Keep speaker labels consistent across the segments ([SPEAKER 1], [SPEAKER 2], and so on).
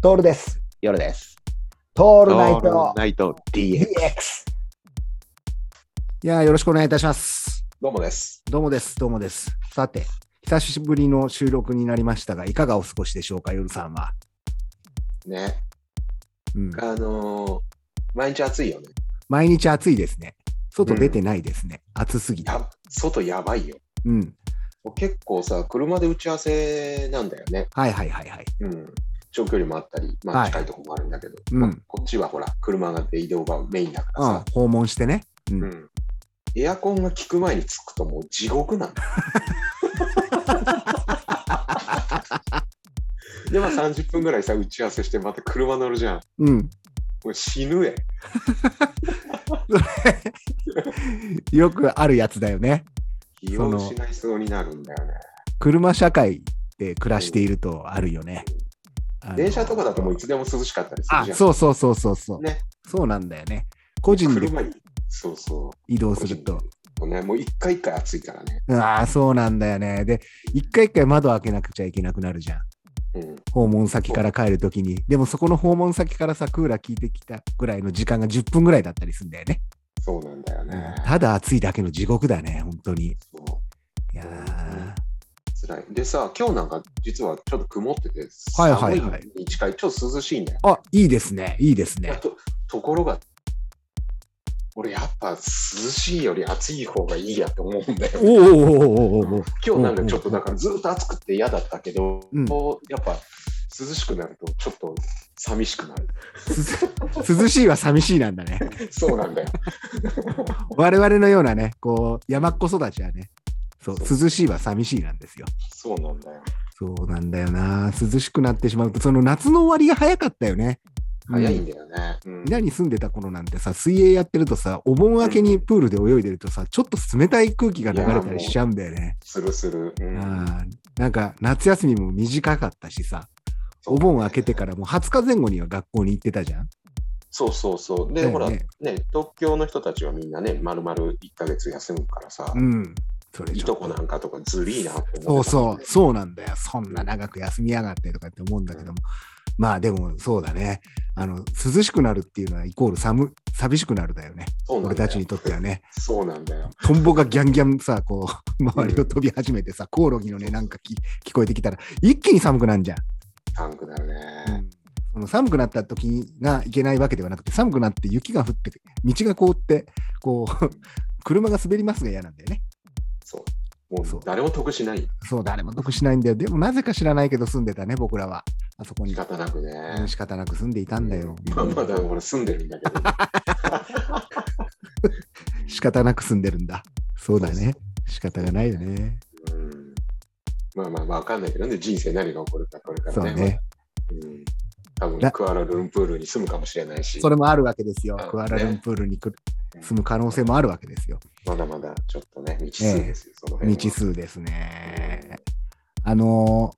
[SPEAKER 1] トールです。
[SPEAKER 2] 夜です。
[SPEAKER 1] ト
[SPEAKER 2] オ
[SPEAKER 1] ールナイト
[SPEAKER 2] ナイト DX。
[SPEAKER 1] DX。いやー、よろしくお願いいたします。
[SPEAKER 2] どうもです。
[SPEAKER 1] どうもです、どうもです。さて、久しぶりの収録になりましたが、いかがお過ごしでしょうか、夜さんは。
[SPEAKER 2] ね。
[SPEAKER 1] うん、
[SPEAKER 2] あのー、毎日暑いよね。
[SPEAKER 1] 毎日暑いですね。外出てないですね。暑すぎて。
[SPEAKER 2] や、外やばいよ。
[SPEAKER 1] うん。
[SPEAKER 2] 結構さ、車で打ち合わせなんだよね。
[SPEAKER 1] はいはいはいはい。
[SPEAKER 2] うん。長距離もあったり、ま
[SPEAKER 1] は
[SPEAKER 2] あ
[SPEAKER 1] い
[SPEAKER 2] 近いとこもあるんだけど、
[SPEAKER 1] うん
[SPEAKER 2] まあこっちはほら、車で移動がメインだから
[SPEAKER 1] うん
[SPEAKER 2] さ、、
[SPEAKER 1] 訪問してね。うん。
[SPEAKER 2] うん。エアコンが効く前に着くともう地獄な んだ。で、まあ30分ぐらいさ、打ち合わせして、また車乗るじゃん。
[SPEAKER 1] うん。
[SPEAKER 2] もう死ぬえ。
[SPEAKER 1] よくあるやつだよね。
[SPEAKER 2] 気を失いそうになるんだよね。
[SPEAKER 1] 車社会で暮らしているとあるよね。あの
[SPEAKER 2] 電車とかだともういつでも涼しかったりする
[SPEAKER 1] あ
[SPEAKER 2] じゃん。
[SPEAKER 1] そうそうそうそうそう、
[SPEAKER 2] ね
[SPEAKER 1] そうなんだよね個人で
[SPEAKER 2] 車に。そうそ
[SPEAKER 1] 移動すると
[SPEAKER 2] う。もうね、もう一回一回暑いからね。
[SPEAKER 1] ああそうなんだよねで一回一回窓開けなくちゃいけなくなるじゃん
[SPEAKER 2] うん。
[SPEAKER 1] 訪問先から帰るときにでもそこの訪問先からさクーラー効いてきたぐらいの時間が10分ぐらいだったりするんだよね、
[SPEAKER 2] そうなんだよね。
[SPEAKER 1] ただ暑いだけの地獄だね本当にい
[SPEAKER 2] そう
[SPEAKER 1] やー
[SPEAKER 2] 辛い。でさ、今日なんか実はちょっと曇ってて、
[SPEAKER 1] はいはいはい
[SPEAKER 2] 寒いに近い、ちょっと涼しいんだよ。
[SPEAKER 1] あいいですねいいです
[SPEAKER 2] いや
[SPEAKER 1] ね
[SPEAKER 2] とところが、俺やっぱ涼しいより暑い方がいいやと思うんだよ。
[SPEAKER 1] おおおおおおお
[SPEAKER 2] 今日なんかちょっとだからずっと暑くて嫌だったけど、
[SPEAKER 1] うん
[SPEAKER 2] やっぱ涼しくなるとちょっと寂しくなる。
[SPEAKER 1] 涼しいは寂しいなんだね
[SPEAKER 2] そうなんだよ。
[SPEAKER 1] 我々のようなねこう山っ子育ちはねそう
[SPEAKER 2] そう
[SPEAKER 1] 涼しいは寂しいなんですよ
[SPEAKER 2] そうなんだよ。
[SPEAKER 1] そうなんだよな涼しくなってしまうとその夏の終わりが早かったよね
[SPEAKER 2] 早い
[SPEAKER 1] うん
[SPEAKER 2] んだよね。うん
[SPEAKER 1] みんなに住んでた頃なんてさ水泳やってるとさお盆明けにプールで泳いでるとさちょっと冷たい空気が流れたりしちゃうんだよね
[SPEAKER 2] するする。うん
[SPEAKER 1] あーなんか夏休みも短かったしさお盆明けてからもう20日前後には学校に行ってたじゃん
[SPEAKER 2] そうそうそう。
[SPEAKER 1] だ
[SPEAKER 2] で、
[SPEAKER 1] よね
[SPEAKER 2] ほら、ね、東京の人たちはみんなね、まるまる1ヶ月休むからさ、
[SPEAKER 1] うんそれ
[SPEAKER 2] い
[SPEAKER 1] ち
[SPEAKER 2] と
[SPEAKER 1] ょっ
[SPEAKER 2] ことなんかとかずりーなって
[SPEAKER 1] そ
[SPEAKER 2] 思
[SPEAKER 1] う
[SPEAKER 2] ってたも
[SPEAKER 1] そ
[SPEAKER 2] んね
[SPEAKER 1] う、そうなんだよ。そんな長く休みやがってとかって思うんだけども。まあでもそうだね。あの、涼しくなるっていうのはイコール寒、寂しくなるだよね。
[SPEAKER 2] そうなん
[SPEAKER 1] 俺
[SPEAKER 2] だよ
[SPEAKER 1] たちにとってはね。
[SPEAKER 2] そうなんだよ。
[SPEAKER 1] トンボがギャンギャンさ、こ う、周りを飛び始めてさ、コオロギのね、なんかき聞こえてきたら、一気に寒くなるじゃん。
[SPEAKER 2] 寒くなるね。
[SPEAKER 1] その寒くなった時がいけないわけではなくて、寒くなって雪が降って、道が凍って、こう、 車が滑りますが嫌なんだよね。
[SPEAKER 2] そう。も
[SPEAKER 1] そう
[SPEAKER 2] う誰も得しない。
[SPEAKER 1] そう、誰も得しないんだよ。でもなぜか知らないけど住んでたね、僕らは。あそこに
[SPEAKER 2] 仕。方なくね。
[SPEAKER 1] 仕方なく住んでいたんだよ。
[SPEAKER 2] まあまだ俺住んでるんだけど。
[SPEAKER 1] 仕方なく住んでるんだ。そうだ
[SPEAKER 2] そう
[SPEAKER 1] ね。仕方がないよね。
[SPEAKER 2] うんまあまあまあわかんないけどね、人生何が起こるかこれか
[SPEAKER 1] そう
[SPEAKER 2] らね。
[SPEAKER 1] ね。
[SPEAKER 2] うん、多分
[SPEAKER 1] な
[SPEAKER 2] クアラルンプールに住むかもしれないし
[SPEAKER 1] そ、れもあるわけですよ
[SPEAKER 2] そう。ね
[SPEAKER 1] クアラルンプールに来る住む可能性もあるわけですよ。
[SPEAKER 2] まだまだちょっとね、未知数ですよ、その辺は
[SPEAKER 1] 未知数ですね。あのー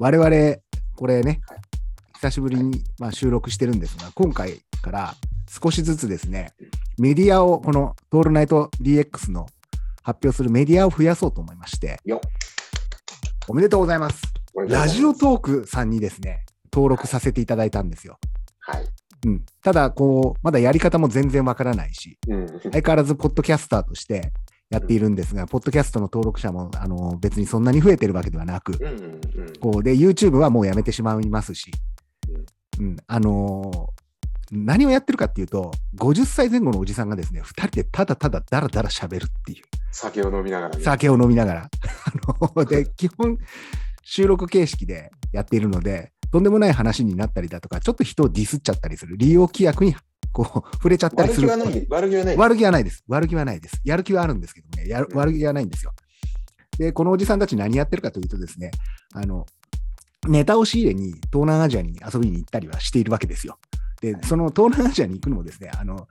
[SPEAKER 1] 我々、これね
[SPEAKER 2] はい、
[SPEAKER 1] 久しぶりに、まあ、収録してるんですが、今回から少しずつですね、メディアを、このトールナイト DX の発表するメディアを増やそうと思いまして、
[SPEAKER 2] よっ
[SPEAKER 1] おめでとうございます。
[SPEAKER 2] これ
[SPEAKER 1] ラジオトークさんにですね、登録させていただいたんですよ。
[SPEAKER 2] はい。
[SPEAKER 1] うん、ただ、こう、まだやり方も全然わからないし、
[SPEAKER 2] うん。
[SPEAKER 1] 相変わらずポッドキャスターとしてやっているんですが、ポッドキャストの登録者もあの別にそんなに増えてるわけではなく、
[SPEAKER 2] うんうんうん。
[SPEAKER 1] こうで、YouTube はもうやめてしまいますし、うん、あのー何をやってるかっていうと、50歳前後のおじさんがですね、2人でただただだらだら喋るっていう。
[SPEAKER 2] 酒を飲みながらね。
[SPEAKER 1] 酒を飲みながら。 あので、基本、収録形式でやっているので、とんでもない話になったりだとか、ちょっと人をディスっちゃったりする、利用規約にこう触れちゃったり
[SPEAKER 2] 悪
[SPEAKER 1] す
[SPEAKER 2] 気
[SPEAKER 1] る。
[SPEAKER 2] はない。悪気はない。
[SPEAKER 1] 悪気はないです。悪気はないです。やる気はあるんですけどね、やる
[SPEAKER 2] うん
[SPEAKER 1] 悪気はないんですよ。で、このおじさんたち何やってるかというとですね、あの、ネタを仕入れに東南アジアに遊びに行ったりはしているわけですよ。で、その東南アジアに行くのもですね、あの、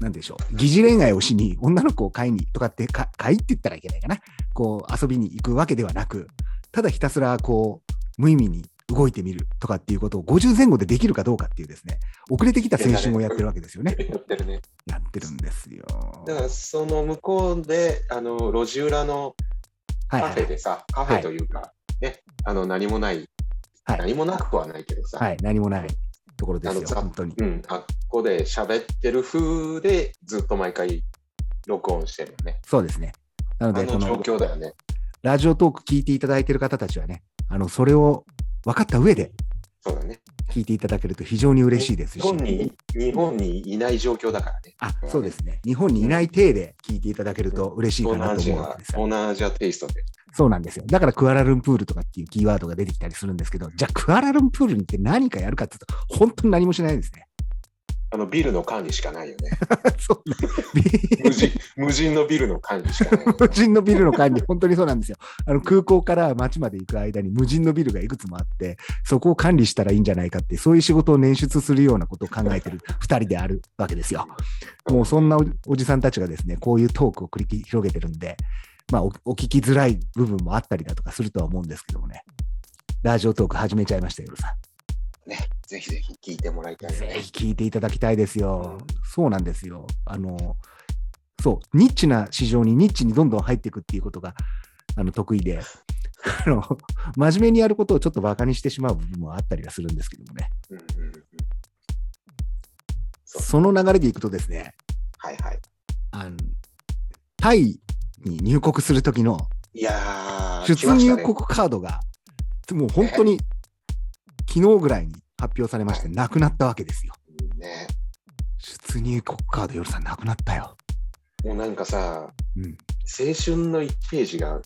[SPEAKER 1] なんでしょう、疑似恋愛をしに女の子を買いにとかってか、買いって言ったらいけないかな。こう、遊びに行くわけではなく、ただひたすらこう、無意味に動いてみるとかっていうことを50前後でできるかどうかっていうですね、遅れてきた青春をやってるわけですよね。
[SPEAKER 2] やってるね。
[SPEAKER 1] やってるんですよ。
[SPEAKER 2] だからその向こうで、あの、路地裏の
[SPEAKER 1] はい
[SPEAKER 2] カ
[SPEAKER 1] は
[SPEAKER 2] フェ
[SPEAKER 1] い
[SPEAKER 2] でさ、カ
[SPEAKER 1] い
[SPEAKER 2] フェというか、ね、あの、何もない
[SPEAKER 1] はい
[SPEAKER 2] 何もなくはないけどさ、
[SPEAKER 1] はい、何もないところです
[SPEAKER 2] あの
[SPEAKER 1] よ、
[SPEAKER 2] ざ
[SPEAKER 1] 本当に。
[SPEAKER 2] うん、あっこで喋ってる風でずっと毎回録音してるよね。
[SPEAKER 1] そうですね。なの
[SPEAKER 2] あ
[SPEAKER 1] で、こ
[SPEAKER 2] の
[SPEAKER 1] の
[SPEAKER 2] 状況だよね。
[SPEAKER 1] ラジオトーク聞いていただいている方たちはね、あのそれを分かった上で
[SPEAKER 2] そうだね。
[SPEAKER 1] 聞いていただけると非常に嬉しいです
[SPEAKER 2] 日
[SPEAKER 1] し、
[SPEAKER 2] 本に日本にいない状況だからね。
[SPEAKER 1] あそうですね、日本にいない体で聞いていただけると嬉しい
[SPEAKER 2] 東
[SPEAKER 1] かな
[SPEAKER 2] 南ア
[SPEAKER 1] と
[SPEAKER 2] ジ
[SPEAKER 1] 思うわ
[SPEAKER 2] ア
[SPEAKER 1] けです、
[SPEAKER 2] 東
[SPEAKER 1] よ。
[SPEAKER 2] 南アジアテイストで。
[SPEAKER 1] そうなんですよ。だからクアラルンプールとかっていうキーワードが出てきたりするんですけど、じゃあクアラルンプールに行って何かやるかって言うと、本当に何もしないですね。
[SPEAKER 2] あのビルの管理しかないよね。
[SPEAKER 1] そう
[SPEAKER 2] 無人 無人のビルの管理しかないよね、
[SPEAKER 1] 無人のビルの管理、本当にそうなんですよ。あの空港から街まで行く間に無人のビルがいくつもあって、そこを管理したらいいんじゃないかって、そういう仕事を捻出するようなことを考えてる2人であるわけですよ。もうそんなおじおじさんたちがですね、こういうトークを繰り広げてるんで、まあお、お聞きづらい部分もあったりだとかするとは思うんですけどもね。ラジオトーク始めちゃいましたよ、夜さん。
[SPEAKER 2] ぜひぜひ聞いてもらいたいよ
[SPEAKER 1] ぜ
[SPEAKER 2] ね。
[SPEAKER 1] ひ聞いていただきたいですよ
[SPEAKER 2] うん。
[SPEAKER 1] そうなんですよ。あの、そう、ニッチな市場にニッチにどんどん入っていくっていうことが、あの、得意で、 あの、真面目にやることをちょっとバカにしてしまう部分もあったりはするんですけどもね。
[SPEAKER 2] うんうんうん、そう
[SPEAKER 1] その流れでいくとですね、
[SPEAKER 2] はいはい。
[SPEAKER 1] あの、タイに入国するときの
[SPEAKER 2] いやー、
[SPEAKER 1] 出
[SPEAKER 2] 来ました
[SPEAKER 1] 入
[SPEAKER 2] ね
[SPEAKER 1] 国カードが、もう本当に昨日ぐらいに発表されまして、なくなったわけですよ。
[SPEAKER 2] ね。
[SPEAKER 1] 出入国カード、夜さん、なくなったよ。
[SPEAKER 2] もうなんかさ、
[SPEAKER 1] うん。
[SPEAKER 2] 青春の1ページが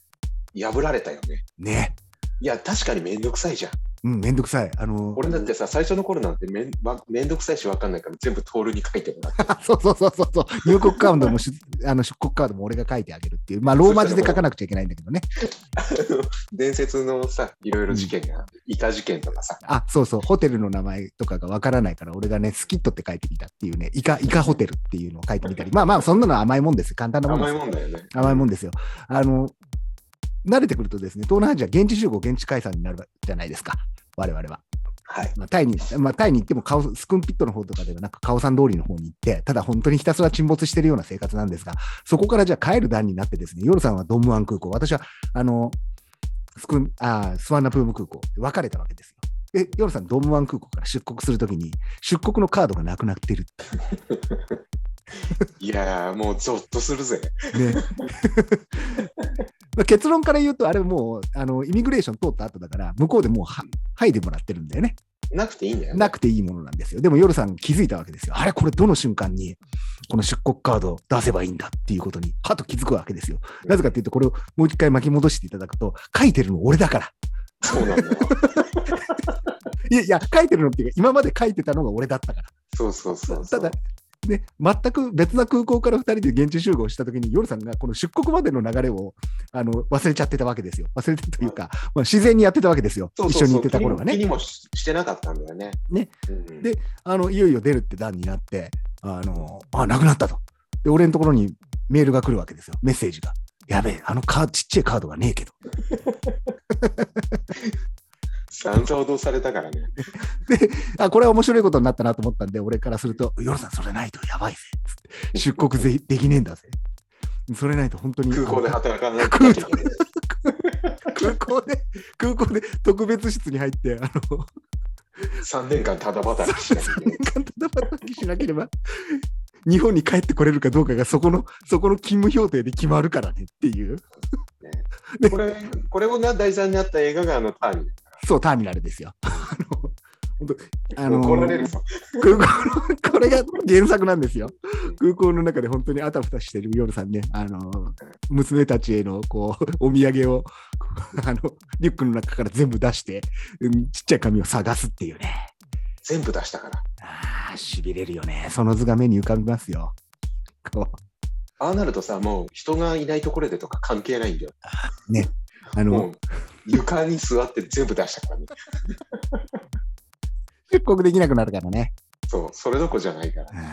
[SPEAKER 2] 破られたよね。
[SPEAKER 1] ね。
[SPEAKER 2] いや、確かにめんどくさいじゃん。
[SPEAKER 1] うん、めんどくさい。あの、
[SPEAKER 2] 俺だってさ、最初の頃なんてめんわめんどくさいし分かんないから全部トールに書いてもらっ て。
[SPEAKER 1] そうそうそうそうそう、入国カードも出あの出国カードも俺が書いてあげるっていう、まあ、ローマ字で書かなくちゃいけないんだけどね。
[SPEAKER 2] 伝説のさ、いろいろ事件が、いた事件とかさ、
[SPEAKER 1] あ、そうそう、ホテルの名前とかがわからないから、俺がね、スキットって書いてみたっていうね、イカ、イカホテルっていうのを書いてみたり、まあまあ、そんなのは甘いもんですよ。簡単なもんで
[SPEAKER 2] 甘
[SPEAKER 1] す
[SPEAKER 2] い
[SPEAKER 1] よ。
[SPEAKER 2] もんだよね。
[SPEAKER 1] 甘いもん
[SPEAKER 2] ん
[SPEAKER 1] ですよ。あの、慣れてくるとですね、東南アジア現地集合、現地解散になるじゃないですか。我々は。
[SPEAKER 2] はい。
[SPEAKER 1] まあ、タイに、まあ、タイに行ってもカオスクンピットの方とかではなく、カオさん通りの方に行って、ただ本当にひたすら沈没してるような生活なんですが、そこからじゃあ帰る段になってですね、夜さんはドンムアン空港、私は、あの、スクン、あースワンナプーム空港で別れたわけですよ。で、夜さん、ドンムアン空港から出国するときに、出国のカードがなくなってる
[SPEAKER 2] いやー、もうゾッとするぜ。
[SPEAKER 1] ね。 まあ結論から言うと、あれもう、あの、イミグレーション通った後だから、向こうでもうは、はいでもらってるんだよね。
[SPEAKER 2] なくていいんだよね。
[SPEAKER 1] なくていいものなんですよ。でも、夜さん気づいたわけですよ。あれ、これ、どの瞬間に、この出国カードを出せばいいんだっていうことに、はと気づくわけですよ。なぜかっていうと、これをもう一回巻き戻していただくと、書いてるの俺だから。
[SPEAKER 2] そうなんだ よ。
[SPEAKER 1] いやいや、書いてるのっていうか、今まで書いてたのが俺だったから。
[SPEAKER 2] そうそうそうそ
[SPEAKER 1] た
[SPEAKER 2] う。
[SPEAKER 1] だ、ね、全く別な空港から2人で現地集合したときに、夜さんがこの出国までの流れをあの忘れちゃってたわけですよ。忘れてたというか、まあ、自然にやってたわけですよ。
[SPEAKER 2] そう
[SPEAKER 1] 一
[SPEAKER 2] そうそう
[SPEAKER 1] 緒に行ってた頃はね
[SPEAKER 2] 気。にも気にもししてなかったんだよね。
[SPEAKER 1] ね
[SPEAKER 2] うん。
[SPEAKER 1] であのいよいよ出るって段になって、あのあ、なくなったと。で、俺のところにメールが来るわけですよ、メッセージが。やべえ、あのカーちっちゃいカードがねえけど。
[SPEAKER 2] 散々脅されたからね。
[SPEAKER 1] あ、これは面白いことになったなと思ったんで、俺からすると、ヨロさん、それないとやばいぜ。つって出国ぜできねえんだぜ。それないと本当に。
[SPEAKER 2] 空港で
[SPEAKER 1] あの
[SPEAKER 2] 働かなき ゃいけない。
[SPEAKER 1] 空港で、空港で特別室に入って、あの、
[SPEAKER 2] 3年間ただ働きしなきゃ いけない。
[SPEAKER 1] 簡単な働きしなければ、日本に帰ってこれるかどうかが、そこの、そこの勤務評定で決まるからねっていう。
[SPEAKER 2] ねこれこれをな題材になった映画があのターミナ
[SPEAKER 1] そう、ターミナルです よ。あの本当あ
[SPEAKER 2] ル。怒られ
[SPEAKER 1] の
[SPEAKER 2] るぞ。
[SPEAKER 1] 空港の、これが原作なんですよ。空港の中で本当にあたふたしてる夜さんね、あの娘たちへのこう お土産をあのリュックの中から全部出して、うんちっちゃい紙を探すっていうね。
[SPEAKER 2] 全部出したから。
[SPEAKER 1] ああ、しびれるよね。その図が目に浮かびますよ。こ
[SPEAKER 2] ああなるとさ、もう人がいないところでとか関係ないんだよ。
[SPEAKER 1] うね、あ
[SPEAKER 2] も
[SPEAKER 1] の
[SPEAKER 2] う床に座って全部出したからね。
[SPEAKER 1] 出国できなくなるからね。
[SPEAKER 2] そう、それどころじゃないから。
[SPEAKER 1] あー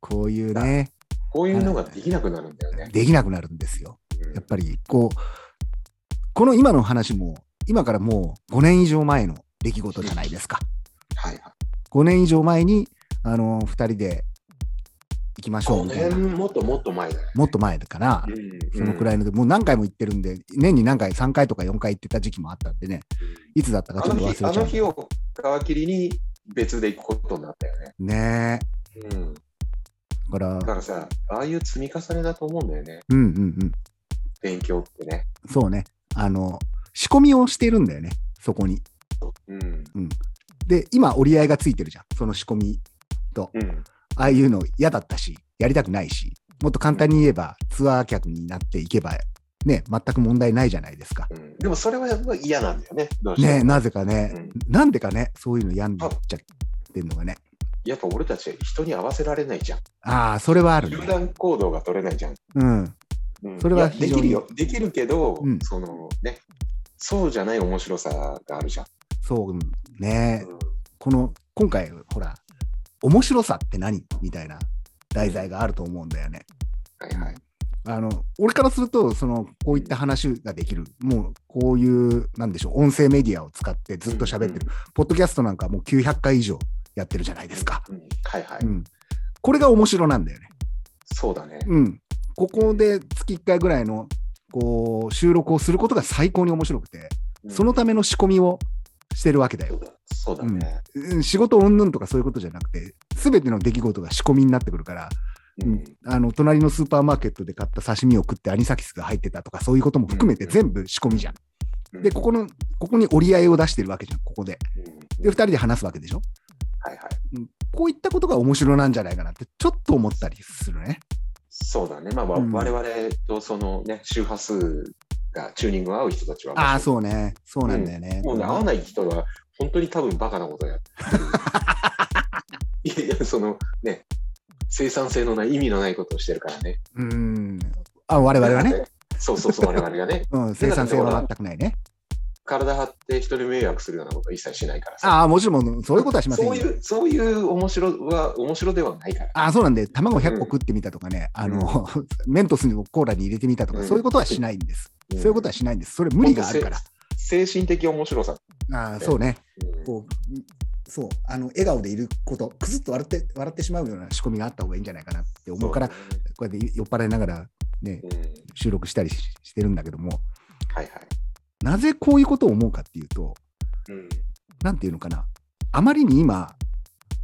[SPEAKER 1] こういうね、
[SPEAKER 2] こういうのができなくなるんだよね。
[SPEAKER 1] できなくなるんですよ。
[SPEAKER 2] うん
[SPEAKER 1] やっぱりこう、この今の話も、今からもう5年以上前の出来事じゃないですか。
[SPEAKER 2] はいはい。
[SPEAKER 1] 5年以上前に、あの、2人で行きましょう
[SPEAKER 2] 5
[SPEAKER 1] みたいな。
[SPEAKER 2] 年もっともっと前だよね。
[SPEAKER 1] もっと前だから、そのくら
[SPEAKER 2] い。
[SPEAKER 1] いの、もう何回も行ってるんで、年に何回、3回とか4回行ってた時期もあったんでね、いつだったか
[SPEAKER 2] あ
[SPEAKER 1] ちょっ
[SPEAKER 2] の
[SPEAKER 1] と忘れ
[SPEAKER 2] 日
[SPEAKER 1] ちゃ
[SPEAKER 2] あの
[SPEAKER 1] う。
[SPEAKER 2] 日を皮切りに別で行くことになったよね。
[SPEAKER 1] ねえ。
[SPEAKER 2] うん、
[SPEAKER 1] だから、
[SPEAKER 2] だからさ、ああいう積み重ねだと思うんだよね、
[SPEAKER 1] うんうんうん。
[SPEAKER 2] 勉強ってね。
[SPEAKER 1] そうね。あの、仕込みをしてるんだよね、そこに。
[SPEAKER 2] うん
[SPEAKER 1] で、今折り合いがついてるじゃん。その仕込みと。
[SPEAKER 2] うん
[SPEAKER 1] ああいうの嫌だったし、やりたくないし、もっと簡単に言えばツアー客になっていけば、ね、全く問題ないじゃないですか。
[SPEAKER 2] うん、でもそれはやっぱ嫌なんだよね、どうしても
[SPEAKER 1] ねえ、なぜかね、
[SPEAKER 2] うん
[SPEAKER 1] なんでかね、そういうの病んでっちゃってんのがね。
[SPEAKER 2] やっぱ俺たち人に合わせられないじゃん。
[SPEAKER 1] ああ、それはあるね
[SPEAKER 2] 集。団行動が取れないじゃん。
[SPEAKER 1] うん。
[SPEAKER 2] うん
[SPEAKER 1] それはい
[SPEAKER 2] や
[SPEAKER 1] 非
[SPEAKER 2] で
[SPEAKER 1] 常
[SPEAKER 2] き
[SPEAKER 1] に
[SPEAKER 2] るよ、できるけど、
[SPEAKER 1] うん
[SPEAKER 2] そのね、そうじゃない面白さがあるじゃん。
[SPEAKER 1] そうね、
[SPEAKER 2] うん
[SPEAKER 1] この、今回、ほら、面白さって何みたいな題材があると思うんだよね。
[SPEAKER 2] はいはい。
[SPEAKER 1] あの俺からするとそのこういった話ができるもうこういうなんでしょう音声メディアを使ってずっと喋ってる、
[SPEAKER 2] る。
[SPEAKER 1] ポッドキャストなんかもう900回以上やってるじゃないですか、
[SPEAKER 2] うんはいはい、
[SPEAKER 1] うん、これが面白なんだよね、
[SPEAKER 2] そうだね。
[SPEAKER 1] うん、ここで月1回ぐらいのこう収録をすることが最高に面白くてそのための仕込みをしてるわけだ
[SPEAKER 2] う
[SPEAKER 1] よ
[SPEAKER 2] ん、そうだね。
[SPEAKER 1] うん、仕事云々とかそういうことじゃなくて全ての出来事が仕込みになってくるから
[SPEAKER 2] う
[SPEAKER 1] うんんあの隣のスーパーマーケットで買った刺身を食ってアニサキスが入ってたとかそういうことも含めて
[SPEAKER 2] うん
[SPEAKER 1] 全部仕込みじゃん。
[SPEAKER 2] うん
[SPEAKER 1] でここのここに折り合いを出してるわけじゃんここで。
[SPEAKER 2] うん
[SPEAKER 1] で2人で話すわけでしょ。
[SPEAKER 2] はいはい。
[SPEAKER 1] こういったことが面白なんじゃないかなってちょっと思ったりするね。
[SPEAKER 2] そうだね。まあ、わ
[SPEAKER 1] うん
[SPEAKER 2] 我々とそのね、周波数がチューニングが合う人たちは、
[SPEAKER 1] ああそうねそうなんだよね。
[SPEAKER 2] もうね、合わない人は、本当に多分バカなこと やってる。いやいや、そのね、生産性のない、意味のないことをしてるからね。
[SPEAKER 1] うんあ我々はね、。
[SPEAKER 2] そうそうそう、我々がね、
[SPEAKER 1] うん、生産性は全くないね。
[SPEAKER 2] 体張って人に迷惑するようなことは一切しないからさ。
[SPEAKER 1] ああもちろんそういうことはしません
[SPEAKER 2] そう
[SPEAKER 1] よ。
[SPEAKER 2] いう、そういう面白は、面白ではないから。
[SPEAKER 1] ああそうなんで卵100個食ってみたとかね、あのメントスをコーラに入れてみたとか、
[SPEAKER 2] うん
[SPEAKER 1] そういうことはしないんです。そういうことは
[SPEAKER 2] し
[SPEAKER 1] しないんです。それ無理があるから。
[SPEAKER 2] 精神的面白さ。
[SPEAKER 1] ああそうね。
[SPEAKER 2] うん
[SPEAKER 1] こう、んそう、あの、笑顔でいること、くずっと笑って、笑ってしまうような仕込みがあった方がいいんじゃないかなって思うから、
[SPEAKER 2] そ
[SPEAKER 1] こうやって酔っ払いながらね
[SPEAKER 2] う、だねうん
[SPEAKER 1] 収録したりししてるんだけども、
[SPEAKER 2] はいはい。
[SPEAKER 1] なぜこういうことを思うかっていうと、
[SPEAKER 2] うん
[SPEAKER 1] なんていうのかな、あまりに今、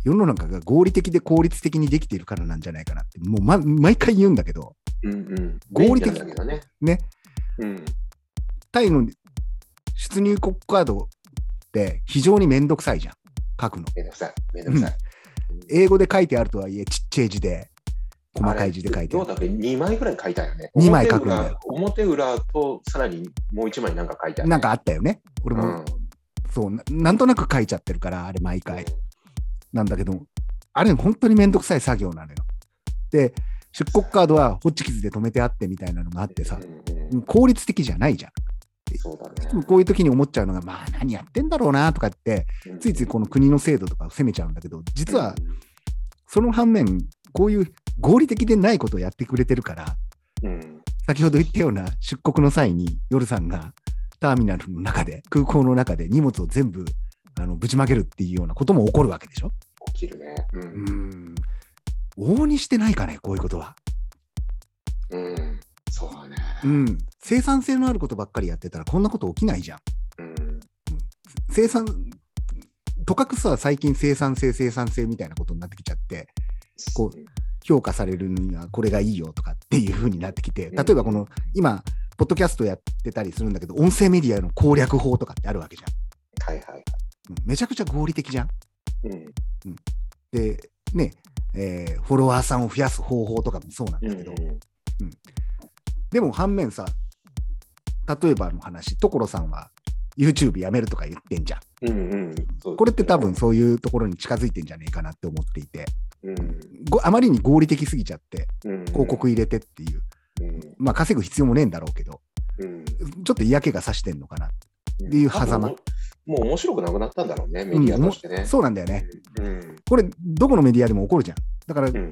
[SPEAKER 1] 世の中が合理的で効率的にできているからなんじゃないかなって、もう、ま、毎回言うんだけど、
[SPEAKER 2] うんうん、
[SPEAKER 1] 合理的
[SPEAKER 2] 便利なんだけどね。
[SPEAKER 1] ね、
[SPEAKER 2] うん、
[SPEAKER 1] タイの出入国カードって非常にめんどくさいじゃん、書くの。
[SPEAKER 2] めんどくさい。めんどくさい。
[SPEAKER 1] 英語で書いてあるとはいえ、ちっちゃい字で、
[SPEAKER 2] うん
[SPEAKER 1] 細かい字で書いてあ
[SPEAKER 2] ど
[SPEAKER 1] る
[SPEAKER 2] う。だっけ ?2 枚ぐらい書いたよね。
[SPEAKER 1] 二枚書くんだよ
[SPEAKER 2] 表裏。表裏とさらにもう1枚なんか書いてある、
[SPEAKER 1] なんかあったよね。俺
[SPEAKER 2] う
[SPEAKER 1] も、
[SPEAKER 2] ん、
[SPEAKER 1] そうな、なんとなく書いちゃってるから、あれ毎回。なんだけど、あれ本当にめんどくさい作業なのよ。で、出国カードはホッチキスで止めてあってみたいなのがあってさ
[SPEAKER 2] う、んう
[SPEAKER 1] もう
[SPEAKER 2] ん
[SPEAKER 1] 効率的じゃないじゃん。
[SPEAKER 2] そうだね。
[SPEAKER 1] こういう時に思っちゃうのが、まあ何やってんだろうなとかって、
[SPEAKER 2] うん
[SPEAKER 1] ついついこの国の制度とかを責めちゃうんだけど、実はその反面、こういう合理的でないことをやってくれてるから、
[SPEAKER 2] うんうん
[SPEAKER 1] 先ほど言ったような出国の際に、夜さんがターミナルの中で、空港の中で荷物を全部あのぶちまけるっていうようなことも起こるわけでしょ。
[SPEAKER 2] 起きるね。う
[SPEAKER 1] うんん。往々にしてないかね、こういうことは。
[SPEAKER 2] うん、そうだね。
[SPEAKER 1] うん。生産性のあることばっかりやってたら、こんなこと起きないじゃん。
[SPEAKER 2] うん
[SPEAKER 1] 生産、とかくさ、最近生産性、生産性みたいなことになってきちゃって、こ評価されるにはこれがいいよとかっていう風になってきて、例えばこの、今、ポッドキャストやってたりするんだけど、音声メディアの攻略法とかってあるわけじゃん。
[SPEAKER 2] はいはい。
[SPEAKER 1] うんめちゃくちゃ合理的じゃん。
[SPEAKER 2] うん
[SPEAKER 1] で、ね、えーフォロワーさんを増やす方法とかもそうなん
[SPEAKER 2] う
[SPEAKER 1] だけ
[SPEAKER 2] ん
[SPEAKER 1] ど、でも反面さ、例えばの話、所さんは YouTube やめるとか言ってんじゃん。
[SPEAKER 2] うんうんそう
[SPEAKER 1] これって多分そういうところに近づいてんじゃねえかなって思っていて、
[SPEAKER 2] うん
[SPEAKER 1] ごあまりに合理的すぎちゃって、
[SPEAKER 2] うん
[SPEAKER 1] 広告入れてっていう、
[SPEAKER 2] うん
[SPEAKER 1] まあ稼ぐ必要もねえんだろうけど、
[SPEAKER 2] うん
[SPEAKER 1] ちょっと嫌気がさしてんのかな。っていう狭間
[SPEAKER 2] もうもう面白くなくなったんだろうね、メディアとしてね。
[SPEAKER 1] そうなんだよね。
[SPEAKER 2] うん
[SPEAKER 1] これ、どこのメディアでも起こるじゃん。だから
[SPEAKER 2] う、ん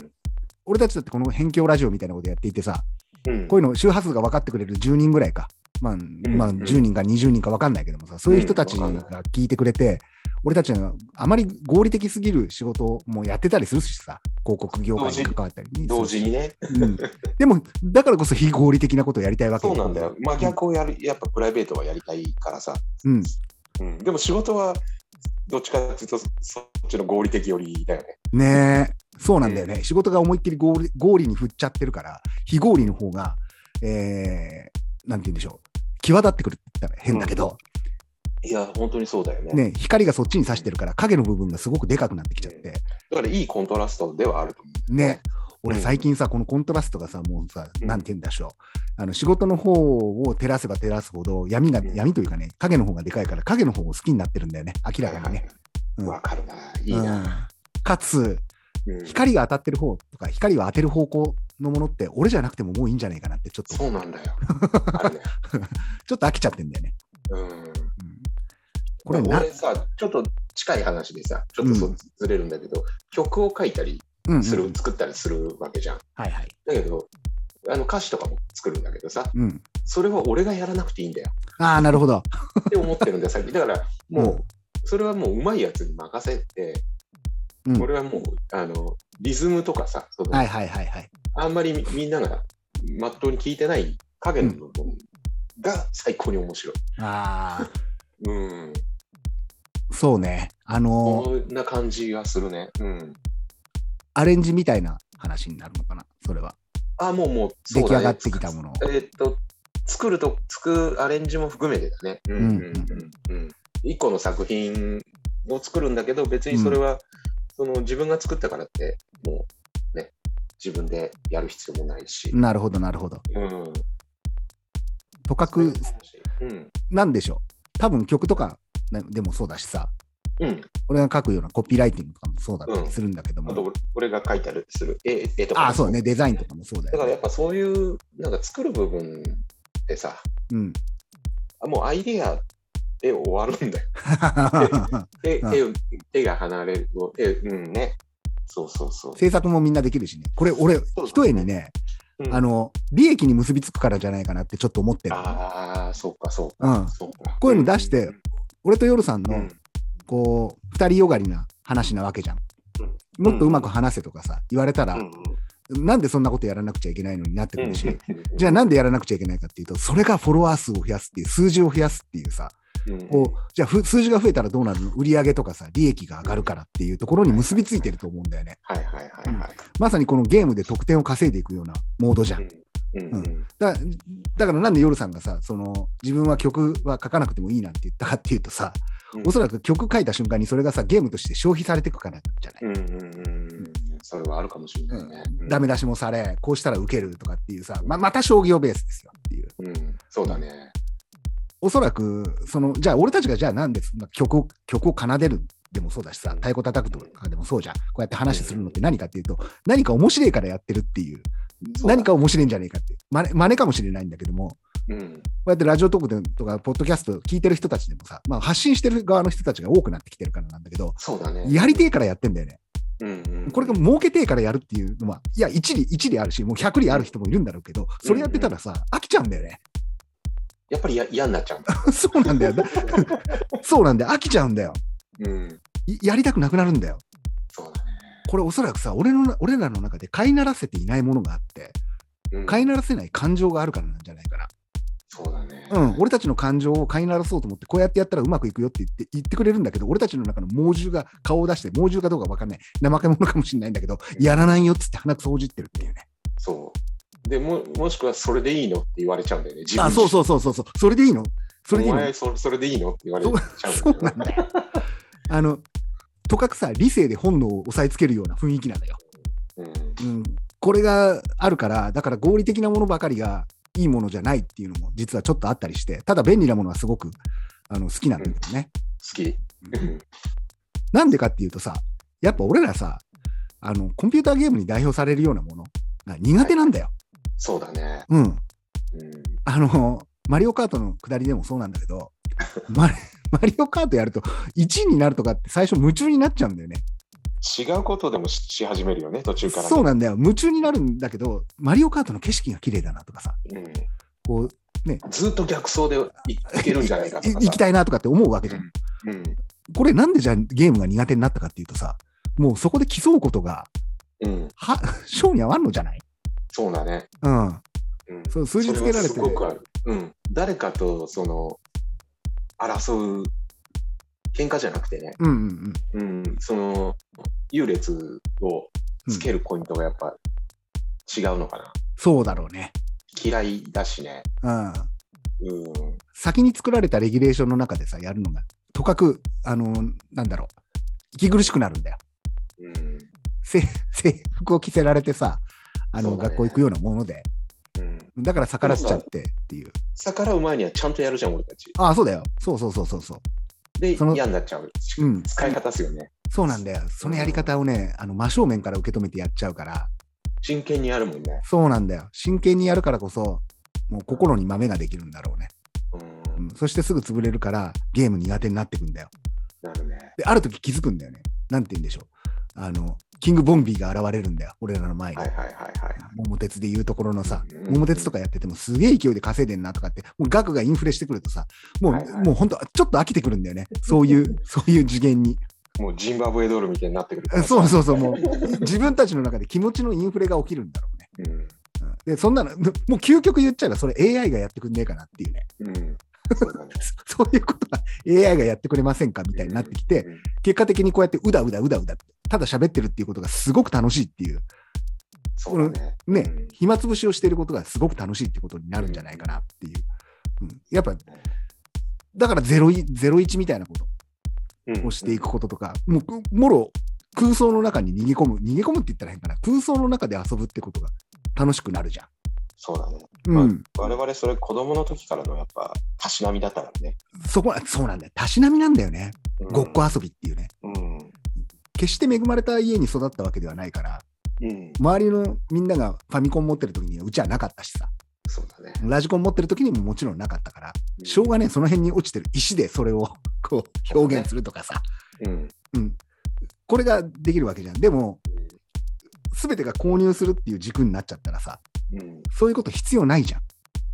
[SPEAKER 1] 俺たちだってこの辺境ラジオみたいなことやっていてさ、
[SPEAKER 2] うん
[SPEAKER 1] こういうの周波数が分かってくれる10人ぐらいか、まあ、まあ、
[SPEAKER 2] うん
[SPEAKER 1] 10人か20人か分かんないけどもさ、そういう人たち
[SPEAKER 2] うん
[SPEAKER 1] が
[SPEAKER 2] わかん
[SPEAKER 1] 聞いてくれて、俺たちはあまり合理的すぎる仕事もやってたりするしさ、広告業界に関わったりね
[SPEAKER 2] 同時にね、
[SPEAKER 1] うんでも、だからこそ非合理的なことをやりたいわけ
[SPEAKER 2] そうなんだよ。真逆をやる、やっぱプライベートはやりたいからさ。
[SPEAKER 1] うん、
[SPEAKER 2] うん、でも仕事は、どっちかっていうと、そっちの合理的よりだよね。
[SPEAKER 1] ねえ、そうなんだよね。仕事が思いっきり合理合理に振っちゃってるから、非合理の方が、えー、なんて言うんでしょう。際立ってくるって言ったら変だけど、
[SPEAKER 2] いや、本当にそうだよね。
[SPEAKER 1] ね、光がそっちに差してるから影の部分がすごくでかくなってきちゃって、
[SPEAKER 2] だからいいコントラストではあると思う。
[SPEAKER 1] ね。俺最近さ、このコントラストがさ、もうさ、
[SPEAKER 2] うん
[SPEAKER 1] なんて言うんでしょう。あの仕事の方を照らせば照らすほど、闇が、
[SPEAKER 2] うん
[SPEAKER 1] 闇というかね、影の方がでかいから、影の方を好きになってるんだよね、明らかにね。
[SPEAKER 2] は
[SPEAKER 1] う
[SPEAKER 2] い
[SPEAKER 1] ん
[SPEAKER 2] わかるな。いいな。
[SPEAKER 1] うんかつ、
[SPEAKER 2] うん
[SPEAKER 1] 光が当たってる方とか、光を当てる方向のものって、俺じゃなくてももういいんじゃないかなって、ちょっと
[SPEAKER 2] そうなん だよ。あるね。
[SPEAKER 1] ちょっと飽きちゃってんだよね。
[SPEAKER 2] うん。
[SPEAKER 1] うんこれな
[SPEAKER 2] 俺、さ、ちょっと近い話でさ、ちょっとそううんずれるんだけど、曲を書いたり
[SPEAKER 1] うんうん
[SPEAKER 2] する、作ったりするわけじゃん。
[SPEAKER 1] はいはい。
[SPEAKER 2] だけど、あの歌詞とかも作るんだけどさ、
[SPEAKER 1] うん、
[SPEAKER 2] それは俺がやらなくていいんだよ
[SPEAKER 1] ああ、なるほど。
[SPEAKER 2] って思ってるんだよ、最 近。だから、もう、それはもう、うまいやつに任せて、
[SPEAKER 1] うん
[SPEAKER 2] 俺はもう、あの、リズムとかさ、その
[SPEAKER 1] はいはいはいはい。
[SPEAKER 2] あんまりみみんながまっとうに聞いてない影の部分が最高に面白い。
[SPEAKER 1] あ
[SPEAKER 2] う
[SPEAKER 1] あ、
[SPEAKER 2] ん。
[SPEAKER 1] そうね。あのー
[SPEAKER 2] こんな感じがするね。うん。
[SPEAKER 1] アレンジみたいな話になるのかな、それは。
[SPEAKER 2] あ、もうもう、
[SPEAKER 1] 出来上がって
[SPEAKER 2] き
[SPEAKER 1] きたものを。
[SPEAKER 2] えーっと、作ると、作るアレンジも含めてだね。うんうんうんうん。一個の作品を作るんだけど、別にそれは、その自分が作ったからって、もうね、自分でやる必要もないし。
[SPEAKER 1] なるほど、なるほど。
[SPEAKER 2] うん。
[SPEAKER 1] とかく、
[SPEAKER 2] うん。
[SPEAKER 1] なんでしょう。多分曲とかねでもそうだしさ、
[SPEAKER 2] うん。
[SPEAKER 1] 俺が書くようなコピーライティングとかもそうだったりするんだけど
[SPEAKER 2] あ
[SPEAKER 1] も。
[SPEAKER 2] と俺、俺が書いたりする絵絵とか。
[SPEAKER 1] ああ、そうね。デザインとかもそうだ
[SPEAKER 2] だ
[SPEAKER 1] よ、
[SPEAKER 2] からやっ
[SPEAKER 1] ね。
[SPEAKER 2] ぱそういう、なんか作る部分ってさ、
[SPEAKER 1] うん。
[SPEAKER 2] あもうアイデアで終わるんだよ。手
[SPEAKER 1] うん
[SPEAKER 2] 手を手が離れると、手うんね。そうそうそう。
[SPEAKER 1] 制作もみんなできるしね。これ、俺、一重にね、
[SPEAKER 2] うん
[SPEAKER 1] あの、利益に結びつくからじゃないかなってちょっと思ってる。
[SPEAKER 2] ああ、そうかそうか。
[SPEAKER 1] うん。
[SPEAKER 2] そうか
[SPEAKER 1] こういうの出して、俺とヨルさん
[SPEAKER 2] うんう
[SPEAKER 1] の
[SPEAKER 2] ん、
[SPEAKER 1] こう、二人よがりな話なわけじゃん。もっとうまく話せとかさ、言われたら
[SPEAKER 2] う、ん
[SPEAKER 1] なんでそんなことやらなくちゃいけないのになってく
[SPEAKER 2] うん
[SPEAKER 1] るし、
[SPEAKER 2] うん
[SPEAKER 1] じゃあなんでやらなくちゃいけないかっていうと、それがフォロワー数を増やすっていう、数字を増やすっていうさ、
[SPEAKER 2] うん
[SPEAKER 1] こう、じゃあふ数字が増えたらどうなるの売り上げとかさ、利益が上がるからっていうところに結びついてると思うんだよね。
[SPEAKER 2] はいはいはいはい。
[SPEAKER 1] まさにこのゲームで得点を稼いでいくようなモードじゃん。
[SPEAKER 2] うんうんうん
[SPEAKER 1] だだからなんでヨルさんがさその自分は曲は書かなくてもいいなんて言ったかっていうとさ、
[SPEAKER 2] うん
[SPEAKER 1] おそらく曲書いた瞬間にそれがさゲームとして消費されていくからじゃない、
[SPEAKER 2] うんうんうんそれはあるかもしれな
[SPEAKER 1] う
[SPEAKER 2] い
[SPEAKER 1] ん
[SPEAKER 2] ね。
[SPEAKER 1] ダメ出しもされこうしたらウケるとかっていうさままた商業ベースですよっていう
[SPEAKER 2] うんそうだね。
[SPEAKER 1] おそらくそのじゃあ俺たちがじゃあなんでそんな曲を曲を奏でるでもそうだしさ太鼓叩くとかでもそうじゃんこうやって話するのって何かっていうと何か面白いからやってるっていう
[SPEAKER 2] そうだ
[SPEAKER 1] 何か面白いんじゃないかって真似真似かもしれないんだけども
[SPEAKER 2] うん
[SPEAKER 1] こうやってラジオトークでとか、ポッドキャスト聞いてる人たちでもさ、まあ、発信してる側の人たちが多くなってきてるからなんだけど、
[SPEAKER 2] そうだね。
[SPEAKER 1] やりてえからやってんだよね。
[SPEAKER 2] うんうん
[SPEAKER 1] これが儲けてえからやるっていうのは、いや、一理、一理あるし、もう100理ある人もいるんだろうけど、それやってたらさ、飽きちゃうんだよね。
[SPEAKER 2] やっぱりや嫌になっちゃうんだ。
[SPEAKER 1] そうなんだよ。そうなんだよ。飽きちゃうんだよ。
[SPEAKER 2] うん
[SPEAKER 1] いやりたくなくなるんだよ。
[SPEAKER 2] そうだね。
[SPEAKER 1] これおそらくさ、俺の、俺らの中で飼いならせていないものがあって、
[SPEAKER 2] うん
[SPEAKER 1] 飼いならせない感情があるからなんじゃないかな。
[SPEAKER 2] そうだね。
[SPEAKER 1] うん、俺たちの感情を飼いならそうと思って、こうやってやったらうまくいくよって言って言ってくれるんだけど、俺たちの中の猛獣が顔を出して、猛獣かどうか分かんない、怠け者かもしれないんだけど、やらないよっつって鼻くそほじってるっていうね。
[SPEAKER 2] そう。でも、もしくはそれでいいのって言われちゃうんだよね。自分
[SPEAKER 1] あ、そうそうそうそうそう、それでいいのそれでいい
[SPEAKER 2] お
[SPEAKER 1] の
[SPEAKER 2] 前そ、それでいいのって言われちゃ
[SPEAKER 1] そ
[SPEAKER 2] うん
[SPEAKER 1] う
[SPEAKER 2] だよね。
[SPEAKER 1] そうなんだよ。あの、とかくさ、理性で本能を抑えつけるような雰囲気なんだよ。
[SPEAKER 2] うん
[SPEAKER 1] うん、 これがあるから、だから合理的なものばかりがいいものじゃないっていうのも、実はちょっとあったりして、ただ便利なものはすごくあの好きなんだけどね。
[SPEAKER 2] 好き。うん
[SPEAKER 1] なんでかっていうとさ、やっぱ俺らさ、あの、コンピューターゲームに代表されるようなものが苦手なんだよ。
[SPEAKER 2] そうだね。
[SPEAKER 1] うん。
[SPEAKER 2] うん
[SPEAKER 1] あの、マリオカートの下りでもそうなんだけ ど、マリマリオカートやると1位になるとかって最初夢中になっちゃうんだよね。
[SPEAKER 2] 違うことでもしし始めるよね、途中からね。
[SPEAKER 1] そうなんだよ。夢中になるんだけど、マリオカートの景色が綺麗だなとかさ、
[SPEAKER 2] うん
[SPEAKER 1] こう、
[SPEAKER 2] ずっと逆走でいいけるんじゃないか と
[SPEAKER 1] い
[SPEAKER 2] かさ。
[SPEAKER 1] 行きたいなとかって思うわけじゃん。
[SPEAKER 2] うん
[SPEAKER 1] これなんでじゃあゲームが苦手になったかっていうとさ、もうそこで競うことが、
[SPEAKER 2] うん、
[SPEAKER 1] は、 性に合わんのじゃない
[SPEAKER 2] そうだね。
[SPEAKER 1] うん。
[SPEAKER 2] うん、
[SPEAKER 1] そう、数字つけられて。
[SPEAKER 2] そはすごくある。うん、誰かとその争う喧嘩じゃなくてね、
[SPEAKER 1] うんうんうん。
[SPEAKER 2] うん、その優劣をつけるポイントがやっぱ違うのかな。
[SPEAKER 1] そうだろうね。
[SPEAKER 2] 嫌いだしね。
[SPEAKER 1] うん。
[SPEAKER 2] うん、
[SPEAKER 1] 先に作られたレギュレーションの中でさ、やるのが、とかく、あの、なんだろう、息苦しくなるんだよ。
[SPEAKER 2] うん、
[SPEAKER 1] せ 制服を着せられてさ、あの、
[SPEAKER 2] そうだね
[SPEAKER 1] 学校行くようなもので、
[SPEAKER 2] うん。
[SPEAKER 1] だから逆らっちゃってっていう。
[SPEAKER 2] 逆らう前にはちゃんとやるじゃん、俺たち。
[SPEAKER 1] ああ、そうだよ。そうそうそうそうそう。
[SPEAKER 2] で、
[SPEAKER 1] その
[SPEAKER 2] 嫌になっちゃう。
[SPEAKER 1] うん
[SPEAKER 2] 使い方っすよね。
[SPEAKER 1] そうなんだよ。そのやり方をね、あの真正面から受け止めてやっちゃうから、
[SPEAKER 2] 真剣にやるもんね。
[SPEAKER 1] そうなんだよ。真剣にやるからこそ、もう心に豆ができるんだろうね。
[SPEAKER 2] う、
[SPEAKER 1] うんん、そしてすぐ潰れるから、ゲーム苦手になってくんだよ。
[SPEAKER 2] なるね。
[SPEAKER 1] で、ある時気づくんだよね。なんて言うんでしょう。あの、キングボンビーが現れるんだよ。俺らの前に
[SPEAKER 2] はい。はいはいはい。
[SPEAKER 1] 桃鉄で言うところのさ、
[SPEAKER 2] うん
[SPEAKER 1] 桃鉄とかやっててもすげえ勢いで稼いでんなとかって、もう額がインフレしてくるとさ、もう、
[SPEAKER 2] はいはい
[SPEAKER 1] もう本当、ちょっと飽きてくるんだよね。そういう、そういう次元 に。
[SPEAKER 2] もうジンバブエドールみたいになってくるから。
[SPEAKER 1] そうそうそう、もう、自分たちの中で気持ちのインフレが起きるんだろうね。
[SPEAKER 2] うん。
[SPEAKER 1] うんで、そんなの、もう究極言っちゃえば、それ AI がやってくんねえかなっていうね。
[SPEAKER 2] うん。そう だね。
[SPEAKER 1] そそういうことが AI がやってくれませんかみたいになってきて、
[SPEAKER 2] うん
[SPEAKER 1] 結果的にこうやってうだうだうだうだ、ただ喋ってるっていうことがすごく楽しいっていう、
[SPEAKER 2] そうだね。
[SPEAKER 1] ね
[SPEAKER 2] うん、
[SPEAKER 1] 暇つぶしをしていることがすごく楽しいってことになるんじゃないかなっていう。うん、やっぱ、だからゼロいゼロ一みたいなことをしていくこととか、もうくもろ空想の中に逃げ込む、逃げ込むって言ったら変かな、空想の中で遊ぶってことが楽しくなるじゃん。
[SPEAKER 2] そうだね。
[SPEAKER 1] う
[SPEAKER 2] ま
[SPEAKER 1] ん、
[SPEAKER 2] あ我々それ子供の時からのやっぱたしなみだったからね。
[SPEAKER 1] そこはそうなんだよ、たしなみなんだよね、
[SPEAKER 2] うん
[SPEAKER 1] ごっこ遊びっていうね、
[SPEAKER 2] うん。
[SPEAKER 1] 決して恵まれた家に育ったわけではないから、
[SPEAKER 2] うん。
[SPEAKER 1] 周りのみんながファミコン持ってる時にはうちはなかったしさ、
[SPEAKER 2] そうだね。
[SPEAKER 1] ラジコン持ってる時にももちろんなかったから、しょうがねえ、その辺に落ちてる石でそれを こう表現するとかさ、
[SPEAKER 2] うん。
[SPEAKER 1] これができるわけじゃん。でも、すべてが購入するっていう軸になっちゃったらさ、
[SPEAKER 2] うん。
[SPEAKER 1] そういうこと必要ないじゃん。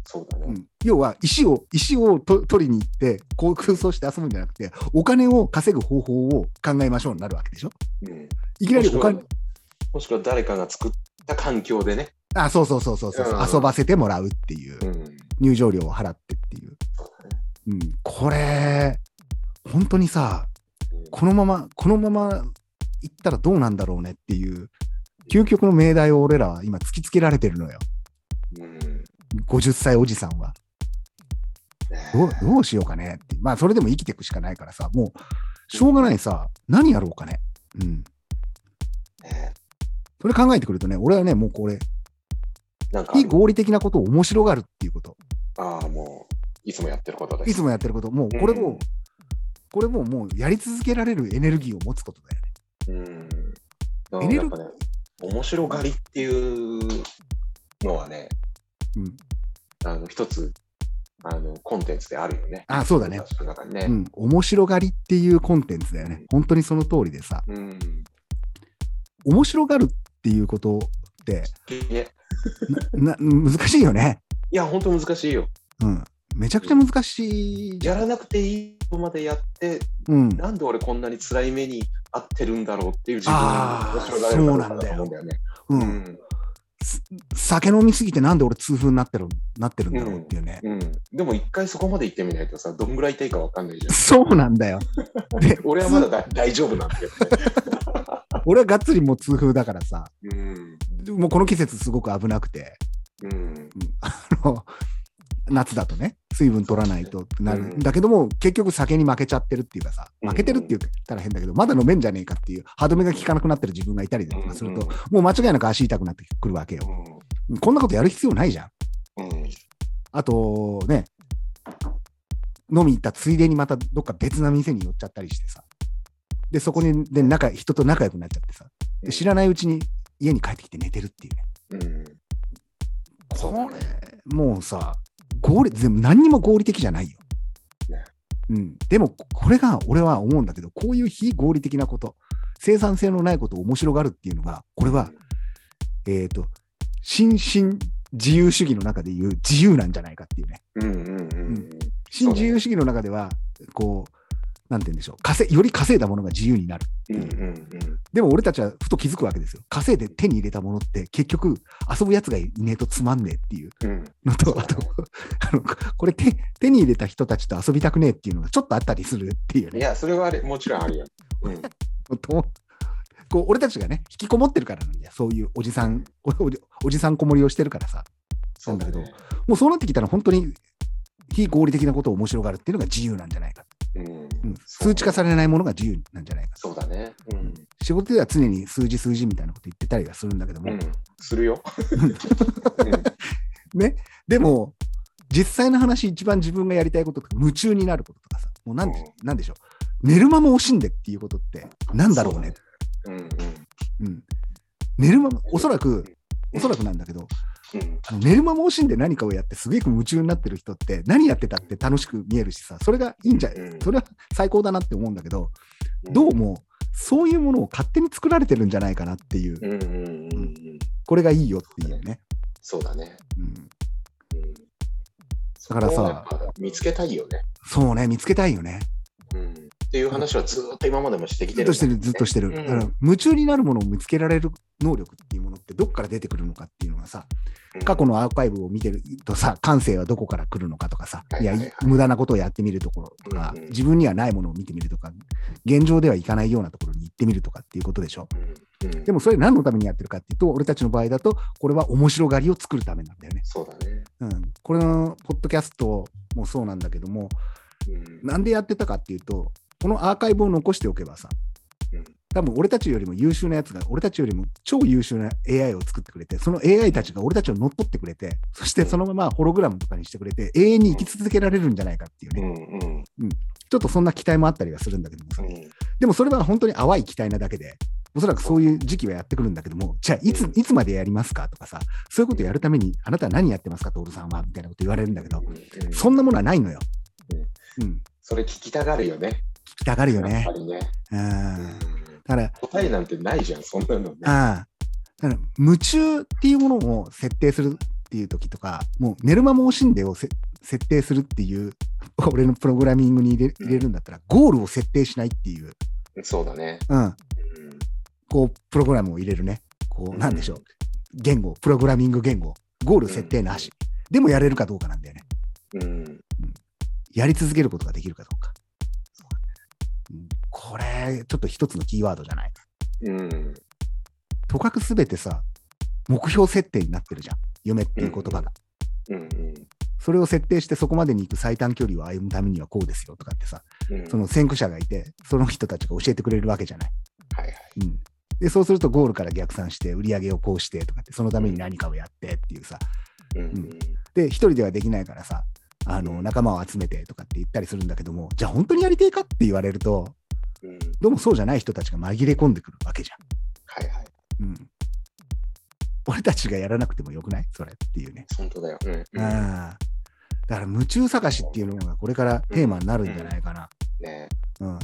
[SPEAKER 2] そうだ
[SPEAKER 1] う
[SPEAKER 2] ね。
[SPEAKER 1] ん、要は石を石をと取りに行ってこう空想して遊ぶんじゃなくてお金を稼ぐ方法を考えましょうになるわけでしょ
[SPEAKER 2] うん。
[SPEAKER 1] いきなりお金
[SPEAKER 2] もしくはもしくは誰かが作った環境でね。
[SPEAKER 1] あそうそうそうそうそう、
[SPEAKER 2] うん
[SPEAKER 1] 遊ばせてもらうっていう
[SPEAKER 2] うん。
[SPEAKER 1] 入場料を払ってっていう、
[SPEAKER 2] そうだね
[SPEAKER 1] うん、これ本当にさ
[SPEAKER 2] うん
[SPEAKER 1] このままこのまま行ったらどうなんだろうねっていう究極の命題を俺らは今突きつけられてるのよ
[SPEAKER 2] うん。
[SPEAKER 1] 50歳おじさんはどうどうしようかねってまあそれでも生きていくしかないからさもうしょうがないさ何やろうかねうん
[SPEAKER 2] ね
[SPEAKER 1] それ考えてくるとね、俺はね、もうこれ、
[SPEAKER 2] なんかあ
[SPEAKER 1] 非
[SPEAKER 2] る、
[SPEAKER 1] 合理的なことを面白がるっていうこと、
[SPEAKER 2] ああ、もう、いつもやってることです。
[SPEAKER 1] いつもやってること、もうこれも、
[SPEAKER 2] うん
[SPEAKER 1] これももうやり続けられるエネルギーを持つことだよね。
[SPEAKER 2] うん。
[SPEAKER 1] エネ
[SPEAKER 2] や
[SPEAKER 1] ル
[SPEAKER 2] っぱね、面白がりっていうのはね、
[SPEAKER 1] うん、
[SPEAKER 2] あの、一つ、あの、コンテンツであるよね。
[SPEAKER 1] あそうだね
[SPEAKER 2] 私の中にね。
[SPEAKER 1] うん、面白がりっていうコンテンツだよね。本当にその通りでさ、
[SPEAKER 2] うん。
[SPEAKER 1] 面白がるっていうことって
[SPEAKER 2] ね
[SPEAKER 1] な難しいよね。
[SPEAKER 2] いや、本当難しいよ。
[SPEAKER 1] うん、めちゃくちゃ難しいじゃん。
[SPEAKER 2] やらなくていいとまでやって、
[SPEAKER 1] うん、
[SPEAKER 2] なんで俺こんなに辛い目に遭ってるんだろうっていう自分
[SPEAKER 1] あー
[SPEAKER 2] 面白がれるか
[SPEAKER 1] そうなん
[SPEAKER 2] どか
[SPEAKER 1] だよ
[SPEAKER 2] と思うんだよね。
[SPEAKER 1] う、
[SPEAKER 2] うんん
[SPEAKER 1] 酒飲みすぎてなんで俺痛風になってるなってるんだろうっていうね。
[SPEAKER 2] うん、でも一回そこまで行ってみないとさ、どんぐらい痛いかわかんないじ ゃん。
[SPEAKER 1] そうなんだよ。で
[SPEAKER 2] 俺はまだだ大丈夫なんだけどね。
[SPEAKER 1] 俺はがっつりもう痛風だからさ、
[SPEAKER 2] うん
[SPEAKER 1] もうこの季節すごく危なくて、
[SPEAKER 2] うん
[SPEAKER 1] あの 夏だとね、水分取らないとってなる、
[SPEAKER 2] うん
[SPEAKER 1] ん、だけども、結局酒に負けちゃってるっていうかさ、負けてるって言ったら変だけど、まだ飲めんじゃねえかっていう、歯止めが効かなくなってる自分がいたりとかすると、もう間違いなく足痛くなってくるわけよ。こんなことやる必要ないじゃん。
[SPEAKER 2] うんうん
[SPEAKER 1] あとね、飲み行ったついでにまたどっか別な店に寄っちゃったりしてさ、で、そこにで仲人と仲良くなっちゃってさ、で知らないうちに家に帰ってきて寝てるっていうね。
[SPEAKER 2] うんそう
[SPEAKER 1] こ
[SPEAKER 2] だね
[SPEAKER 1] れ、もうさ、合理、全部何にも合理的じゃないよ
[SPEAKER 2] ね。
[SPEAKER 1] うん、でも、これが俺は思うんだけど、こういう非合理的なこと、生産性のないことを面白がるっていうのが、これは、えっ、と、心身自由主義の中でいう自由なんじゃないかっていうね。
[SPEAKER 2] うんうんうんうん
[SPEAKER 1] 新自由主義の中では、こう、なんて言うんでしょう稼い、より稼いだものが自由になる。
[SPEAKER 2] うんうんうん
[SPEAKER 1] でも俺たちはふと気づくわけですよ。稼いで手に入れたものって結局遊ぶやつがいねえとつまんねえっていう
[SPEAKER 2] うん
[SPEAKER 1] の
[SPEAKER 2] そ
[SPEAKER 1] と、
[SPEAKER 2] うだ
[SPEAKER 1] あ
[SPEAKER 2] ね
[SPEAKER 1] と、あのこれ手手に入れた人たちと遊びたくねえっていうのがちょっとあったりするっていう
[SPEAKER 2] い
[SPEAKER 1] ね。
[SPEAKER 2] や、それはあれ、もちろんあるよ。うん、
[SPEAKER 1] とこう俺たちがね、引きこもってるからなんだよ。そういうおじさん、おおじおじさんこもりをしてるからさ。
[SPEAKER 2] そうだけど、
[SPEAKER 1] もうそうなってきたら本当に非合理的なことを面白がるっていうのが自由なんじゃないか。
[SPEAKER 2] うん
[SPEAKER 1] うん、数値化さ
[SPEAKER 2] れ
[SPEAKER 1] れないものが自由なんじゃないか。
[SPEAKER 2] そうだね。うん。
[SPEAKER 1] 仕事では常に数字数字みたいなこと言ってたりはするんだけども、
[SPEAKER 2] うん、するよ。
[SPEAKER 1] ね、でも、実際の話、一番自分がやりたいこととか、夢中になることとかさ、もうなんで,、、
[SPEAKER 2] うん
[SPEAKER 1] なんでしょう、寝る間も惜しんでっていうことって、なんだろうね
[SPEAKER 2] うん、うん、
[SPEAKER 1] うん、寝る間も、おそらく、おそらくなんだけど、
[SPEAKER 2] うん、
[SPEAKER 1] あの寝る間も惜しんで何かをやって、すげえ夢中になってる人って、何やってたって楽しく見えるしさ、それがいいんじゃ、
[SPEAKER 2] うん
[SPEAKER 1] それは最高だなって思うんだけど、
[SPEAKER 2] うん
[SPEAKER 1] どうも、そういうものを勝手に作られてるんじゃないかなっていう、
[SPEAKER 2] うん、うん、うん、うん、
[SPEAKER 1] これがいいよっていうね。
[SPEAKER 2] そうだね。
[SPEAKER 1] うん
[SPEAKER 2] うん、だ
[SPEAKER 1] だからさ
[SPEAKER 2] 見つけたいよね。
[SPEAKER 1] そうね、見つけたいよね。
[SPEAKER 2] うん、っていう話はずーっと今までもしてき
[SPEAKER 1] ず
[SPEAKER 2] て
[SPEAKER 1] っ
[SPEAKER 2] る
[SPEAKER 1] と
[SPEAKER 2] ん
[SPEAKER 1] し
[SPEAKER 2] だ
[SPEAKER 1] て
[SPEAKER 2] よね、
[SPEAKER 1] る、ずっとしてる。だか
[SPEAKER 2] う
[SPEAKER 1] ら
[SPEAKER 2] ん、
[SPEAKER 1] 夢中になるものを見つけられる能力っていうものって、どこから出てくるのかっていうのがさ、
[SPEAKER 2] うん
[SPEAKER 1] 過去のアーカイブを見てるとさ、感性はどこから来るのかとかさ、いや
[SPEAKER 2] はいはい、はい
[SPEAKER 1] 無駄なことをやってみるところとか
[SPEAKER 2] う、んうん
[SPEAKER 1] 自分にはないものを見てみるとか、現状ではいかないようなところに行ってみるとかっていうことでしょ。
[SPEAKER 2] うん、うん
[SPEAKER 1] でも、それ何のためにやってるかっていうと、俺たちの場合だと、これは面白がりを作るためなんだよね。
[SPEAKER 2] そうだね。
[SPEAKER 1] うん。これのポッドキャストもそうなんだけども、
[SPEAKER 2] うん、
[SPEAKER 1] なんでやってたかっていうと、このアーカイブを残しておけばさ
[SPEAKER 2] うん、
[SPEAKER 1] 多分俺たちよりも優秀なやつが、俺たちよりも超優秀な AI を作ってくれて、その AI たちが俺たちを乗っ取ってくれて、そしてそのままホログラムとかにしてくれて、永遠に生き続けられるんじゃないかっていう
[SPEAKER 2] う
[SPEAKER 1] ね、
[SPEAKER 2] ん、うん、
[SPEAKER 1] ちょっとそんな期待もあったりはするんだけどもさ
[SPEAKER 2] う、ん、
[SPEAKER 1] でもそれは本当に淡い期待なだけで、おそらくそういう時期はやってくるんだけども、じゃあいつ
[SPEAKER 2] うん
[SPEAKER 1] いつまでやりますかとかさ、そういうことやるために、あなたは何やってますか、徹さんはみたいなこと言われるんだけど、
[SPEAKER 2] うん
[SPEAKER 1] そんなものはないのよ。うん、
[SPEAKER 2] それ聞きたがるよね。
[SPEAKER 1] 聞きたがるよ
[SPEAKER 2] やっ
[SPEAKER 1] ね
[SPEAKER 2] ぱ。りね。
[SPEAKER 1] うん
[SPEAKER 2] うん
[SPEAKER 1] だから、
[SPEAKER 2] 答えなんてないじゃん、そんなのね。
[SPEAKER 1] ああだから夢中っていうものを設定するっていう時とか、もう寝る間も惜しんでをせ設定するっていう、 俺のプログラミングに入れ
[SPEAKER 2] うん
[SPEAKER 1] 入れるんだったら、ゴールを設定しないっていう、
[SPEAKER 2] そうだね。
[SPEAKER 1] うん、
[SPEAKER 2] うん
[SPEAKER 1] こう、プログラムを入れるね。こ
[SPEAKER 2] う
[SPEAKER 1] う、
[SPEAKER 2] ん
[SPEAKER 1] なんでしょう。言語、プログラミング言語、ゴール設定なし。でもやれるかどうかなんだよね。
[SPEAKER 2] うん、
[SPEAKER 1] やり続けることができるかどうか。うんこれ、ちょっと一つのキーワードじゃない。
[SPEAKER 2] うん、
[SPEAKER 1] とかくすべてさ、目標設定になってるじゃん。夢っていう言葉が。
[SPEAKER 2] うん、
[SPEAKER 1] それを設定してそこまでに行く最短距離を歩むためにはこうですよとかってさ、
[SPEAKER 2] うん、
[SPEAKER 1] その先駆者がいて、その人たちが教えてくれるわけじゃない。
[SPEAKER 2] はいはい。
[SPEAKER 1] うん、で、そうするとゴールから逆算して、売り上げをこうしてとかって、そのために何かをやってっていうさ、
[SPEAKER 2] うん
[SPEAKER 1] んで、一人ではできないからさ、あの仲間を集めてとかって言ったりするんだけども、じゃあ本当にやりてえかって言われると、
[SPEAKER 2] うん、
[SPEAKER 1] どうもそうじゃない人たちが紛れ込んでくるわけじ
[SPEAKER 2] はいはい。
[SPEAKER 1] ゃん。うん、俺たちがやらなくてもよくないそれっていうね。
[SPEAKER 2] 本当だよ。うん、
[SPEAKER 1] うん、
[SPEAKER 2] う
[SPEAKER 1] だから夢中探しっていうのがこれからテーマになるんじゃないかな。
[SPEAKER 2] ん、ね。
[SPEAKER 1] うん、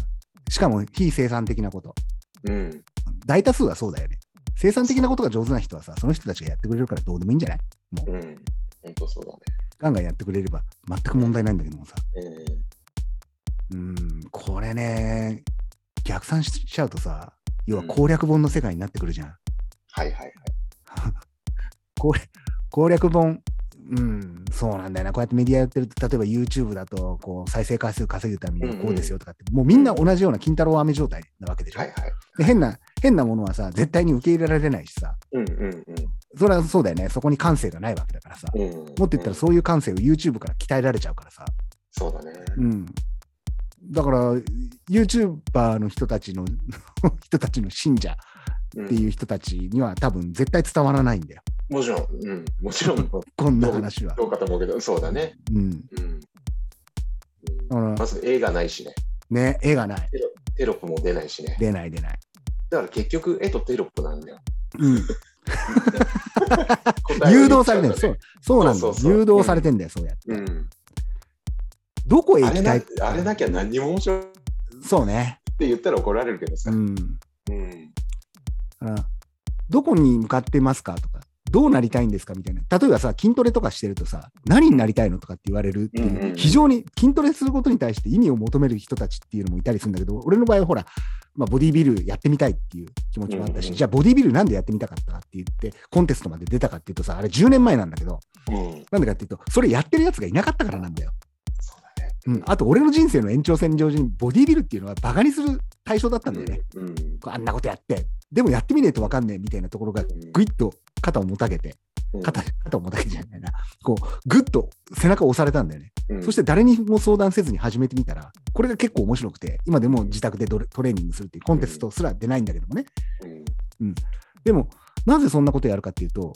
[SPEAKER 1] しかも非生産的なこと。
[SPEAKER 2] うん、
[SPEAKER 1] 大多数はそうだよね。生産的なことが上手な人はさ、その人たちがやってくれるからどうでもいいんじゃない
[SPEAKER 2] うん、本当そうだ
[SPEAKER 1] ガンガンやってくれれば全く問題ないんだけどもさ。
[SPEAKER 2] ね。
[SPEAKER 1] うん、これね、逆算しちゃうとさ、要は攻略本の世界になってくるじゃん。
[SPEAKER 2] はいはいはい。
[SPEAKER 1] 攻略攻略本、うん、そうなんだよな。こうやってメディアやってると、例えば YouTube だと、こう、再生回数稼ぐためにはこうですよとかって、もうみんな同じような金太郎飴状態なわけでしょ。
[SPEAKER 2] はいはい。
[SPEAKER 1] で変な、変なものはさ、絶対に受け入れられないしさ、
[SPEAKER 2] うん、うん、
[SPEAKER 1] それはそうだよね。そこに感性がないわけだからさ。
[SPEAKER 2] うん、うん。
[SPEAKER 1] もっと言ったら、そういう感性を YouTube から鍛えられちゃうからさ。
[SPEAKER 2] そうだね。
[SPEAKER 1] うん。だから、YouTuber の人たちの、 人たちの信者っていう人たちには多分絶対伝わらないんだよ。
[SPEAKER 2] もちろん、うん、もちろん、ど
[SPEAKER 1] こんな話は。
[SPEAKER 2] うかと思うけど、そうだね。
[SPEAKER 1] うん。
[SPEAKER 2] うん。
[SPEAKER 1] だから
[SPEAKER 2] まず絵がないしね、
[SPEAKER 1] ね、絵がない。
[SPEAKER 2] テロップも出ないしね。
[SPEAKER 1] 出ない出ない。
[SPEAKER 2] だから結局、絵とテロップなんだよ。
[SPEAKER 1] うん。 誘導されてるんだよ。そう。そうなんだ
[SPEAKER 2] そ
[SPEAKER 1] よ
[SPEAKER 2] う。そうそう
[SPEAKER 1] 誘導されてんだよ、そうやって。
[SPEAKER 2] うん。
[SPEAKER 1] どこへ行
[SPEAKER 2] あれ
[SPEAKER 1] き
[SPEAKER 2] な
[SPEAKER 1] たい
[SPEAKER 2] あれなきゃ何にも面白いっ
[SPEAKER 1] そうね。
[SPEAKER 2] て言ったら怒られるけどさ
[SPEAKER 1] う。ん。
[SPEAKER 2] うん。
[SPEAKER 1] だからどこに向かってますかとか、どうなりたいんですかみたいな。例えばさ、筋トレとかしてるとさ、何になりたいのとかって言われるっていう、
[SPEAKER 2] うんうんうん
[SPEAKER 1] 非常に筋トレすることに対して意味を求める人たちっていうのもいたりするんだけど、俺の場合はほら、まあ、ボディビルやってみたいっていう気持ちもあったし、
[SPEAKER 2] うんうん
[SPEAKER 1] じゃあボディビルなんでやってみたかったかって言って、コンテストまで出たかっていうとさ、あれ10年前なんだけど、
[SPEAKER 2] うん。
[SPEAKER 1] なんでかっていうと、それやってるやつがいなかったからなんだよ。
[SPEAKER 2] そうだね。
[SPEAKER 1] うん、あと、俺の人生の延長線上にボディビルっていうのはバカにする対象だったんだよね。
[SPEAKER 2] うん。
[SPEAKER 1] こうあんなことやって、でもやってみねえと分かんねえみたいなところが、ぐいっと肩をもたげて、
[SPEAKER 2] うん
[SPEAKER 1] 肩肩をもたげてじゃないな、こう、ぐっと背中を押されたんだよね。
[SPEAKER 2] うん
[SPEAKER 1] そして誰にも相談せずに始めてみたら、これが結構面白くて、今でも自宅でドレトレーニングするっていうコンテストすら出ないんだけどもね。
[SPEAKER 2] うん
[SPEAKER 1] でも、なぜそんなことやるかっていうと、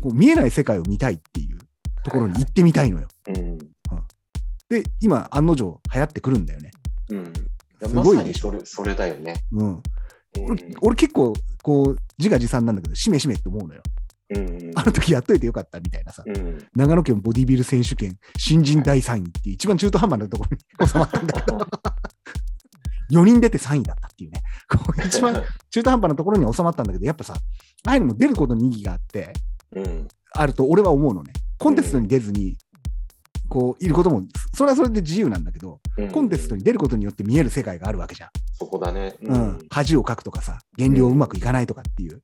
[SPEAKER 1] こう見えない世界を見たいっていうところに行ってみたいのよ。
[SPEAKER 2] うん。
[SPEAKER 1] で、今、案の定流行ってくるんだよね。
[SPEAKER 2] うん。
[SPEAKER 1] す
[SPEAKER 2] ま
[SPEAKER 1] ごい
[SPEAKER 2] さ
[SPEAKER 1] で
[SPEAKER 2] に
[SPEAKER 1] し
[SPEAKER 2] それ、それだよね。
[SPEAKER 1] うん。
[SPEAKER 2] うん
[SPEAKER 1] 俺俺結構、こう、自画自賛なんだけど、しめしめって思うのよ。
[SPEAKER 2] うん。
[SPEAKER 1] あの時やっといてよかったみたいなさ。
[SPEAKER 2] うん。
[SPEAKER 1] 長野県ボディビル選手権新人第3位っていう一番中途半端なところに収まったんだけど4人出て3位だったっていうねこう一番中途半端なところに収まったんだけどやっぱさああいうのも出ることに意義があって
[SPEAKER 2] うん。
[SPEAKER 1] あると俺は思うのねコンテストに出ずにこういることもそれはそれで自由なんだけど
[SPEAKER 2] うん
[SPEAKER 1] コンテストに出ることによって見える世界があるわけじゃん、
[SPEAKER 2] そこだね。う
[SPEAKER 1] うん。恥をかくとかさ減量うまくいかないとかっていう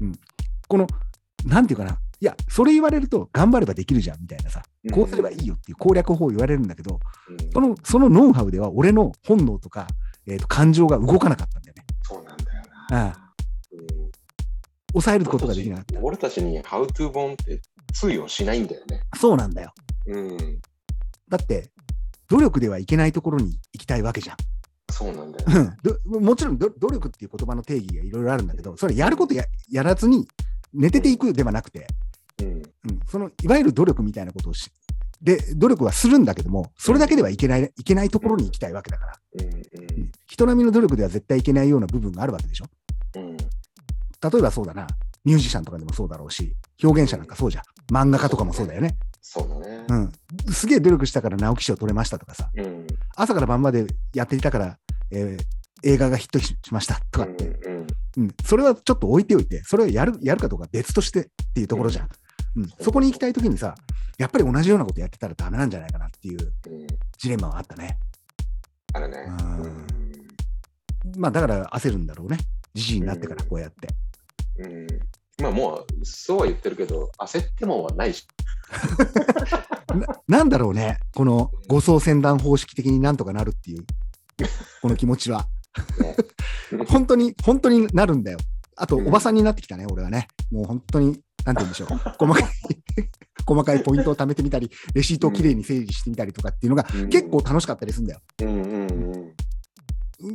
[SPEAKER 2] うん。
[SPEAKER 1] このなんていうかないやそれ言われると頑張ればできるじゃんみたいなさこうすればいいよっていう攻略法を言われるんだけど、
[SPEAKER 2] うん。
[SPEAKER 1] そのそのノウハウでは俺の本能とか、えー、と感情が動かなかったんだよね。
[SPEAKER 2] そうなんだよ
[SPEAKER 1] ああ
[SPEAKER 2] な。うん
[SPEAKER 1] 抑えることができなかっ
[SPEAKER 2] 俺たちに How to 本って通用しないんだよね。
[SPEAKER 1] た。そうなんだよ。
[SPEAKER 2] うん。
[SPEAKER 1] だって、努力ではいけないところに行きたいわけじゃん。
[SPEAKER 2] そうなんだよ。
[SPEAKER 1] うんどもちろんど努力っていう言葉の定義がいろいろあるんだけど、それやることややらずに寝てていくではなくて、
[SPEAKER 2] うん。
[SPEAKER 1] うん、そのいわゆる努力みたいなことをし、で、努力はするんだけども、それだけではいけない、いけないところに行きたいわけだから、
[SPEAKER 2] うん。
[SPEAKER 1] うん人並みの努力では絶対いけないような部分があるわけでしょ。
[SPEAKER 2] うん。
[SPEAKER 1] 例えばそうだな、ミュージシャンとかでもそうだろうし、表現者なんかそうじゃん。漫画家とかもそうだよね。
[SPEAKER 2] そうだね
[SPEAKER 1] う。ん。すげえ努力したから直木賞取れましたとかさ、
[SPEAKER 2] うん。
[SPEAKER 1] 朝から晩までやっていたから、えー映画がヒットししましたとかって、
[SPEAKER 2] うんうん
[SPEAKER 1] うん。それはちょっと置いておいて、それをやる、やるかどうかは別としてっていうところじゃん。うん。そこに行きたいときにさ、やっぱり同じようなことやってたらダメなんじゃないかなっていう
[SPEAKER 2] うん。
[SPEAKER 1] ジレンマはあったね。
[SPEAKER 2] あるね。
[SPEAKER 1] まあだから焦るんだろうね。じじいになってからこうやって。
[SPEAKER 2] うん。うんまあもう、そうは言ってるけど、焦ってもはないし。
[SPEAKER 1] ななんだろうね、この誤送船団方式的になんとかなるっていう、この気持ちは。
[SPEAKER 2] ね
[SPEAKER 1] 本当に、本当になるんだよ。あと、
[SPEAKER 2] うん
[SPEAKER 1] おばさんになってきたね、俺はね。もう本当に、なんて言うんでしょう。細かい、 細かいポイントを貯めてみたり、レシートをきれいに整理してみたりとかっていうのが、結構楽しかったりするんだよ。
[SPEAKER 2] うんうんうん。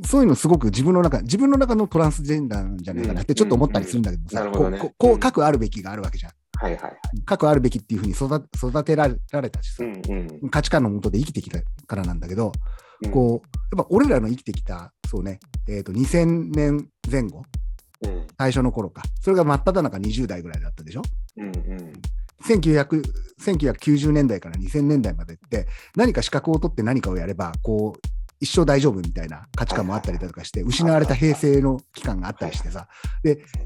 [SPEAKER 1] そういうのすごく自分の中、自分の中のトランスジェンダーなんじゃないかなってちょっと思ったりするんだけどもさ、
[SPEAKER 2] うんうんうんなるほどね
[SPEAKER 1] こうこう
[SPEAKER 2] うん
[SPEAKER 1] こう、くあるべきがあるわけじゃん。
[SPEAKER 2] はいはい。
[SPEAKER 1] 書くあるべきっていうふうに育て育てられられたしさ。
[SPEAKER 2] うんうん。
[SPEAKER 1] 価値観のもとで生きてきたからなんだけど、
[SPEAKER 2] うん
[SPEAKER 1] こうやっぱ俺らの生きてきたそうね、えー、と2000年前後
[SPEAKER 2] うん
[SPEAKER 1] 最初の頃かそれが真っ只中20代ぐらいだったでしょ
[SPEAKER 2] うんうん。
[SPEAKER 1] 1900 1990年代から2000年代までって何か資格を取って何かをやればこう一生大丈夫みたいな価値観もあったりだとかして失われた平成の期間があったりしてさ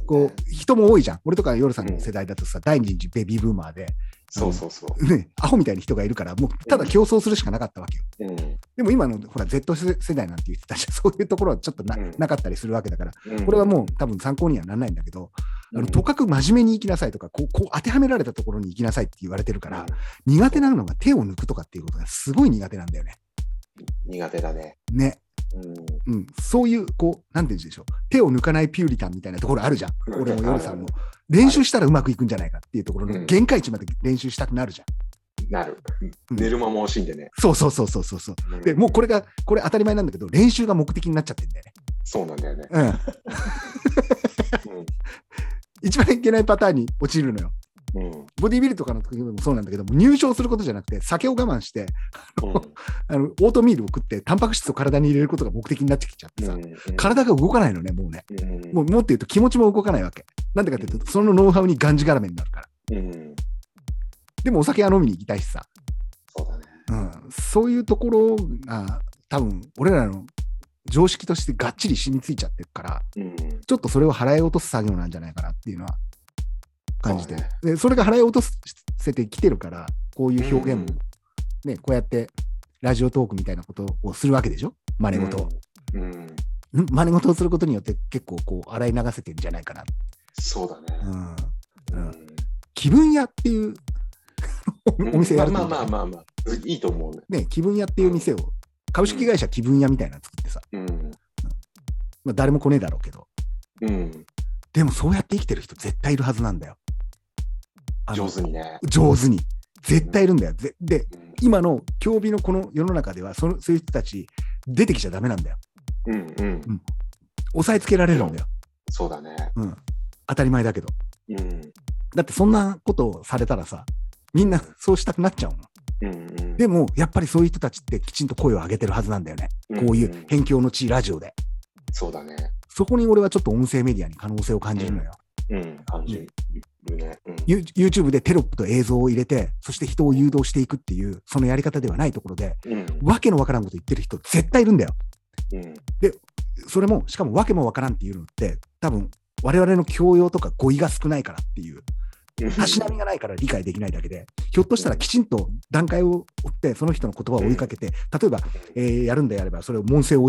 [SPEAKER 1] こう人も多いじゃん俺とか夜さんの世代だとさ第二次ベビーブーマーで、
[SPEAKER 2] そうそうそう。
[SPEAKER 1] ね、アホみたいな人がいるからもうただ競争するしかなかったわけよ。
[SPEAKER 2] うん
[SPEAKER 1] でも今のほら Z 世代なんて言ってたじゃん、 そういうところはちょっとな,、
[SPEAKER 2] うん
[SPEAKER 1] なかったりするわけだから、
[SPEAKER 2] うん
[SPEAKER 1] これはもう多分参考にはならないんだけど、あ
[SPEAKER 2] う
[SPEAKER 1] の
[SPEAKER 2] ん
[SPEAKER 1] とかく真面目に行きなさいとかこう、こう当てはめられたところに行きなさいって言われてるから、苦手なのが手を抜くとかっていうことがすごい苦手なんだよね。
[SPEAKER 2] 苦手だね。
[SPEAKER 1] ね。
[SPEAKER 2] うん
[SPEAKER 1] うん、そういう、こう、なんて言うんでしょう、手を抜かないピューリタンみたいなところあるじゃん、
[SPEAKER 2] うん
[SPEAKER 1] 俺もヨルさんも
[SPEAKER 2] あ。
[SPEAKER 1] 練習したらうまくいくんじゃないかっていうところ
[SPEAKER 2] う
[SPEAKER 1] の
[SPEAKER 2] ん
[SPEAKER 1] 限界値まで練習したくなるじゃん。
[SPEAKER 2] なる。
[SPEAKER 1] うん
[SPEAKER 2] 寝る間も惜しんでね。
[SPEAKER 1] そうそうそうそうそうそう。
[SPEAKER 2] うん
[SPEAKER 1] でもうこれが、これ当たり前なんだけど、練習が目的になっちゃってんだよね。
[SPEAKER 2] そうなんだよね。
[SPEAKER 1] うん。
[SPEAKER 2] うん
[SPEAKER 1] 一番いけないパターンに陥るのよ。
[SPEAKER 2] うん
[SPEAKER 1] ボディビルとかの時でもそうなんだけども、入賞することじゃなくて、酒を我慢して、
[SPEAKER 2] う
[SPEAKER 1] あのオートミールを食って、タンパク質を体に入れることが目的になってきちゃってさ、
[SPEAKER 2] んうん
[SPEAKER 1] 体が動かないのね、もうね。
[SPEAKER 2] うん
[SPEAKER 1] もうもっと言うと気持ちも動かないわけ。なんでかっていうと、そのノウハウにがんじがらめになるから。
[SPEAKER 2] うん
[SPEAKER 1] でもお酒は飲みに行きたいしさ、
[SPEAKER 2] そうだね。
[SPEAKER 1] うん、そういうところが、多分俺らの常識としてがっちり染みついちゃってるから、
[SPEAKER 2] うん
[SPEAKER 1] ちょっとそれを払い落とす作業なんじゃないかなっていうのは感じて
[SPEAKER 2] そうね、
[SPEAKER 1] でそれが払い落とせてきてるから、こういう表現も、ね、こうやってラジオトークみたいなことをするわけでしょ、真似事を。
[SPEAKER 2] うん、
[SPEAKER 1] ん真似事をすることによって、結構こう洗い流せてんじゃないかな。
[SPEAKER 2] そうだね。
[SPEAKER 1] う
[SPEAKER 2] うん
[SPEAKER 1] うん
[SPEAKER 2] ん
[SPEAKER 1] 気分屋っていうお店やると思
[SPEAKER 2] まあ
[SPEAKER 1] うんだ
[SPEAKER 2] ま
[SPEAKER 1] よ
[SPEAKER 2] あ
[SPEAKER 1] ね
[SPEAKER 2] まあまあ、いいと思うね。
[SPEAKER 1] ね、気分屋っていう店を、株式会社気分屋みたいなの作ってさ、
[SPEAKER 2] うん。
[SPEAKER 1] まあ、誰も来ねえだろうけど、
[SPEAKER 2] うん。
[SPEAKER 1] でもそうやって生きてる人絶対いるはずなんだよ。あの
[SPEAKER 2] 上手にね。
[SPEAKER 1] 上手に。絶対いるんだよ。ぜで、
[SPEAKER 2] うん
[SPEAKER 1] 今の競技のこの世の中ではその、そういう人たち出てきちゃダメなんだよ。
[SPEAKER 2] うんうん。
[SPEAKER 1] 抑えつけられるんだよ。
[SPEAKER 2] そうだね。
[SPEAKER 1] うん。当たり前だけど。
[SPEAKER 2] うん。
[SPEAKER 1] だってそんなことをされたらさ、みんなそうしたくなっちゃうもん。
[SPEAKER 2] うんうん。
[SPEAKER 1] でも、やっぱりそういう人たちってきちんと声を上げてるはずなんだよね。
[SPEAKER 2] ん
[SPEAKER 1] こういう辺境の地ラジオで。
[SPEAKER 2] そうだね。
[SPEAKER 1] そこに俺はちょっと音声メディアに可能性を感じるのよ。
[SPEAKER 2] うん。感じるね。うん。
[SPEAKER 1] ユ YouTube でテロップと映像を入れて、そして人を誘導していくっていう、そのやり方ではないところで、
[SPEAKER 2] うん。
[SPEAKER 1] わけのわからんこと言ってる人絶対いるんだよ。
[SPEAKER 2] うん。
[SPEAKER 1] それも、しかもわけもわからんっていうのって、多分、我々の教養とか語彙が少ないからっていう、たしなみがないから理解できないだけで、ひょっとしたらきちんと段階を追って、その人の言葉を追いかけて、例えば、えーやるんであれば、それを問声を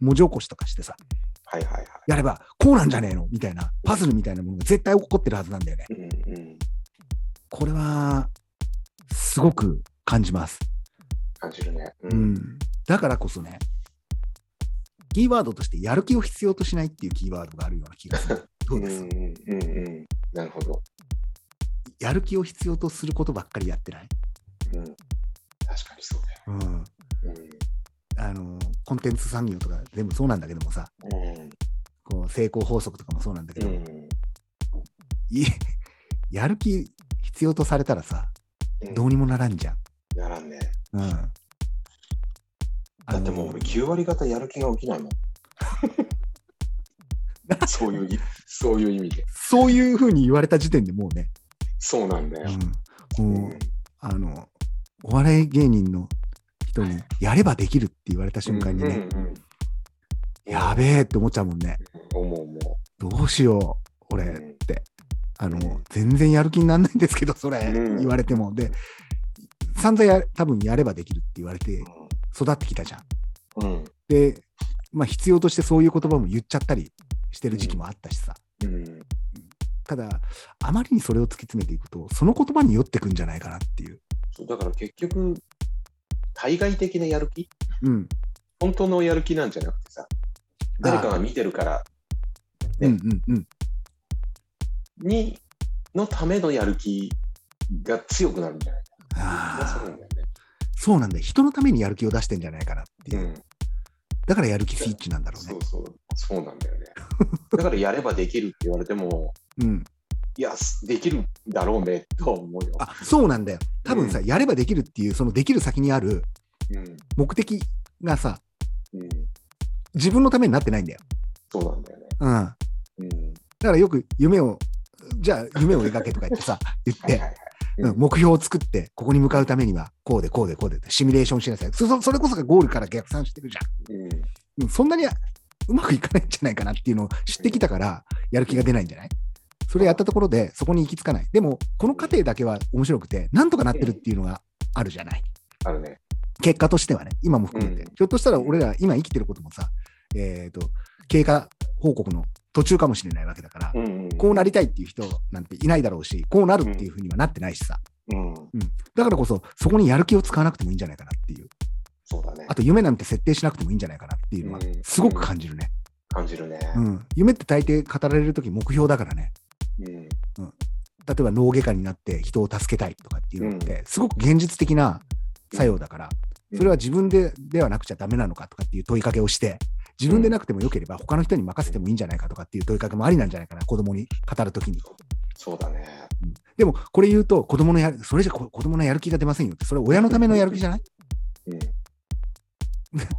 [SPEAKER 1] 文字起こしとかしてさ、
[SPEAKER 2] はいはいはい。
[SPEAKER 1] やれば、こうなんじゃねえのみたいな、パズルみたいなものが絶対起こってるはずなんだよね。
[SPEAKER 2] うんうん。
[SPEAKER 1] これは、すごく感じます。
[SPEAKER 2] 感じるね。う
[SPEAKER 1] う。ん。だからこそね、キーワードとして、やる気を必要としないっていうキーワードがあるような気がす る。ど
[SPEAKER 2] う
[SPEAKER 1] うん
[SPEAKER 2] う
[SPEAKER 1] です
[SPEAKER 2] んうんうん。なるほど。
[SPEAKER 1] やる気を必要とすることばっかりやってない、
[SPEAKER 2] うん。確かにそうだ
[SPEAKER 1] う
[SPEAKER 2] よ。
[SPEAKER 1] ん、あのコンテンツ産業とか全部そうなんだけどもさ
[SPEAKER 2] う
[SPEAKER 1] こう成功法則とかもそうなんだけ
[SPEAKER 2] ん。
[SPEAKER 1] ど、
[SPEAKER 2] うん。うん。
[SPEAKER 1] いやる気必要とされたらさ
[SPEAKER 2] うん
[SPEAKER 1] どうにもならんじゃん。
[SPEAKER 2] ならんね。
[SPEAKER 1] うん
[SPEAKER 2] だってもう俺
[SPEAKER 1] あの
[SPEAKER 2] 9割方やる気が起き ないもん。そういうい、そういう意味で。
[SPEAKER 1] そういうふうに言われた時点でもうね、
[SPEAKER 2] そうなんだよ。
[SPEAKER 1] うん
[SPEAKER 2] う
[SPEAKER 1] もうんあのお笑い芸人の人にやればできるって言われた瞬間にね、
[SPEAKER 2] うんうんうん
[SPEAKER 1] やべえって思っちゃうもんね
[SPEAKER 2] 思う思
[SPEAKER 1] どうしよう
[SPEAKER 2] う。
[SPEAKER 1] 俺、
[SPEAKER 2] うん
[SPEAKER 1] あの、
[SPEAKER 2] うん
[SPEAKER 1] 全然やる気にならないんですけど、それ、
[SPEAKER 2] うん
[SPEAKER 1] 言われても。で、散々や、多分やればできるって言われて育ってきたじゃん。
[SPEAKER 2] うん。
[SPEAKER 1] で、まあ、必要としてそういう言葉も言っちゃったりしてる時期もあったしさ。
[SPEAKER 2] うん。
[SPEAKER 1] ただ、あまりにそれを突き詰めていくと、その言葉に酔ってくんじゃないかなっていう。
[SPEAKER 2] そうだから結局、対外的なやる気
[SPEAKER 1] うん。
[SPEAKER 2] 本当のやる気なんじゃなくてさ、誰かが見てるから
[SPEAKER 1] うんうんうん。
[SPEAKER 2] に、のためのやる気が強くなるんじゃないかな。
[SPEAKER 1] あ
[SPEAKER 2] そう
[SPEAKER 1] あ
[SPEAKER 2] なんだよね。
[SPEAKER 1] そうなんだよ。人のためにやる気を出してんじゃないかなっていうう。
[SPEAKER 2] ん。
[SPEAKER 1] だからやる気スイッチなんだろう
[SPEAKER 2] そ
[SPEAKER 1] ね
[SPEAKER 2] う。そう。そうなんだよね。だからやればできるって言われても、
[SPEAKER 1] うん。
[SPEAKER 2] いや、すできるだろうね、とは思うよ。
[SPEAKER 1] あ、そうなんだよ。多分さ、やればできるっていう、そのできる先にある
[SPEAKER 2] うん。
[SPEAKER 1] 目的がさ、
[SPEAKER 2] うん。
[SPEAKER 1] 自分のためになってないんだよ。
[SPEAKER 2] そうなんだよね。
[SPEAKER 1] うん。だ
[SPEAKER 2] うん。
[SPEAKER 1] からよく夢を、じゃあ夢を描けとか言ってさ、言っ
[SPEAKER 2] はい
[SPEAKER 1] て、
[SPEAKER 2] はいはい。
[SPEAKER 1] うん、目標を作って、ここに向かうためには、こうでこうでこうでってシミュレーションしなさい。そそそれこそがゴールから逆算してるじゃ
[SPEAKER 2] うん。
[SPEAKER 1] ん。うん、そんなにうまくいかないんじゃないかなっていうのを知ってきたから、やる気が出ないんじゃないそれやったところで、そこに行き着かない。でも、この過程だけは面白くて、なんとかなってるっていうのがあるじゃない。
[SPEAKER 2] あるね。
[SPEAKER 1] 結果としてはね、今も含めて、
[SPEAKER 2] うん
[SPEAKER 1] ひょっとしたら俺ら今生きてることもさ、えー、と経過報告の途中かもしれないわけだから、
[SPEAKER 2] うん、うん。
[SPEAKER 1] こうなりたいっていう人なんていないだろうし、こうなるっていうふうにはなってないしさ、
[SPEAKER 2] うん。
[SPEAKER 1] だからこそ、そこにやる気を使わなくてもいいんじゃないかなっていう、
[SPEAKER 2] そうだね
[SPEAKER 1] あ。と夢なんて設定しなくてもいいんじゃないかなっていうのは
[SPEAKER 2] うん、
[SPEAKER 1] すごく感じるね、
[SPEAKER 2] 感じるね。
[SPEAKER 1] うん。夢って大抵語られるとき、目標だからね、
[SPEAKER 2] うん。
[SPEAKER 1] 例えば脳外科になって人を助けたいとかっていうのって、すごく現実的な作用だから、それは自分でではなくちゃダメなのかとかっていう問いかけをして、自分でなくてもよければ他の人に任せてもいいんじゃないかとかっていう問いかけもありなんじゃないかな、子供に語るときに。
[SPEAKER 2] そうだね。
[SPEAKER 1] うんでも、これ言うと、子供のやる、それじゃこ子供のやる気が出ませんよって、それ親のためのやる気じゃない
[SPEAKER 2] うん。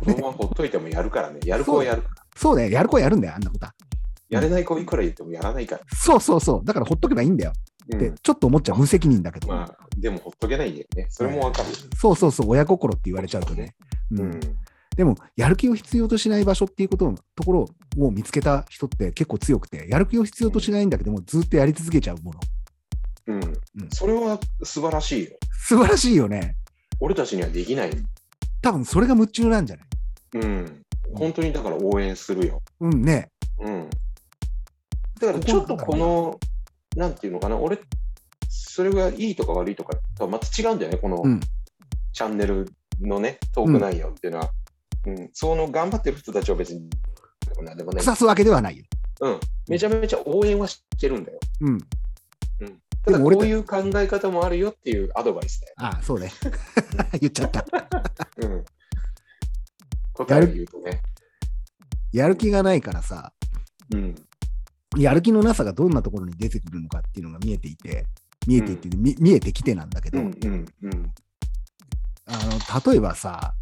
[SPEAKER 2] 子供はほっといてもやるから ね。やる子はやる。
[SPEAKER 1] そうだよ、やる子はやるんだよ、あんなことは。
[SPEAKER 2] やれない子いくら言ってもやらないから。
[SPEAKER 1] そうそうそう、だからほっとけばいいんだよ
[SPEAKER 2] う
[SPEAKER 1] って
[SPEAKER 2] ん、。
[SPEAKER 1] ちょっと思っちゃう無責任だけど、
[SPEAKER 2] まあ、でもほっとけないんだよね。それもわかる。
[SPEAKER 1] そうそうそう、親心って言われちゃうとね。うん
[SPEAKER 2] うん。
[SPEAKER 1] でも、やる気を必要としない場所っていうことのところを見つけた人って結構強くて、やる気を必要としないんだけども、ずっとやり続けちゃうもの。うん
[SPEAKER 2] それは素晴らしいよ。
[SPEAKER 1] 素晴らしいよね。
[SPEAKER 2] 俺たちにはできない。
[SPEAKER 1] 多分それが夢中なんじゃない
[SPEAKER 2] うん。本当にだから応援するよ。
[SPEAKER 1] うんね。
[SPEAKER 2] うん。だからちょっとこの、なんていうのかな、俺、それがいいとか悪いとかとはまた違うんだよね、この
[SPEAKER 1] うん
[SPEAKER 2] チャンネルのね、トーク内容っていうのは。うん、その頑張ってる人たちは別に、なんでもない。
[SPEAKER 1] 腐すわけではないよ。
[SPEAKER 2] めちゃめちゃ応援はしてるんだよ。
[SPEAKER 1] うん。
[SPEAKER 2] た
[SPEAKER 1] で
[SPEAKER 2] だこ
[SPEAKER 1] も
[SPEAKER 2] う
[SPEAKER 1] 俺た
[SPEAKER 2] いう考え方もあるよっていうアドバイスだよ。
[SPEAKER 1] ああ、そうね。 言っちゃった。
[SPEAKER 2] うん。答えを言うとね。
[SPEAKER 1] やる気がないからさ、
[SPEAKER 2] うん。
[SPEAKER 1] やる気のなさがどんなところに出てくるのかっていうのが見えていて、見えていて、み見えてきてなんだけ
[SPEAKER 2] う
[SPEAKER 1] ど、
[SPEAKER 2] んうんうん。
[SPEAKER 1] あの例えばさ、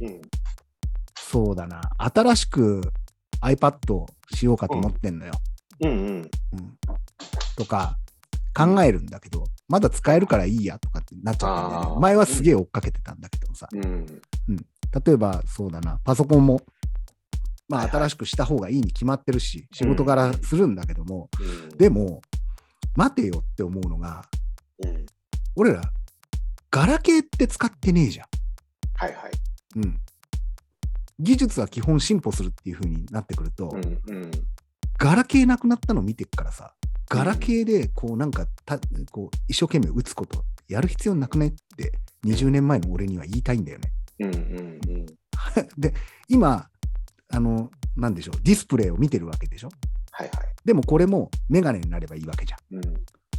[SPEAKER 2] うん。
[SPEAKER 1] そうだな、新しく iPad をしようかと思ってんのよ、
[SPEAKER 2] うんうん。
[SPEAKER 1] うんとか考えるんだけど、まだ使えるからいいやとかってなっちゃったんだよ
[SPEAKER 2] あー
[SPEAKER 1] ね。前はすげえ追っかけてたんだけどさ、
[SPEAKER 2] うん。
[SPEAKER 1] 例えばそうだな、パソコンも、ま
[SPEAKER 2] は
[SPEAKER 1] あ、
[SPEAKER 2] いはい
[SPEAKER 1] 新しくした方がいいに決まってるし、仕事柄するんだけども、
[SPEAKER 2] うん、
[SPEAKER 1] でも、待てよって思うのが、
[SPEAKER 2] うん。
[SPEAKER 1] 俺ら、ガラケーって使ってねえじゃ
[SPEAKER 2] はいはい。
[SPEAKER 1] ん。うん。技術は基本進歩するっていう風になってくると、
[SPEAKER 2] うんうん。
[SPEAKER 1] ガラケーなくなったの見てっからさ、ガラケーでこうなんかた、こう一生懸命打つこと、やる必要なくねって20年前の俺には言いたいんだよね。
[SPEAKER 2] うんうんうん。
[SPEAKER 1] で、今、あの、なんでしょう、ディスプレイを見てるわけでしょ
[SPEAKER 2] はいはい。
[SPEAKER 1] でもこれもメガネになればいいわけじゃん。
[SPEAKER 2] うん。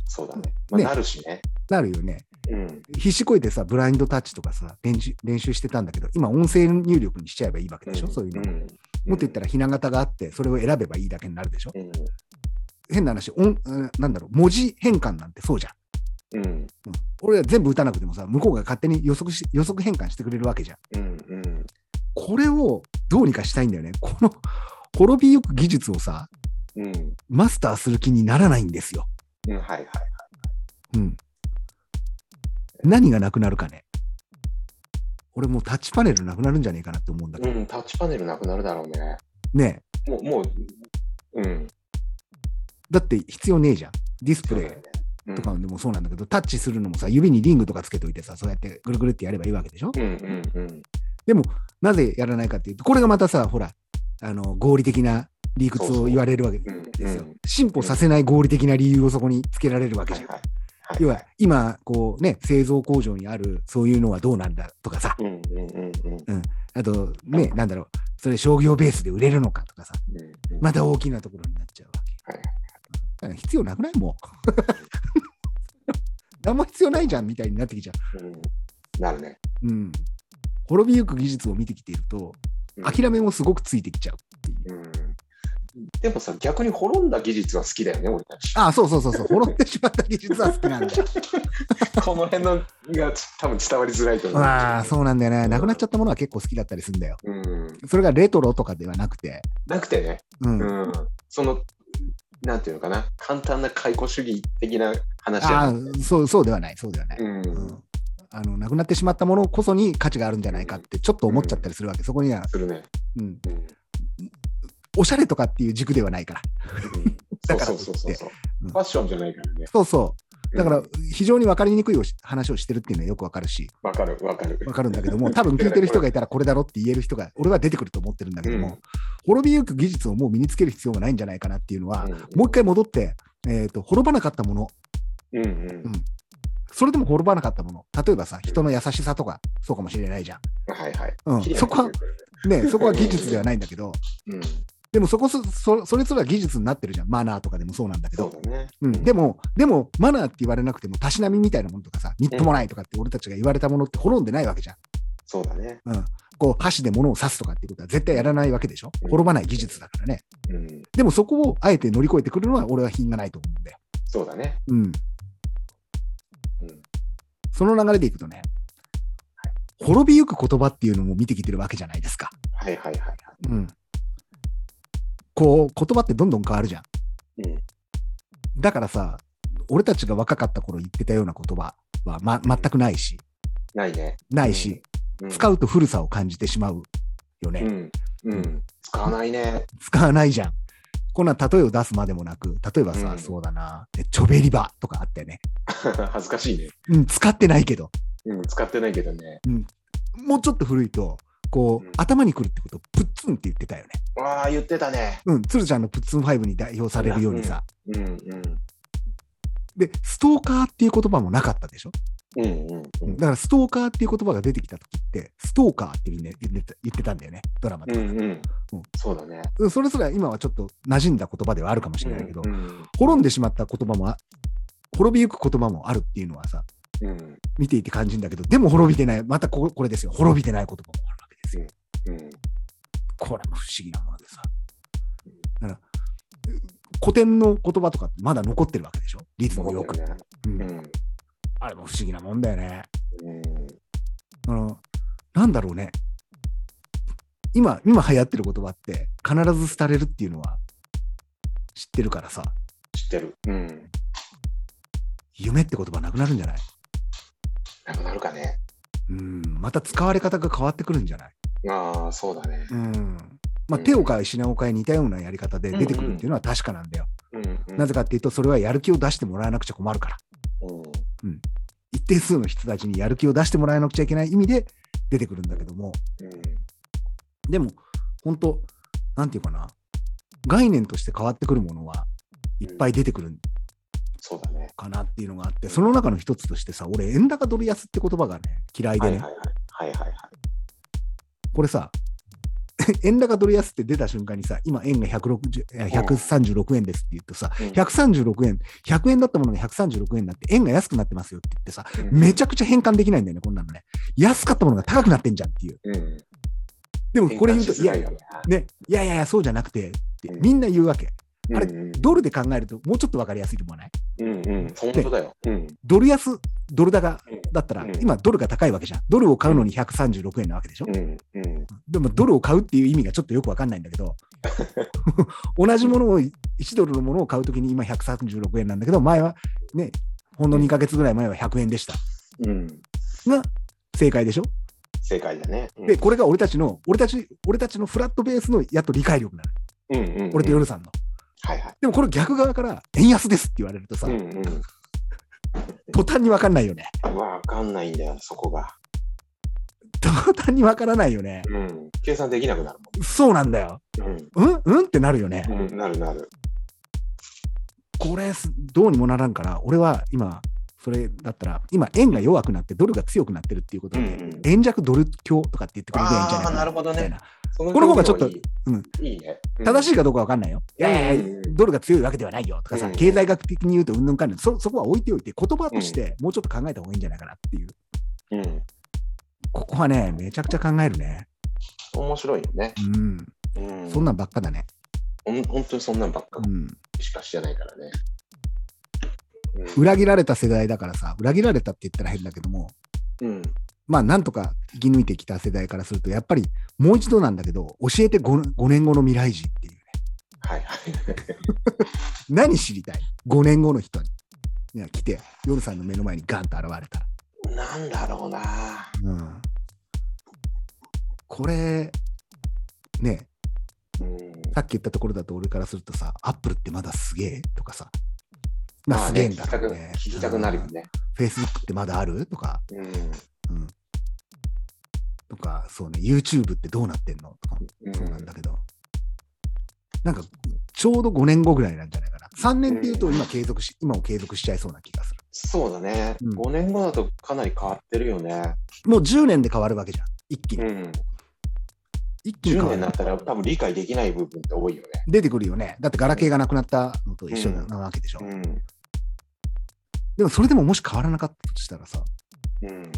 [SPEAKER 2] そうだね。まあ、
[SPEAKER 1] ね
[SPEAKER 2] なるしね。
[SPEAKER 1] なるよね。
[SPEAKER 2] うん。
[SPEAKER 1] 必死こいてさ、ブラインドタッチとかさ、練習練習してたんだけど、今音声入力にしちゃえばいいわけでしょ、そういうの。
[SPEAKER 2] ん
[SPEAKER 1] もっと言ったら、ひな形があって、それを選べばいいだけになるでしょ。
[SPEAKER 2] うん。
[SPEAKER 1] 変な話、音うんなんだろう、文字変換なんてそうじゃん。
[SPEAKER 2] うん。
[SPEAKER 1] うん俺は全部打たなくてもさ、向こうが勝手に予測し予測変換してくれるわけじゃん。
[SPEAKER 2] うん。うん。
[SPEAKER 1] これをどうにかしたいんだよね。この滅びゆく技術をさ、
[SPEAKER 2] うん。
[SPEAKER 1] マスターする気にならないんですよ。
[SPEAKER 2] うん。はいはい。
[SPEAKER 1] うん。何がなくなるかね。俺もうタッチパネルなくなるんじゃねえかなって思うんだけ
[SPEAKER 2] う
[SPEAKER 1] ど。
[SPEAKER 2] ん。タッチパネルなくなるだろうね。
[SPEAKER 1] ねえ
[SPEAKER 2] もう、もう、うん。
[SPEAKER 1] だって必要ねえじゃん。ディスプ
[SPEAKER 2] そう
[SPEAKER 1] レ
[SPEAKER 2] だ
[SPEAKER 1] イ
[SPEAKER 2] よね。うん
[SPEAKER 1] とかでもそうなんだけど、タッチするのもさ、指にリングとかつけといてさ、そうやってぐるぐるってやればいいわけでしょ、
[SPEAKER 2] うんうんうん。
[SPEAKER 1] なぜやらないかっていうと、これがまたさ、ほら、あの合理的な理屈を言われるわけで
[SPEAKER 2] そうそう
[SPEAKER 1] すよ。
[SPEAKER 2] うんうん
[SPEAKER 1] 進歩させない合理的な理由をそこにつけられるわけ
[SPEAKER 2] は
[SPEAKER 1] じゃ
[SPEAKER 2] い
[SPEAKER 1] ん。
[SPEAKER 2] はい。
[SPEAKER 1] 要は、今、こうね、製造工場にあるそういうのはどうなんだとかさ、
[SPEAKER 2] うんうんうんうん。
[SPEAKER 1] あと、ね、なんだろう、それ商業ベースで売れるのかとかさ、
[SPEAKER 2] うん
[SPEAKER 1] また大きなところになっちゃうわけ。
[SPEAKER 2] はい
[SPEAKER 1] だから必要なくないもう。 何も必要ないじゃんみたいになってきちゃ
[SPEAKER 2] うんなるね。
[SPEAKER 1] う。うん。滅びゆく技術を見てきていると、
[SPEAKER 2] うん
[SPEAKER 1] 諦めもすごくついてきちゃうっていう。
[SPEAKER 2] うんでもさ、逆に滅んだ技術は好きだよね、俺たち。
[SPEAKER 1] ああ、そうそうそう そう、滅んでしまった技術は好きなんだよ。
[SPEAKER 2] この辺のが多分伝わりづらいと思う。
[SPEAKER 1] まあ、そうなんだよね。なくなっちゃったものは結構好きだったりするんだよ。
[SPEAKER 2] うん。
[SPEAKER 1] それがレトロとかではなくて、
[SPEAKER 2] なくてね、
[SPEAKER 1] うん。あ
[SPEAKER 2] うん、その、なんていうのかな、簡単な解雇主義的な話じゃ
[SPEAKER 1] あ
[SPEAKER 2] なくて、
[SPEAKER 1] そう、そうではない、そうではない。
[SPEAKER 2] うん
[SPEAKER 1] うんあのなくなってしまったものこそに価値があるんじゃないかってちょっと思っちゃったりするわけ、そこには、
[SPEAKER 2] するね。
[SPEAKER 1] うん、
[SPEAKER 2] うん
[SPEAKER 1] おしゃれとかっていう軸ではないから、
[SPEAKER 2] そうそうそうそうそう。
[SPEAKER 1] うん
[SPEAKER 2] ファッションじゃないからね。
[SPEAKER 1] そうそう、だから
[SPEAKER 2] うん
[SPEAKER 1] 非常に分かりにくいおし話をしてるっていうのはよく分かるし、
[SPEAKER 2] わかるわかる。
[SPEAKER 1] 分かるんだけども、多分聞いてる人がいたらこれだろって言える人が、俺は出てくると思ってるんだけども、
[SPEAKER 2] うん
[SPEAKER 1] 滅びゆく技術をもう身につける必要がないんじゃないかなっていうのは、
[SPEAKER 2] うん
[SPEAKER 1] もう一回戻って、えー、と滅ばなかったもの、
[SPEAKER 2] うんうん。
[SPEAKER 1] それでも滅ばなかったもの、例えばさ、人の優しさとか、そうかもしれないじゃん。
[SPEAKER 2] はいはい。
[SPEAKER 1] うん、
[SPEAKER 2] 綺麗な
[SPEAKER 1] そこは
[SPEAKER 2] 人、だよ
[SPEAKER 1] ね、そこは技術ではないんだけど、
[SPEAKER 2] ねうん。
[SPEAKER 1] でもそこそ、そそれぞれは技術になってるじゃん。マナーとかでもそうなんだけ
[SPEAKER 2] そ
[SPEAKER 1] ど。
[SPEAKER 2] うだね。
[SPEAKER 1] うん、でも、でも、マナーって言われなくても、たしなみみたいなものとかさ、みっともないとかって俺たちが言われたものって滅んでないわけじゃん。
[SPEAKER 2] そうだね。
[SPEAKER 1] こう、箸で物を刺すとかっていうことは絶対やらないわけでしょ
[SPEAKER 2] うん
[SPEAKER 1] 滅ばない技術だからね。
[SPEAKER 2] うん。
[SPEAKER 1] でもそこをあえて乗り越えてくるのは俺は品がないと思うんだよ。
[SPEAKER 2] そうだね。
[SPEAKER 1] うん。
[SPEAKER 2] うん
[SPEAKER 1] その流れでいくとね、滅びゆく言葉っていうのも見てきてるわけじゃないですか。
[SPEAKER 2] はいはいはい。
[SPEAKER 1] うん。こう、言葉ってどんどん変わるじゃん。
[SPEAKER 2] うん
[SPEAKER 1] だからさ、俺たちが若かった頃言ってたような言葉は、ま、全くないし、
[SPEAKER 2] ないね。
[SPEAKER 1] ないし、
[SPEAKER 2] うん
[SPEAKER 1] 使うと古さを感じてしまうよね。
[SPEAKER 2] うん。うん。使わないね。
[SPEAKER 1] 使わないじゃん。こんな例えを出すまでもなく、例えばさ、
[SPEAKER 2] うん
[SPEAKER 1] そうだな、でチョベリバとかあったよね。
[SPEAKER 2] 恥ずかしいね。
[SPEAKER 1] うん、使ってないけど、
[SPEAKER 2] うん、使ってないけどね。
[SPEAKER 1] もうちょっと古いと、こう、
[SPEAKER 2] うん
[SPEAKER 1] 頭にくるってことをプッツンって言ってたよね。
[SPEAKER 2] わあ、言ってたね。
[SPEAKER 1] うん、鶴ちゃんのプッツン5に代表されるようにさ。
[SPEAKER 2] うんうん。
[SPEAKER 1] で、ストーカーっていう言葉もなかったでしょ
[SPEAKER 2] うんうんうん。
[SPEAKER 1] だからストーカーっていう言葉が出てきた時って、ストーカーってみんな言ってた言ってたんだよね、ドラマで
[SPEAKER 2] う。んうん。そうだね。
[SPEAKER 1] うんそれすら今はちょっと馴染んだ言葉ではあるかもしれないけど、
[SPEAKER 2] うんうん
[SPEAKER 1] 滅んでしまった言葉もあ、滅びゆく言葉もあるっていうのはさ、
[SPEAKER 2] うん
[SPEAKER 1] 見ていて感じるんだけど、でも滅びてない、またここれですよ、滅びてない言葉もあるわけですよ。
[SPEAKER 2] うん。
[SPEAKER 1] これも不思議なものでさ。だから、古典の言葉とかってまだ残ってるわけでしょ、リズムよく。
[SPEAKER 2] そうだね
[SPEAKER 1] うん
[SPEAKER 2] うん
[SPEAKER 1] あれも不思議なもんだよね。
[SPEAKER 2] うん。
[SPEAKER 1] あの、なんだろうね。今、今流行ってる言葉って、必ず廃れるっていうのは知ってるからさ、
[SPEAKER 2] 知ってる。うん。
[SPEAKER 1] 夢って言葉なくなるんじゃない
[SPEAKER 2] なくなるかね。
[SPEAKER 1] うん、また使われ方が変わってくるんじゃない
[SPEAKER 2] ああ、そうだね。
[SPEAKER 1] うん。まあ、
[SPEAKER 2] うん
[SPEAKER 1] 手を変え、品を変え、似たようなやり方で出てくるっていうのは確かなんだよ。
[SPEAKER 2] うんうん。
[SPEAKER 1] なぜかっていうと、それはやる気を出してもらわなくちゃ困るから。
[SPEAKER 2] うん
[SPEAKER 1] 一定数の人たちにやる気を出してもらわなくちゃいけない意味で出てくるんだけども、
[SPEAKER 2] う
[SPEAKER 1] でも、本当なんていうかな、概念として変わってくるものはいっぱい出てくるん
[SPEAKER 2] ん。そうだね。
[SPEAKER 1] かなっていうのがあって、その中の一つとしてさ、俺、円高ドル安って言葉がね、嫌いで
[SPEAKER 2] は
[SPEAKER 1] ね、
[SPEAKER 2] いはいはい。はいはいはい。
[SPEAKER 1] これさ、 円高ドル安って出た瞬間にさ、今、円が160え136円ですって言うとさ、
[SPEAKER 2] うん
[SPEAKER 1] 136円、100円だったものが136円になって、円が安くなってますよって言ってさ、
[SPEAKER 2] うん
[SPEAKER 1] めちゃくちゃ変換できないんだよね、こんなのね。安かったものが高くなってんじゃんっていう。
[SPEAKER 2] うん。
[SPEAKER 1] でもこれ言うと、
[SPEAKER 2] 変換し
[SPEAKER 1] い
[SPEAKER 2] づら
[SPEAKER 1] や
[SPEAKER 2] い
[SPEAKER 1] いや
[SPEAKER 2] よね、
[SPEAKER 1] ね、いやいやいや、そうじゃなくてって
[SPEAKER 2] うん
[SPEAKER 1] みんな言うわけ。あれ
[SPEAKER 2] うんうん
[SPEAKER 1] ドルで考えると、もうちょっと分かりやすいと思わない
[SPEAKER 2] うんうん、本当だよ。うん。
[SPEAKER 1] ドル安、ドル高だったら
[SPEAKER 2] うん、
[SPEAKER 1] 今、ドルが高いわけじゃん。ドルを買うのに136円なわけでしょ。
[SPEAKER 2] うん。うん。
[SPEAKER 1] でも、ドルを買うっていう意味がちょっとよく分かんないんだけど、 同じものを、1ドルのものを買うときに今136円なんだけど、前はね、ほんの2ヶ月ぐらい前は100円でした。
[SPEAKER 2] うん。
[SPEAKER 1] が正解でしょ
[SPEAKER 2] 正解だね。うん
[SPEAKER 1] で、これが俺たちの、俺たち、俺たちのフラットベースのやっと理解力なの。
[SPEAKER 2] うんうんうん。
[SPEAKER 1] 俺と夜さんの。
[SPEAKER 2] はいはい。
[SPEAKER 1] でもこれ逆側から、円安ですって言われるとさ
[SPEAKER 2] う、ん
[SPEAKER 1] 途端に分かんないよね。
[SPEAKER 2] うん。わかんないんだよ、そこが。
[SPEAKER 1] 途端に分からないよね。
[SPEAKER 2] うん。計算できなくなる
[SPEAKER 1] そうなんだよ。
[SPEAKER 2] もん。
[SPEAKER 1] うんうんってなるよね。
[SPEAKER 2] うん。うん。なるなる。
[SPEAKER 1] これす、どうにもならんから、俺は今、それだったら、今、円が弱くなって、ドルが強くなってるっていうこと
[SPEAKER 2] う
[SPEAKER 1] で、
[SPEAKER 2] んうん。
[SPEAKER 1] 円弱ドル強とかって言ってくれるばいいんじゃないか
[SPEAKER 2] あーなるほどね
[SPEAKER 1] みたいな
[SPEAKER 2] その
[SPEAKER 1] この方がちょっと
[SPEAKER 2] 表現はいいいいね。
[SPEAKER 1] 正し
[SPEAKER 2] し
[SPEAKER 1] いかどうか分かんないよ。いやいやいや
[SPEAKER 2] うんうん
[SPEAKER 1] ドルが強いわけではないよとかさ、
[SPEAKER 2] うんうん
[SPEAKER 1] 経済学的に言うとうんぬんかんぬん、そそこは置いておいて、言葉としてもうちょっと考えた方がいいんじゃないかなっていう。
[SPEAKER 2] い。うん。
[SPEAKER 1] ここはね、めちゃくちゃ考えるね。
[SPEAKER 2] 面白いよね。
[SPEAKER 1] うん。
[SPEAKER 2] うん。
[SPEAKER 1] そんなんばっかだね。
[SPEAKER 2] ほん本当にそんなんばっか
[SPEAKER 1] うん。
[SPEAKER 2] しかしてないからね。うん
[SPEAKER 1] 裏切られた世代だからさ、裏切られたって言ったら変だけども、
[SPEAKER 2] うん。
[SPEAKER 1] まあ、なんとか生き抜いてきた世代からすると、やっぱりもう一度なんだけど、教えて 5, 5年後の未来人っていうね。
[SPEAKER 2] はいはい。
[SPEAKER 1] 何知りたい ?5 年後の人に。いや来て、夜さんの目の前にガンと現れたら。
[SPEAKER 2] なんだろうな。
[SPEAKER 1] うん、これ、ね、
[SPEAKER 2] うん。
[SPEAKER 1] さっき言ったところだと俺からするとさ、アップルってまだすげえとかさ、まあ
[SPEAKER 2] まあ
[SPEAKER 1] す
[SPEAKER 2] ね
[SPEAKER 1] げえんだろうね
[SPEAKER 2] 聞。きたく聞きたくなるよね。
[SPEAKER 1] フェイスブックってまだあるとか、
[SPEAKER 2] うん。
[SPEAKER 1] とか、そうね、YouTube ってどうなってんのとか、
[SPEAKER 2] うん
[SPEAKER 1] そうなんだけど、なんか、ちょうど5年後ぐらいなんじゃないかな。3年っていうと、今継続し、今を継続しちゃいそうな気がする。
[SPEAKER 2] そうだね、
[SPEAKER 1] うん
[SPEAKER 2] 5年後だとかなり変わってるよね。
[SPEAKER 1] もう10年で変わるわけじゃん。一気
[SPEAKER 2] う
[SPEAKER 1] に。
[SPEAKER 2] ん、
[SPEAKER 1] 一気に変
[SPEAKER 2] 10年
[SPEAKER 1] わ
[SPEAKER 2] に
[SPEAKER 1] る
[SPEAKER 2] なっ。たら多分理解できない部分って多いよね。
[SPEAKER 1] 出てくるよね。だって、ガラケーがなくなったのと一緒なわけでしょ。でも、それでももし変わらなかったとしたらさ、
[SPEAKER 2] うん、うん、
[SPEAKER 1] うん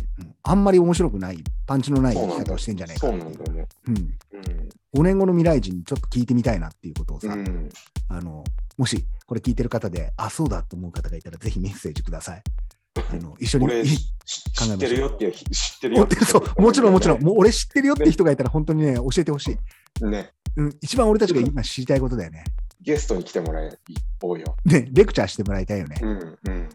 [SPEAKER 1] あんまり面白くない、パンチのない
[SPEAKER 2] そう
[SPEAKER 1] 生
[SPEAKER 2] な
[SPEAKER 1] き
[SPEAKER 2] んだ
[SPEAKER 1] 方を
[SPEAKER 2] よ
[SPEAKER 1] してんじゃないか
[SPEAKER 2] そ
[SPEAKER 1] っ
[SPEAKER 2] うな
[SPEAKER 1] てい
[SPEAKER 2] ん
[SPEAKER 1] う
[SPEAKER 2] だよね。
[SPEAKER 1] うん、
[SPEAKER 2] うん
[SPEAKER 1] 5年後の未来人にちょっと聞いてみたいなっていうことをさ、
[SPEAKER 2] うん、
[SPEAKER 1] あのもしこれ聞いてる方で、あ、そうだと思う方がいたら、ぜひメッセージください。あの一緒に
[SPEAKER 2] 俺
[SPEAKER 1] い
[SPEAKER 2] し知ってるよっていう知ってるよ
[SPEAKER 1] お
[SPEAKER 2] ってい う
[SPEAKER 1] そうもちろんもちろん、
[SPEAKER 2] ね
[SPEAKER 1] もう俺知ってるよって人がいたら、本当にね、教えてほしい、
[SPEAKER 2] ね
[SPEAKER 1] うん。一番俺たちが今知りたいことだよね。
[SPEAKER 2] ゲストに来てもらえ多いよ。
[SPEAKER 1] ね、レクチャーしてもらいたいよね
[SPEAKER 2] う。んうん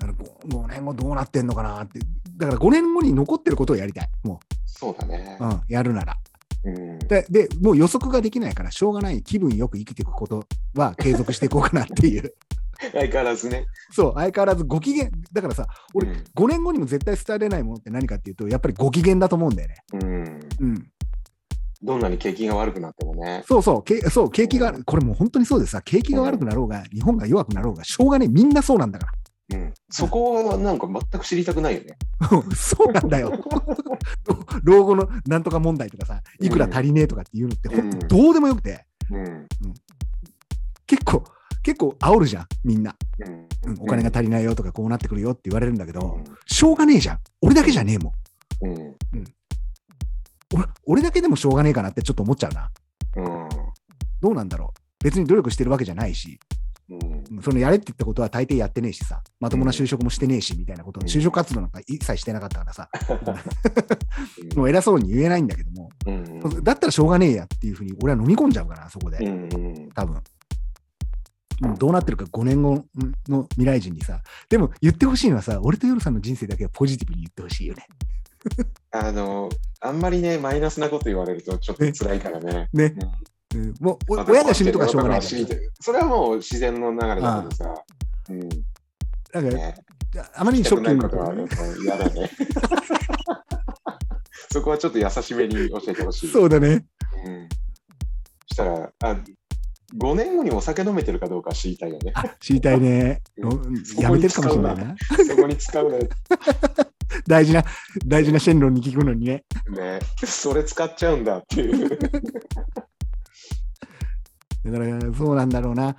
[SPEAKER 1] あの 5, 年後どうなってんのかなって。だから5年後に残ってることをやりたい。も
[SPEAKER 2] そうだね
[SPEAKER 1] う、う。ん、やるなら。
[SPEAKER 2] うん
[SPEAKER 1] でで、もう予測ができないから、しょうがない気分よく生きていくことは継続していこうかなって いう。
[SPEAKER 2] 相変わらずね。
[SPEAKER 1] そう、相変わらずご機嫌。だからさ、俺、
[SPEAKER 2] うん
[SPEAKER 1] 5年後にも絶対伝えれないものって何かっていうと、やっぱりご機嫌だと思うんだよね。
[SPEAKER 2] うん。
[SPEAKER 1] うん。
[SPEAKER 2] どんなに景気が悪くなってもね。
[SPEAKER 1] そうそう、けそう景気が、これもう本当にそうでさ、景気が悪くなろうが、日本が弱くなろうが、しょうがねえ、みんなそうなんだから。
[SPEAKER 2] うん。そこはなんか全く知りたくないよね。
[SPEAKER 1] そうなんだよ。 老後のなんとか問題とかさ、いくら足りねえとかっていうのって、
[SPEAKER 2] うん
[SPEAKER 1] 本当どうでもよくて、
[SPEAKER 2] うん。
[SPEAKER 1] 結構、結構煽るじゃん、みんな。
[SPEAKER 2] う
[SPEAKER 1] う
[SPEAKER 2] ん
[SPEAKER 1] んお金が足りないよとか、こうなってくるよって言われるんだけど、
[SPEAKER 2] うん
[SPEAKER 1] しょうがねえじゃん。俺だけじゃねえもん。
[SPEAKER 2] うん。
[SPEAKER 1] 俺俺だけでもしょうがねえかなってちょっと思っちゃうな。
[SPEAKER 2] うん。
[SPEAKER 1] どうなんだろう。別に努力してるわけじゃないし、
[SPEAKER 2] うん。
[SPEAKER 1] うんそのやれって言ったことは大抵やってねえしさ、まともな就職もしてねえしみたいなこと、
[SPEAKER 2] うん
[SPEAKER 1] 就職活動なんか一切してなかったからさ、 もう偉そうに言えないんだけども、
[SPEAKER 2] うん。
[SPEAKER 1] だったらしょうがねえやっていうふうに、俺は飲み込んじゃうから、そこ
[SPEAKER 2] う
[SPEAKER 1] で、
[SPEAKER 2] ん。うん。
[SPEAKER 1] 多分もうどうなってるか5年後の未来人にさ、でも言ってほしいのはさ、俺と夜さんの人生だけはポジティブに言ってほしいよね。
[SPEAKER 2] あの、あんまりね、マイナスなこと言われるとちょっと辛いからね。
[SPEAKER 1] ね。うんもうお親が死ぬとかしょうがないか
[SPEAKER 2] からら。それはもう自然の流れだけどさ。うん。
[SPEAKER 1] ら。なんか
[SPEAKER 2] ね。
[SPEAKER 1] あまりにショッキング
[SPEAKER 2] なことはやっぱ嫌だ ね。そこはちょっと優しめに教えてほしい。
[SPEAKER 1] そうだね。
[SPEAKER 2] うんしたらあ5年後にお酒飲めてるかどうか知りたいよね。
[SPEAKER 1] あ知りたいね。
[SPEAKER 2] う
[SPEAKER 1] うんやめてるかもしれないな。
[SPEAKER 2] そこに使うのね。
[SPEAKER 1] 大事な、大事なシェンロンに聞くのにね。
[SPEAKER 2] それ使っちゃうんだっ ていう。
[SPEAKER 1] だからそうなんだろうな。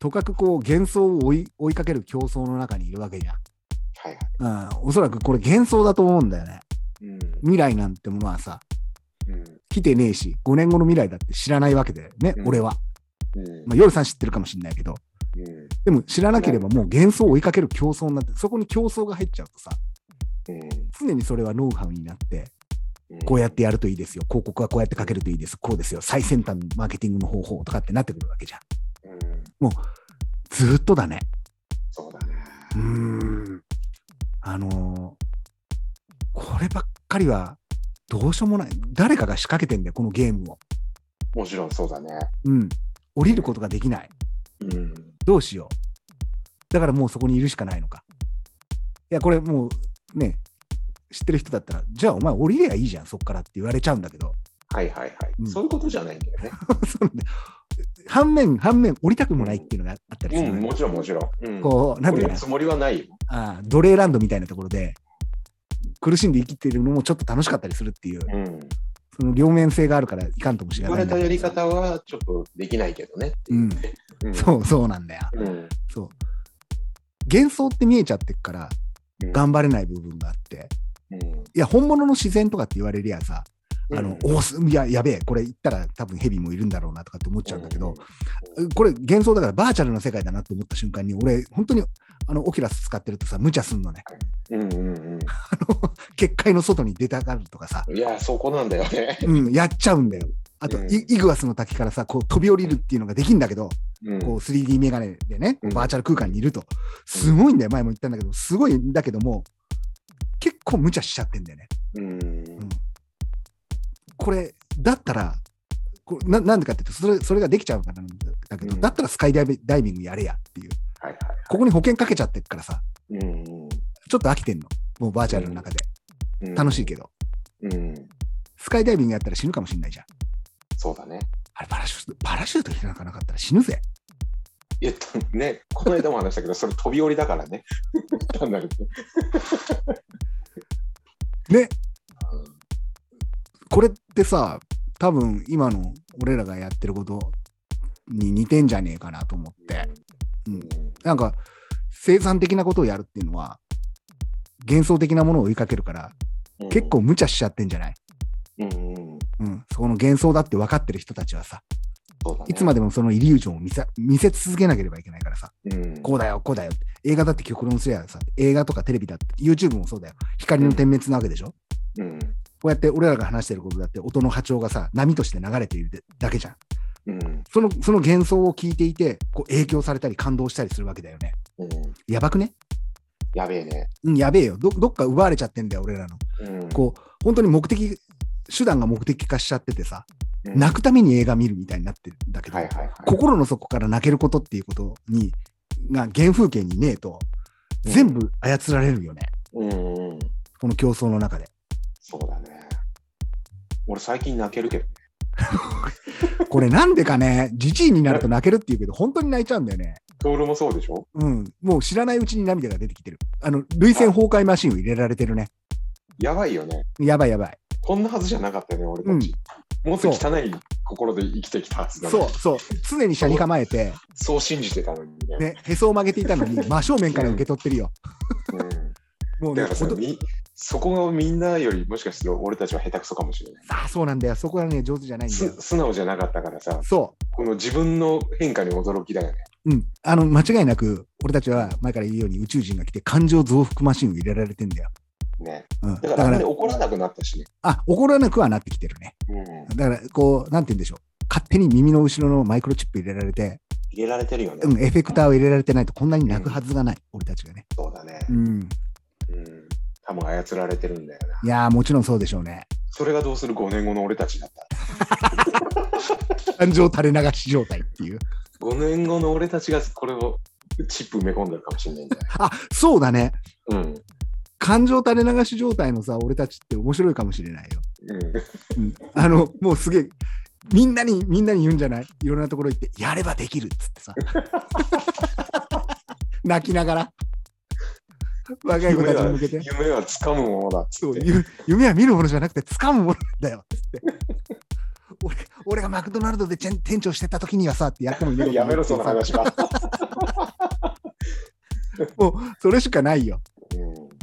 [SPEAKER 1] とかくこう幻想を追い追いかける競争の中にいるわけじ
[SPEAKER 2] はいはい。
[SPEAKER 1] ゃん。うん、おそらくこれ幻想だと思うんだよね。
[SPEAKER 2] うん
[SPEAKER 1] 未来なんてものはさ、
[SPEAKER 2] うん
[SPEAKER 1] 来てねえし、5年後の未来だって知らないわけだよね、
[SPEAKER 2] うん
[SPEAKER 1] 俺は。
[SPEAKER 2] うん
[SPEAKER 1] まあ、夜さん知ってるかもしれないけど、
[SPEAKER 2] うん
[SPEAKER 1] でも知らなければもう幻想を追いかける競争になって、そこに競争が入っちゃうとさ、
[SPEAKER 2] うん
[SPEAKER 1] 常にそれはノウハウになって、
[SPEAKER 2] うん
[SPEAKER 1] こうやってやるといいですよ、広告はこうやってかけるといいです、こうですよ、最先端のマーケティングの方法とかってなってくるわけじゃん。
[SPEAKER 2] うん
[SPEAKER 1] ずーっとだね。
[SPEAKER 2] そうだね。
[SPEAKER 1] うーんあのーこればっかりはどうしようもない。誰かが仕掛けてんだよ、このゲームを。
[SPEAKER 2] もちろんそうだね。
[SPEAKER 1] うん。降りることができない。
[SPEAKER 2] うん
[SPEAKER 1] どうしよう。だからもうそこにいるしかないのか。いや、これもうね、知ってる人だったら、じゃあお前降りりゃいいじゃん、そっからって言われちゃうんだけど。
[SPEAKER 2] はいはいはい、
[SPEAKER 1] うん
[SPEAKER 2] そういうことじゃないんだよね。
[SPEAKER 1] そうね反面、反面、降りたくもないって いうのがあったりする
[SPEAKER 2] う
[SPEAKER 1] の
[SPEAKER 2] ん、
[SPEAKER 1] よ。
[SPEAKER 2] もちろんもちろん。うん、
[SPEAKER 1] こう、なん
[SPEAKER 2] 降
[SPEAKER 1] てい
[SPEAKER 2] り
[SPEAKER 1] うか
[SPEAKER 2] る
[SPEAKER 1] な
[SPEAKER 2] つもりはないよ。
[SPEAKER 1] あー、奴隷ランドみたいなところで、苦しんで生きてるのもちょっと楽しかったりするっていう。
[SPEAKER 2] うん、
[SPEAKER 1] その両面性があるからいかんともしれな
[SPEAKER 2] 言わ
[SPEAKER 1] い
[SPEAKER 2] れ
[SPEAKER 1] んだ
[SPEAKER 2] た
[SPEAKER 1] けど
[SPEAKER 2] やり方はちょっとできないけどねって
[SPEAKER 1] う
[SPEAKER 2] い
[SPEAKER 1] ん
[SPEAKER 2] う。、うん
[SPEAKER 1] そうそうなんだよ。
[SPEAKER 2] うん
[SPEAKER 1] そう。幻想って見えちゃってっから
[SPEAKER 2] うん
[SPEAKER 1] 頑張れない部分があって。
[SPEAKER 2] うん
[SPEAKER 1] いや、本物の自然とかって言われりゃさ、あの、
[SPEAKER 2] うん
[SPEAKER 1] おすいや、やべえ、これ言ったら多分ヘビもいるんだろうなとかって思っちゃうんだけど、これ幻想だからバーチャルの世界だなと思った瞬間に、俺、本当にあの、オキュラス使ってるとさ、無茶すんのね。
[SPEAKER 2] うんうん
[SPEAKER 1] あの、結界の外に出たがるとかさ、
[SPEAKER 2] うん、いや、そこなんだよね。
[SPEAKER 1] うん、やっちゃうんだよ。あと、
[SPEAKER 2] うん
[SPEAKER 1] イイグアスの滝からさ、こう飛び降りるっていうのができんだけど、
[SPEAKER 2] うん
[SPEAKER 1] こう 3D メガネでね、こう
[SPEAKER 2] うん
[SPEAKER 1] バーチャル空間にいると、すごいんだよ、前も言ったんだけど、すごいんだけども、結構無茶しちゃってんだよね。
[SPEAKER 2] うん
[SPEAKER 1] これ、だったら、こうななんでかっていうとそれ、それができちゃうからなんだけど、
[SPEAKER 2] うん
[SPEAKER 1] だったらスカイダイビダイビングやれやっていう、
[SPEAKER 2] はいはい。
[SPEAKER 1] ここに保険かけちゃってるからさ、
[SPEAKER 2] うん
[SPEAKER 1] ちょっと飽きてんの、もうバーチャルの中で、
[SPEAKER 2] うん、
[SPEAKER 1] 楽しいけど、
[SPEAKER 2] ど。うん、
[SPEAKER 1] スカイダイビングやったら死ぬかもしれないじゃん。
[SPEAKER 2] そうだね。
[SPEAKER 1] あれパラシュート、パラシュート開かなかったら死ぬぜ。
[SPEAKER 2] えっとね、この間も話したけど、そ れ飛び降りだからね。 単なる
[SPEAKER 1] ねこれってさ多分今の俺らがやってることに似てんじゃねえかなと思って、うんなんか生産的なことをやるっていうのは幻想的なものを追いかけるから
[SPEAKER 2] うん
[SPEAKER 1] 結、構無茶しちゃってんじゃない、
[SPEAKER 2] うんうん、
[SPEAKER 1] うん、そこの幻想だって分かってる人たちはさ
[SPEAKER 2] そうだね。
[SPEAKER 1] いつまでもそのイリュージョンを見せ見せ続けなければいけないからさ
[SPEAKER 2] うん、
[SPEAKER 1] こうだよこうだよ映画だって極論すりゃさ映画とかテレビだって YouTube もそうだよ光の点滅なわけでしょ、
[SPEAKER 2] うん、
[SPEAKER 1] こうやって俺らが話してることだって音の波長がさ波として流れているだけじゃん
[SPEAKER 2] うん、
[SPEAKER 1] そのその幻想を聞いていてこう影響されたり感動したりするわけだよね
[SPEAKER 2] うん、
[SPEAKER 1] やばくね
[SPEAKER 2] やべえね。
[SPEAKER 1] うんやべえよどどっか奪われちゃってんだよ俺らの
[SPEAKER 2] うん、
[SPEAKER 1] こう本当に目的手段が目的化しちゃっててさ、
[SPEAKER 2] うん
[SPEAKER 1] 泣くために映画見るみたいになってるんだけど、
[SPEAKER 2] はいはいはい。
[SPEAKER 1] 心の底から泣けることっていうことに、が原風景にねえと、
[SPEAKER 2] うん
[SPEAKER 1] 全部操られるよね。
[SPEAKER 2] うんうん。
[SPEAKER 1] この競争の中で。
[SPEAKER 2] そうだね。俺最近泣けるけど。
[SPEAKER 1] これなんでかね、じじいになると泣けるっていうけど、本当に泣いちゃうんだよね。
[SPEAKER 2] トールもそうでしょ
[SPEAKER 1] うん。もう知らないうちに涙が出てきてる。あの、涙腺崩壊マシンを入れられてるね。
[SPEAKER 2] やばいよね。
[SPEAKER 1] やばいやばい。
[SPEAKER 2] こんなはずじゃなかったよね、俺たち。もっと汚い心で生きてきたはずだね
[SPEAKER 1] そうそう。常に車に構えて、
[SPEAKER 2] そう信じてたのに
[SPEAKER 1] ね、
[SPEAKER 2] ね。
[SPEAKER 1] へそを曲げていたの に、真正面から受け取ってるよ。
[SPEAKER 2] うん
[SPEAKER 1] もうね、
[SPEAKER 2] だからさ
[SPEAKER 1] ほんと
[SPEAKER 2] みそこがみんなよりもしかしたら俺たちは下手くそかもしれない。
[SPEAKER 1] あそうなんだよ。そこがね、上手じゃないんだよ
[SPEAKER 2] す。素直じゃなかったからさ、
[SPEAKER 1] そ
[SPEAKER 2] この自分の変化に驚きだよね。
[SPEAKER 1] う。うん。あの、間違いなく、俺たちは前から言うように宇宙人が来て感情増幅マシンを入れられてんだよ。
[SPEAKER 2] ね
[SPEAKER 1] うん。
[SPEAKER 2] だ
[SPEAKER 1] だ
[SPEAKER 2] からあ
[SPEAKER 1] か
[SPEAKER 2] んまり
[SPEAKER 1] ら、
[SPEAKER 2] 怒らなくなったしね。
[SPEAKER 1] あ、怒らなくはなってきてるね。
[SPEAKER 2] うん、
[SPEAKER 1] だから、こう、なんて言うんでしょう。勝手に耳の後ろのマイクロチップ入れられて、
[SPEAKER 2] 入れられてるよね。
[SPEAKER 1] うん、エフェクターを入れられてないとこんなに泣くはずがない、俺たちがね。
[SPEAKER 2] そうだね。
[SPEAKER 1] うん。
[SPEAKER 2] うん。多分操られてるんだよ
[SPEAKER 1] い
[SPEAKER 2] な。
[SPEAKER 1] やー、もちろんそうでしょうね。
[SPEAKER 2] それがどうする5年後の俺たちだったら。
[SPEAKER 1] 感情垂れ流し状態っていう。
[SPEAKER 2] 5年後の俺たちがこれをチップ埋め込んでるかもしれないんだよ。
[SPEAKER 1] あ、そうだね。
[SPEAKER 2] うん。
[SPEAKER 1] 感情垂れ流し状態のさ、俺たちって面白いかもしれないよ。
[SPEAKER 2] うん、
[SPEAKER 1] うん、あの、もうすげえ、みんなに、みんなに言うんじゃないいろんなところ行って、やればできるっつって さ。泣きながら。若い子たちに向けて。
[SPEAKER 2] 夢はつかむものだっつ
[SPEAKER 1] そ
[SPEAKER 2] っ
[SPEAKER 1] う
[SPEAKER 2] て。
[SPEAKER 1] ゆ夢は見るものじゃなくて掴むものだよっつって。俺俺がマクドナルドでチェン店長してた時にはさってやってもいい
[SPEAKER 2] やめろ、その話は。
[SPEAKER 1] もうそれしかないよ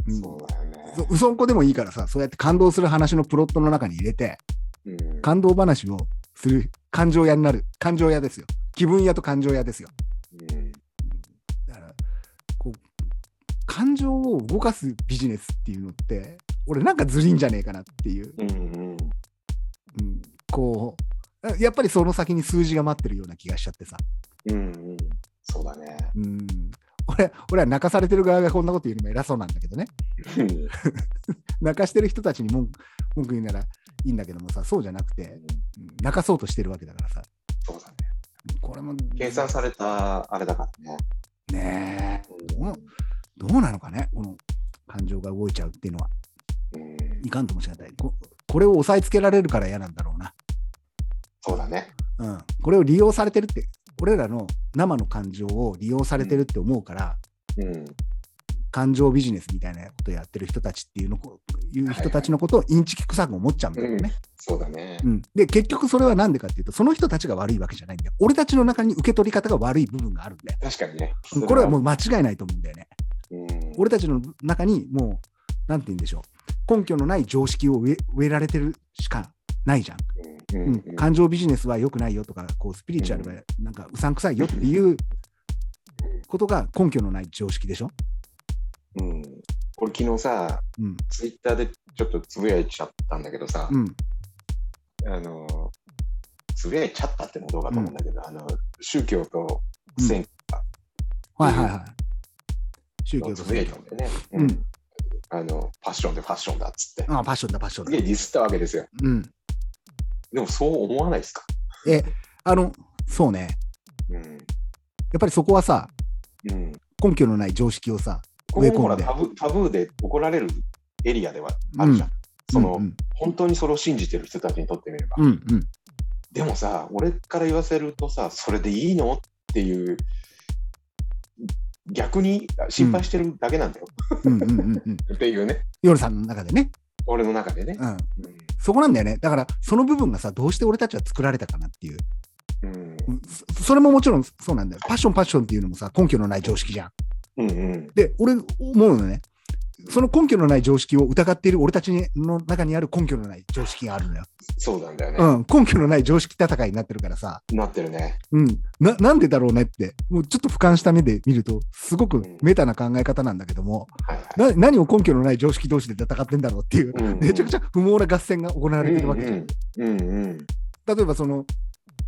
[SPEAKER 2] うん、そうだよね。
[SPEAKER 1] そうそんこでもいいからさそうやって感動する話のプロットの中に入れて
[SPEAKER 2] うん
[SPEAKER 1] 感動話をする感情屋になる感情屋ですよ気分屋と感情屋ですよ
[SPEAKER 2] うん
[SPEAKER 1] だからこう感情を動かすビジネスっていうのって俺なんかずりんじゃねえかなっていう、
[SPEAKER 2] うんうん
[SPEAKER 1] うん、こうやっぱりその先に数字が待ってるような気がしちゃってさ
[SPEAKER 2] うんうんそうだね。
[SPEAKER 1] うん俺俺は泣かされてる側がこんなこと言うのも偉そうなんだけどね
[SPEAKER 2] うん
[SPEAKER 1] 泣かしてる人たちに文文句言うならいいんだけどもさそうじゃなくてうん泣かそうとしてるわけだからさ
[SPEAKER 2] そうだね。
[SPEAKER 1] これも
[SPEAKER 2] 計算されたあれだからね。
[SPEAKER 1] ねえ
[SPEAKER 2] うん
[SPEAKER 1] どうなのかねこの感情が動いちゃうっていうのは
[SPEAKER 2] うん
[SPEAKER 1] いかんともしれないここれを押さえつけられるから嫌なんだろうな、
[SPEAKER 2] そうだね。
[SPEAKER 1] うん、これを利用されてるって俺らの生の感情を利用されてるって思うから、
[SPEAKER 2] うん
[SPEAKER 1] 感情ビジネスみたいなことをやってる人たちっていうのこいう人たちのことをインチキ臭く思っちゃうんだよね、
[SPEAKER 2] うんそうだね
[SPEAKER 1] う。ん、で結局それは何でかっていうとその人たちが悪いわけじゃないんだよ俺たちの中に受け取り方が悪い部分があるんだよ
[SPEAKER 2] 確かにね。
[SPEAKER 1] これはも
[SPEAKER 2] う
[SPEAKER 1] う間違いないと思うんだよね
[SPEAKER 2] ん、
[SPEAKER 1] 俺たちの中にもうなんて言うんでしょう根拠のない常識を植え植えられてるしかないじゃん、
[SPEAKER 2] うん
[SPEAKER 1] う
[SPEAKER 2] うんんうん
[SPEAKER 1] 感情ビジネスは良くないよとかこうスピリチュアルがなんかうさんくさいよっていうことが根拠のない常識でしょ、
[SPEAKER 2] うん俺昨日さ、
[SPEAKER 1] うん
[SPEAKER 2] ツイッターでちょっとつぶやいちゃったんだけどさ、
[SPEAKER 1] うん、
[SPEAKER 2] あのつぶやいちゃったってのもどうかと思うんだけど、あの宗教と選
[SPEAKER 1] はいはいはい宗
[SPEAKER 2] 挙
[SPEAKER 1] 教
[SPEAKER 2] の
[SPEAKER 1] と
[SPEAKER 2] つぶや
[SPEAKER 1] 宗
[SPEAKER 2] いた
[SPEAKER 1] 教
[SPEAKER 2] んだよね、
[SPEAKER 1] うん
[SPEAKER 2] あのファッションでファッションだっつって、
[SPEAKER 1] ああパッションだパッション
[SPEAKER 2] すげ
[SPEAKER 1] だ
[SPEAKER 2] えディスったわけですよ。
[SPEAKER 1] うん
[SPEAKER 2] でもそう思わないですか、
[SPEAKER 1] あのそうね
[SPEAKER 2] うん
[SPEAKER 1] やっぱりそこはさ
[SPEAKER 2] うん、
[SPEAKER 1] 根拠のない常識をさ、
[SPEAKER 2] こ
[SPEAKER 1] 植え
[SPEAKER 2] こ
[SPEAKER 1] 込んで
[SPEAKER 2] もほらタブタブーで怒られるエリアではあるじゃん。
[SPEAKER 1] う
[SPEAKER 2] その、
[SPEAKER 1] うん
[SPEAKER 2] 本当にそれを信じてる人たちにとってみれば。
[SPEAKER 1] うんうん
[SPEAKER 2] でもさ、俺から言わせるとさ、それでいいのっていう、逆に心配してるだけなんだよ、
[SPEAKER 1] うんうんうんうん
[SPEAKER 2] っていうね、
[SPEAKER 1] 夜さんの中でね、
[SPEAKER 2] 俺の中でね。
[SPEAKER 1] うん、
[SPEAKER 2] う
[SPEAKER 1] そこなんだよねだからその部分がさどうして俺たちは作られたかなっていう、
[SPEAKER 2] んうん
[SPEAKER 1] うんそそれももちろんそうなんだよパッションパッションっていうのもさ根拠のない常識じゃん
[SPEAKER 2] うんうん
[SPEAKER 1] で俺思うのねその根拠のない常識を疑っている俺たちの中にある根拠のない常識があるんだよ、
[SPEAKER 2] そうなんだよね、
[SPEAKER 1] うん、根拠のない常識戦いになってるからさ、
[SPEAKER 2] なってるね。
[SPEAKER 1] うん、ななんでだろうねってもうちょっと俯瞰した目で見るとすごくメタな考え方なんだけども、
[SPEAKER 2] はいはい
[SPEAKER 1] な何を根拠のない常識同士で戦ってんだろうっていう、
[SPEAKER 2] うんうん
[SPEAKER 1] めちゃくちゃ不毛な合戦が行われてるわけじゃん。
[SPEAKER 2] うんうんうんうん
[SPEAKER 1] 例えばその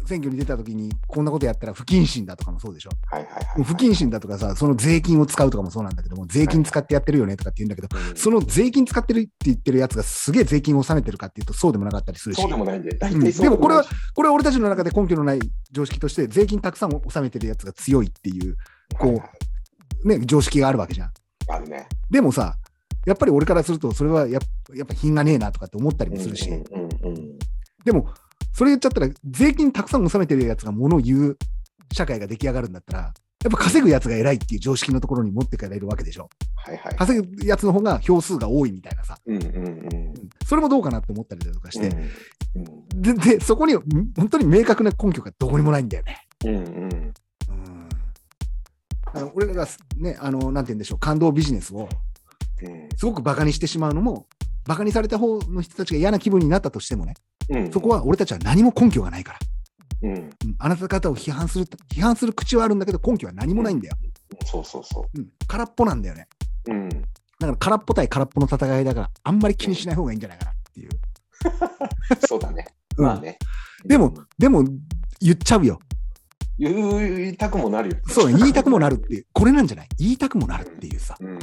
[SPEAKER 1] 選挙に出た時に、こんなことやったら不謹慎だとかもそうでしょ。
[SPEAKER 2] はいはいはい
[SPEAKER 1] もう不謹慎だとかさ、その税金を使うとかもそうなんだけども、税金使ってやってるよねとかって言うんだけど、
[SPEAKER 2] うん
[SPEAKER 1] その税金使ってるって言ってるやつがすげえ税金を納めてるかっていうと、そうでもなかったりするし、
[SPEAKER 2] そうでもないんで、大
[SPEAKER 1] うん
[SPEAKER 2] 体そう
[SPEAKER 1] でもこれは
[SPEAKER 2] ないし
[SPEAKER 1] これは俺たちの中で根拠のない常識として、税金たくさん納めてるやつが強いっていう、こう
[SPEAKER 2] はいはい
[SPEAKER 1] ね、常識があるわけじゃん。
[SPEAKER 2] あるね。
[SPEAKER 1] でもさ、やっぱり俺からすると、それはやっやっぱ品がねえなとかって思ったりもするし、
[SPEAKER 2] うんうんうん
[SPEAKER 1] でも、それ言っちゃったら、税金たくさん納めてるやつが物を言う社会が出来上がるんだったら、やっぱ稼ぐやつが偉いっていう常識のところに持ってかれるわけでしょ。
[SPEAKER 2] はいはい。
[SPEAKER 1] 稼ぐやつの方が票数が多いみたいなさ、
[SPEAKER 2] うんうんうん。
[SPEAKER 1] うんそれもどうかなって思ったりだとかして、
[SPEAKER 2] うん
[SPEAKER 1] で でそこにん本当に明確な根拠がどこにもないんだよね。
[SPEAKER 2] うんうん
[SPEAKER 1] うんあの俺らがね、あの、なんて言うんでしょう、感動ビジネスを
[SPEAKER 2] うん
[SPEAKER 1] すごくバカにしてしまうのも、バカにされた方の人たちが嫌な気分になったとしてもね、
[SPEAKER 2] うん
[SPEAKER 1] そこは俺たちは何も根拠がないから。
[SPEAKER 2] うん
[SPEAKER 1] うんあなた方を批判する、批判する口はあるんだけど、根拠は何もないんだよ。
[SPEAKER 2] そうそうそ
[SPEAKER 1] うん、空っぽなんだよね。
[SPEAKER 2] う。うん。
[SPEAKER 1] だから空っぽ対空っぽの戦いだから、あんまり気にしない方がいいんじゃないかなっていう。
[SPEAKER 2] そうだね。
[SPEAKER 1] うん
[SPEAKER 2] まあね。
[SPEAKER 1] でも、でも、言っちゃうよ。
[SPEAKER 2] 言う言いたくもなるよね。
[SPEAKER 1] そう、 言いたくもなるっていう、これなんじゃない言いたくもなるっていうさ、
[SPEAKER 2] うん。うん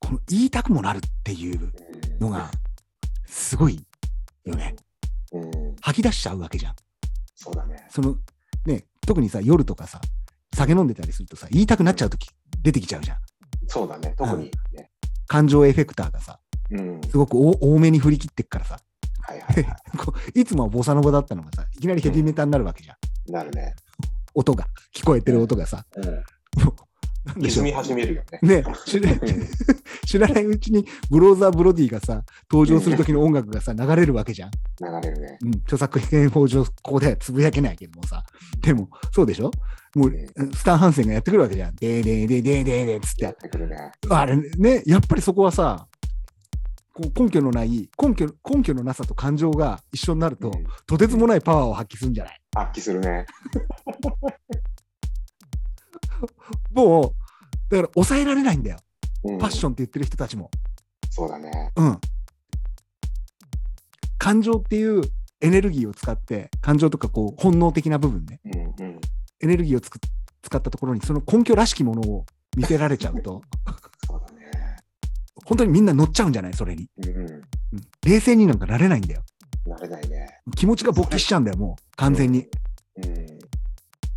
[SPEAKER 1] この言いたくもなるっていうのが、すごいよね。
[SPEAKER 2] うん。
[SPEAKER 1] 吐き出しちゃうわけじゃん。
[SPEAKER 2] そうだね。
[SPEAKER 1] その、ね、特にさ、夜とかさ、酒飲んでたりするとさ、言いたくなっちゃうとき、出てきちゃうじゃん。
[SPEAKER 2] そうだね。特にね。
[SPEAKER 1] 感情エフェクターがさ、
[SPEAKER 2] うん。
[SPEAKER 1] すごく多多めに振り切ってっからさ、
[SPEAKER 2] はいはいは
[SPEAKER 1] こういつもはボサノボだったのがさ、いきなりヘビーメタルになるわけじゃん。
[SPEAKER 2] い。なるね。
[SPEAKER 1] 音が、聞こえてる音がさ。
[SPEAKER 2] う
[SPEAKER 1] もうなん
[SPEAKER 2] ん。
[SPEAKER 1] でしょう
[SPEAKER 2] 歪み始めるよね。
[SPEAKER 1] ね、知ら 知らないうちにブローザー・ブロディがさ、登場する時の音楽がさ、流れるわけじゃん。
[SPEAKER 2] 流れるね。
[SPEAKER 1] うん、著作権法上、ここではつぶやけないけどもさ。でも、そうでしょもう、スタン・ハンセンがやってくるわけじゃん。でーでーでーでーでーでーっつっ。
[SPEAKER 2] やっててくるね。
[SPEAKER 1] あれね、やっぱりそこはさ、こう根拠のない、根拠、根拠のなさと感情が一緒になると、
[SPEAKER 2] うん
[SPEAKER 1] とてつもないパワーを発揮するんじゃない
[SPEAKER 2] 発揮するね。
[SPEAKER 1] もう、だから抑えられないんだよ。
[SPEAKER 2] うん
[SPEAKER 1] パッションって言ってる人たちも。
[SPEAKER 2] そうだね。
[SPEAKER 1] うん。感情っていうエネルギーを使って、感情とかこう本能的な部分ね、
[SPEAKER 2] うんうん。
[SPEAKER 1] エネルギーをつく使ったところに、その根拠らしきものを見せられちゃうと、
[SPEAKER 2] そうだね。
[SPEAKER 1] 本当にみんな乗っちゃうんじゃないそれに、
[SPEAKER 2] うん。
[SPEAKER 1] うん冷静になんかなれないんだよ。
[SPEAKER 2] 慣れないね。
[SPEAKER 1] 気持ちが勃起しちゃうんだよ、もう、完全に。
[SPEAKER 2] うん。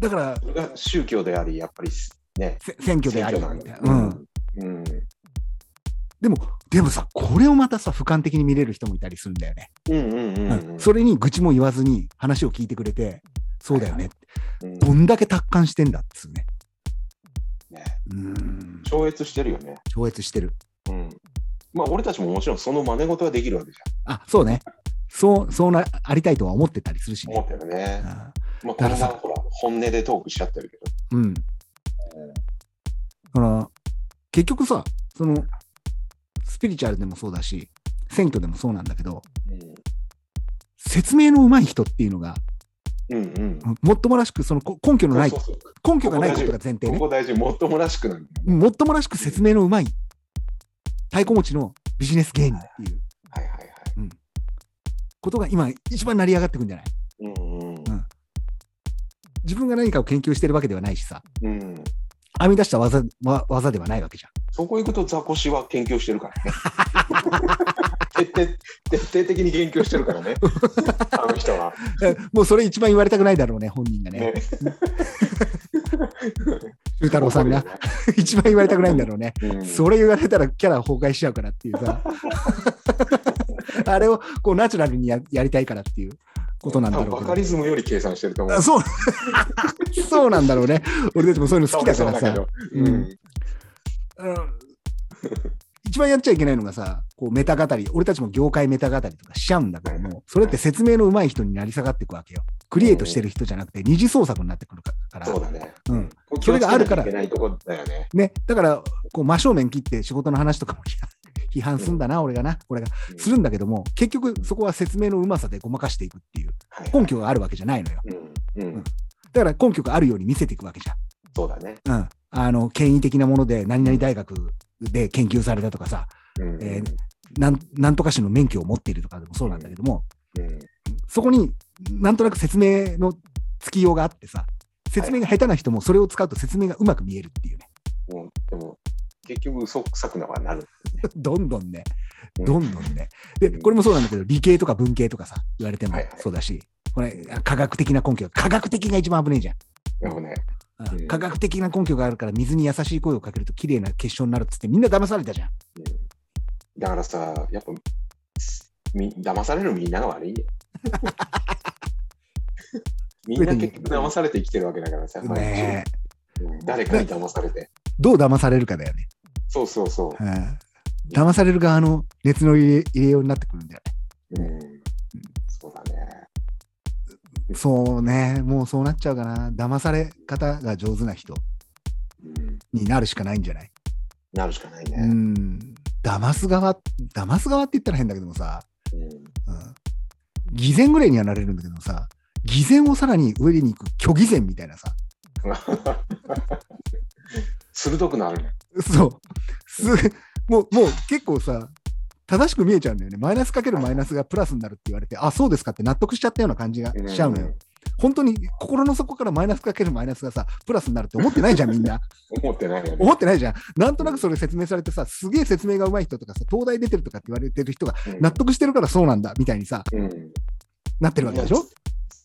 [SPEAKER 1] だから、
[SPEAKER 2] それが宗教であり、やっぱりね。
[SPEAKER 1] せ選挙であり、
[SPEAKER 2] な
[SPEAKER 1] み
[SPEAKER 2] ん
[SPEAKER 1] たい
[SPEAKER 2] だ
[SPEAKER 1] な。う
[SPEAKER 2] よ
[SPEAKER 1] ん。。
[SPEAKER 2] うん。
[SPEAKER 1] でも、でもさ、これをまたさ、俯瞰的に見れる人もいたりするんだよね。
[SPEAKER 2] うんうんうん
[SPEAKER 1] う
[SPEAKER 2] うんん。
[SPEAKER 1] それに愚痴も言わずに話を聞いてくれて、そうだよね。
[SPEAKER 2] うん
[SPEAKER 1] どんだけ達観してんだっつうね。
[SPEAKER 2] ね
[SPEAKER 1] うん。
[SPEAKER 2] 超越してるよね。
[SPEAKER 1] 超越してる。
[SPEAKER 2] うん。まあ、俺たちももちろんその真似事はできるわけじ
[SPEAKER 1] あ、そうね。そう、そうな、ありたいとは思ってたりするし
[SPEAKER 2] ゃん。思
[SPEAKER 1] ね
[SPEAKER 2] っ。たよね。
[SPEAKER 1] あ
[SPEAKER 2] まあ、
[SPEAKER 1] だ
[SPEAKER 2] こ
[SPEAKER 1] か
[SPEAKER 2] の
[SPEAKER 1] らさ
[SPEAKER 2] さ、ほら、本音でトークしちゃってるけど。
[SPEAKER 1] うん。だから、結局さ、その、スピリチュアルでもそうだし、選挙でもそうなんだけど、説明の上手い人っていうのが、
[SPEAKER 2] うん。うんうん。
[SPEAKER 1] もっともらしく、そのこ根拠のない
[SPEAKER 2] そう、そうそう
[SPEAKER 1] 根拠がないことが前提
[SPEAKER 2] こ
[SPEAKER 1] ね。
[SPEAKER 2] こ大事、もっともらしくなる。
[SPEAKER 1] もっともらしく説明の上手い、太鼓持ちのビジネス芸人っていう
[SPEAKER 2] はいはいはい。
[SPEAKER 1] ことが今、一番成り上がってくんじゃない
[SPEAKER 2] うんうん。
[SPEAKER 1] 自分が何かを研究してるわけではないしさ、
[SPEAKER 2] うん。
[SPEAKER 1] 編み出した技わ技ではないわけじゃん。
[SPEAKER 2] そこ行くとザコシは研究してるからね。徹底 徹底的に研究してるからね。あの人は。
[SPEAKER 1] え もうそれ一番言われたくないだろうね、本人がね。
[SPEAKER 2] ね。
[SPEAKER 1] 修太郎さ んが。一番言われたくないんだろうね。
[SPEAKER 2] うん。
[SPEAKER 1] それ言われたらキャラ崩壊しちゃうからっていう さ。あれをこうナチュラルにややりたいからっていうことなんだろう
[SPEAKER 2] 多
[SPEAKER 1] け
[SPEAKER 2] 分
[SPEAKER 1] ど
[SPEAKER 2] バカリズムより計算してると思う
[SPEAKER 1] あ。そう そうなんだろうね。俺たちもそういうの好きだからさ。
[SPEAKER 2] うん
[SPEAKER 1] ううん一番やっちゃいけないのがさ、こうメタ語り、俺たちも業界メタ語りとかしちゃうんだけども、それって説明の上手い人になり下がっていくわけよ。クリエイトしてる人じゃなくて二次創作になってくるから。
[SPEAKER 2] そうだね。
[SPEAKER 1] うん
[SPEAKER 2] 気
[SPEAKER 1] そ
[SPEAKER 2] を
[SPEAKER 1] れ
[SPEAKER 2] つけ
[SPEAKER 1] があ
[SPEAKER 2] な
[SPEAKER 1] る
[SPEAKER 2] き
[SPEAKER 1] か
[SPEAKER 2] ゃ
[SPEAKER 1] ら
[SPEAKER 2] いけないとこだよね。
[SPEAKER 1] ね、だから、こう真正面切って仕事の話とかも 批判すんだな、俺がな、俺が
[SPEAKER 2] うん
[SPEAKER 1] するんだけども、結局そこは説明のうまさでごまかしていくっていう、
[SPEAKER 2] はい
[SPEAKER 1] 根拠があるわけじゃないのよ。
[SPEAKER 2] うんうん。
[SPEAKER 1] だから根拠があるように見せていくわけじ
[SPEAKER 2] そうだね。
[SPEAKER 1] ゃん。うん。あの、権威的なもので、何々大学で研究されたとかさ、
[SPEAKER 2] うん
[SPEAKER 1] えーなんなんとか市の免許を持っているとかでもそうなんだけども、
[SPEAKER 2] うん
[SPEAKER 1] そこになんとなく説明のつきようがあってさ、説明が下手な人もそれを使うと説明がうまく見えるっていうね。
[SPEAKER 2] もうでも結局嘘くさくなはなる。
[SPEAKER 1] どんどんね、
[SPEAKER 2] うん
[SPEAKER 1] どんどんね。で、これもそうなんだけど、理系とか文系とかさ、言われても
[SPEAKER 2] はいはい
[SPEAKER 1] そうだし、これ、科学的な根拠、科学的が一番危ねえじゃん。
[SPEAKER 2] でも
[SPEAKER 1] うん
[SPEAKER 2] ね、うん
[SPEAKER 1] 科学的な根拠があるから、水に優しい声をかけると綺麗な結晶になるっつって、みんな騙されたじゃん。
[SPEAKER 2] うんだからさ、やっぱみ騙されるみんなが 悪いよ。みんな結局騙されて生きてるわけだからさ、毎日
[SPEAKER 1] ねえ
[SPEAKER 2] うん誰かに騙されて。
[SPEAKER 1] どう騙されるかだよね。
[SPEAKER 2] そうそうそ
[SPEAKER 1] うん騙される側の熱の入れ入れようになってくるんだよね。
[SPEAKER 2] う。うん、そうだね。
[SPEAKER 1] そうね、もうそうなっちゃうかな。騙され方が上手な人
[SPEAKER 2] うん、
[SPEAKER 1] になるしかないんじゃない
[SPEAKER 2] なるしかないうね。
[SPEAKER 1] ん。騙す側、騙す側って言ったら変だけどもさ、
[SPEAKER 2] うん
[SPEAKER 1] うん偽善ぐらいにはなれるんだけどさ、偽善をさらに上に行く虚偽善みたいなさ、
[SPEAKER 2] 鋭くなるね。
[SPEAKER 1] そう、すもうもう結構さ、正しく見えちゃうんだよね。マイナスかけるマイナスがプラスになるって言われて、あ、そうですかって納得しちゃったような感じがしちゃうのよ。本当に心の底からマイナスかけるマイナスがさ、プラスになるって思ってないじゃん、みん な。
[SPEAKER 2] うん思ってないよね
[SPEAKER 1] 思。ってないじゃん。なんとなくそれ説明されてさ、すげえ説明が上手い人とかさ、東大出てるとかって言われてる人が
[SPEAKER 2] うん
[SPEAKER 1] 納得してるからそうなんだみたいにさ、
[SPEAKER 2] うん
[SPEAKER 1] なってるわけでしょ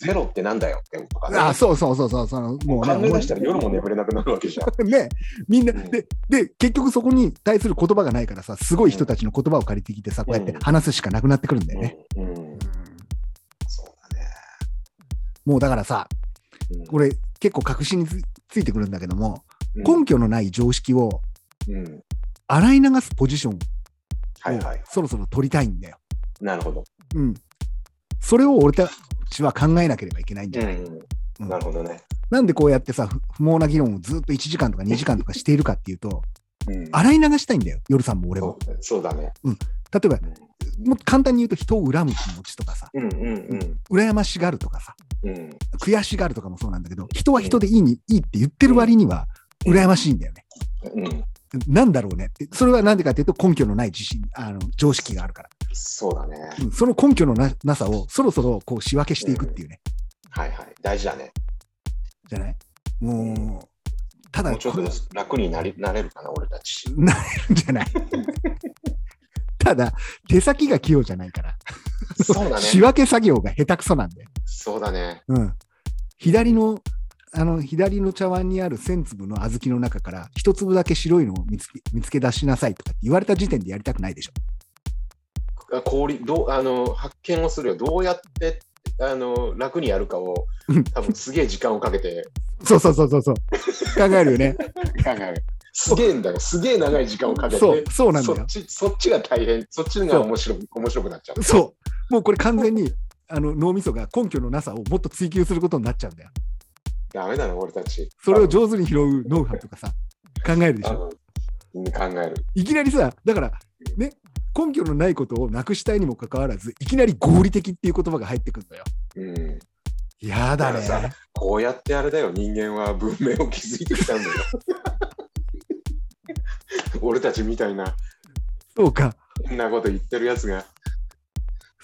[SPEAKER 2] ゼロってなんだよって思うとかね
[SPEAKER 1] あ、そうそうそうそう、そのもうね、
[SPEAKER 2] 考え出したら夜も眠れなくなるわけじゃん。
[SPEAKER 1] ね、 みんな、
[SPEAKER 2] うん
[SPEAKER 1] で、で、結局そこに対する言葉がないからさ、すごい人たちの言葉を借りてきてさ、こうやって話すしかなくなってくるんだよね。
[SPEAKER 2] うんうんそうだね。
[SPEAKER 1] もうだからさ、
[SPEAKER 2] うん
[SPEAKER 1] これ結構確信につついてくるんだけども、
[SPEAKER 2] うん
[SPEAKER 1] 根拠のない常識を
[SPEAKER 2] うん
[SPEAKER 1] 洗い流すポジションを
[SPEAKER 2] はいはい。
[SPEAKER 1] そろそろ取りたいんだよ。
[SPEAKER 2] なるほど。
[SPEAKER 1] うん。それを俺たちは考えなければいけないんじゃ
[SPEAKER 2] う
[SPEAKER 1] ない、
[SPEAKER 2] ん
[SPEAKER 1] うん
[SPEAKER 2] なるほどね。
[SPEAKER 1] なんでこうやってさ、不不毛な議論をずっと1時間とか2時間とかしているかっていうと、
[SPEAKER 2] うん
[SPEAKER 1] 洗い流したいんだよ、夜さんも俺
[SPEAKER 2] そ
[SPEAKER 1] も。
[SPEAKER 2] うそうだね。
[SPEAKER 1] 例えば、もっと簡単に言うと人を恨む気持ちとかさ、
[SPEAKER 2] うんうん
[SPEAKER 1] 羨ましがるとかさ、
[SPEAKER 2] うんうん。
[SPEAKER 1] 悔しがるとかもそうなんだけど、人は人でいいに、いいって言ってる割には、
[SPEAKER 2] うん
[SPEAKER 1] 羨ましいんだよね。
[SPEAKER 2] うん
[SPEAKER 1] なんだろうねって。それはなんでかっていうと、根拠のない自信、あの、常識があるから。
[SPEAKER 2] そうだね。
[SPEAKER 1] うんその根拠のななさを、そろそろこう仕分けしていくっていうね。
[SPEAKER 2] はいはい。大事だね。
[SPEAKER 1] じゃないもう、ただ、
[SPEAKER 2] もうちょっ
[SPEAKER 1] ことれ
[SPEAKER 2] 楽になりなれるかな、俺たち。
[SPEAKER 1] なれるんじゃ ないただ、手先が器用じゃないから、
[SPEAKER 2] そうだ
[SPEAKER 1] 仕
[SPEAKER 2] ね。
[SPEAKER 1] 分け作業が下手くそなんで。
[SPEAKER 2] そうだね。
[SPEAKER 1] うん。左の、あの、左の茶碗にある1000粒の小豆の中から、一粒だけ白いのを見つけ見つけ出しなさいとかって言われた時点でやりたくないでしょ。
[SPEAKER 2] あ氷どうあの発見をするよ。どうやってあの楽にやるかを
[SPEAKER 1] うん
[SPEAKER 2] 多分すげえ時間をかけて
[SPEAKER 1] そうそうそうそうそう。考えるよ ね。
[SPEAKER 2] 考えるすげえんだよ。すげえ長い時間をかけて。
[SPEAKER 1] そう、そうなんだ
[SPEAKER 2] そ
[SPEAKER 1] よ
[SPEAKER 2] っ。ちそっちが大変、そっちが面白く面白くなっちゃう。
[SPEAKER 1] そう。もうこれ完全に、あの、脳みそが根拠のなさをもっと追求することになっちゃうんだよ。
[SPEAKER 2] ダメだな、俺たち。
[SPEAKER 1] それを上手に拾うノウハウとかさ、考えるでし
[SPEAKER 2] あ
[SPEAKER 1] ょ。
[SPEAKER 2] のうん考える。
[SPEAKER 1] いきなりさ、だから、ね、根拠のないことをなくしたいにもかかわらず、いきなり合理的っていう言葉が入ってくるんだよ。
[SPEAKER 2] うん、
[SPEAKER 1] やだ
[SPEAKER 2] だから
[SPEAKER 1] ね。
[SPEAKER 2] こうやってあれだよ、人間は文明を築いてきたんだよ。 俺たちみたいな、
[SPEAKER 1] そうか、
[SPEAKER 2] こんなこと言ってるやつが。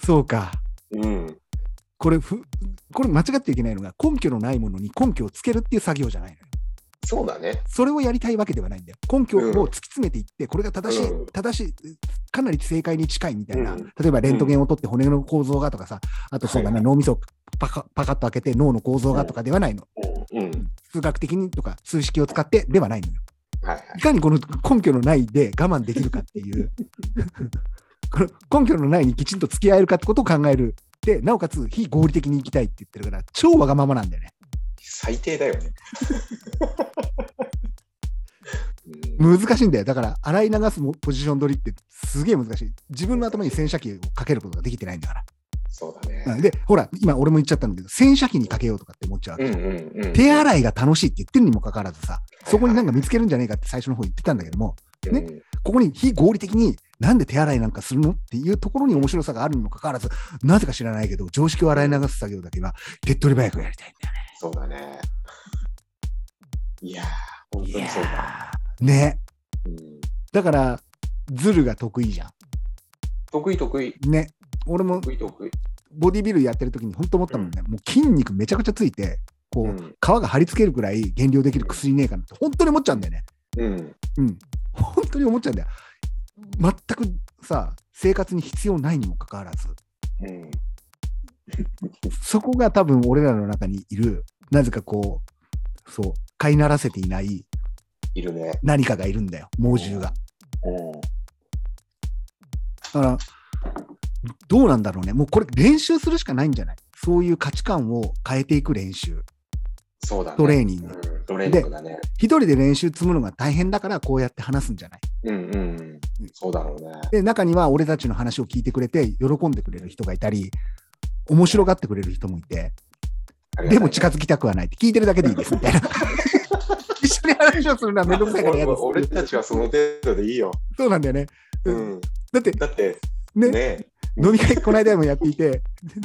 [SPEAKER 1] そうか。
[SPEAKER 2] うん、
[SPEAKER 1] これふ、これ間違っちゃいけないのが、根拠のないものに根拠をつけるっていう作業じゃないのよ。
[SPEAKER 2] そうだね。
[SPEAKER 1] それをやりたいわけではないんだよ。根拠
[SPEAKER 2] うん
[SPEAKER 1] を突き詰めていって、これが正しい、
[SPEAKER 2] うん
[SPEAKER 1] 正しい、かなり正解に近いみたいな、
[SPEAKER 2] うん
[SPEAKER 1] 例えばレントゲンを取って骨の構造がとかさ、あとそうだな、
[SPEAKER 2] はい
[SPEAKER 1] 脳みそをパカパカッと開けて脳の構造がとかではないの。
[SPEAKER 2] うん、うん、
[SPEAKER 1] 数学的にとか数式を使ってではないのよ。
[SPEAKER 2] はいはい
[SPEAKER 1] いかにこの根拠のないで我慢できるかっていう、 この根拠のないにきちんと付き合えるかってことを考える。で、なおかつ非合理的に生きたいって言ってるから、超わがままなんだよね。
[SPEAKER 2] 最低だよね。うん
[SPEAKER 1] 難しいんだよ。だから、洗い流すもポジション取りってすげえ難しい。自分の頭に洗車機をかけることができてないんだから。
[SPEAKER 2] そうだ
[SPEAKER 1] うん
[SPEAKER 2] ね。
[SPEAKER 1] で、ほら、今俺も言っちゃったんだけど、洗車機にかけようとかって思っちゃうわ
[SPEAKER 2] う
[SPEAKER 1] け。
[SPEAKER 2] ん、うん、うん。
[SPEAKER 1] 手洗いが楽しいって言ってるにもかかわらずさ、そこになんか見つけるんじゃねえかって最初の方言ってたんだけども、ね
[SPEAKER 2] うん
[SPEAKER 1] ここに非合理的になんで手洗いなんかするのっていうところに面白さがあるにもかかわらず、なぜか知らないけど、常識を洗い流す作業だけは手っ取り早くやりたいんだよね。
[SPEAKER 2] そうだね。いやー、本当にそうだ。
[SPEAKER 1] ーね。
[SPEAKER 2] うん
[SPEAKER 1] だから、ズルが得意じゃ
[SPEAKER 2] 得意得意。
[SPEAKER 1] ん。ね。俺も
[SPEAKER 2] 得意得意。
[SPEAKER 1] ボディビルやってる時に本当思ったもんね、もう筋肉めちゃくちゃついて、こう、
[SPEAKER 2] うん
[SPEAKER 1] 皮が貼り付けるくらい減量できる薬ねえかなって、本当に思っちゃうんだよね。
[SPEAKER 2] うん。
[SPEAKER 1] うん。本当に思っちゃうんだよ。全くさ、生活に必要ないにもかかわらず、
[SPEAKER 2] うん。
[SPEAKER 1] そこが多分俺らの中にいる、なぜかこう、そう、飼いならせていない
[SPEAKER 2] いるね。
[SPEAKER 1] 何かがいるんだよ、猛獣が。
[SPEAKER 2] うん。
[SPEAKER 1] だから、どうなんだろうね。もうこれ練習するしかないんじゃないそういう価値観を変えていく練習。
[SPEAKER 2] そうだね。
[SPEAKER 1] トレーニング。
[SPEAKER 2] うん、トレーニングだね。
[SPEAKER 1] 一人で練習積むのが大変だから、こうやって話すんじゃない
[SPEAKER 2] うんうん。そうだろうね。
[SPEAKER 1] で、中には俺たちの話を聞いてくれて、喜んでくれる人がいたり、面白がってくれる人もいて、
[SPEAKER 2] ありがたいね
[SPEAKER 1] でも近づきたくはないって聞いてるだけでいいですみ たいな。一緒に話をするのはめんどくさいから嫌で
[SPEAKER 2] 俺俺
[SPEAKER 1] す。
[SPEAKER 2] たちはその程度でいいよ。
[SPEAKER 1] そうなんだよね。う
[SPEAKER 2] うんん。
[SPEAKER 1] だって
[SPEAKER 2] だって、
[SPEAKER 1] ね、
[SPEAKER 2] ね。
[SPEAKER 1] 飲み会この間もやっていて、
[SPEAKER 2] う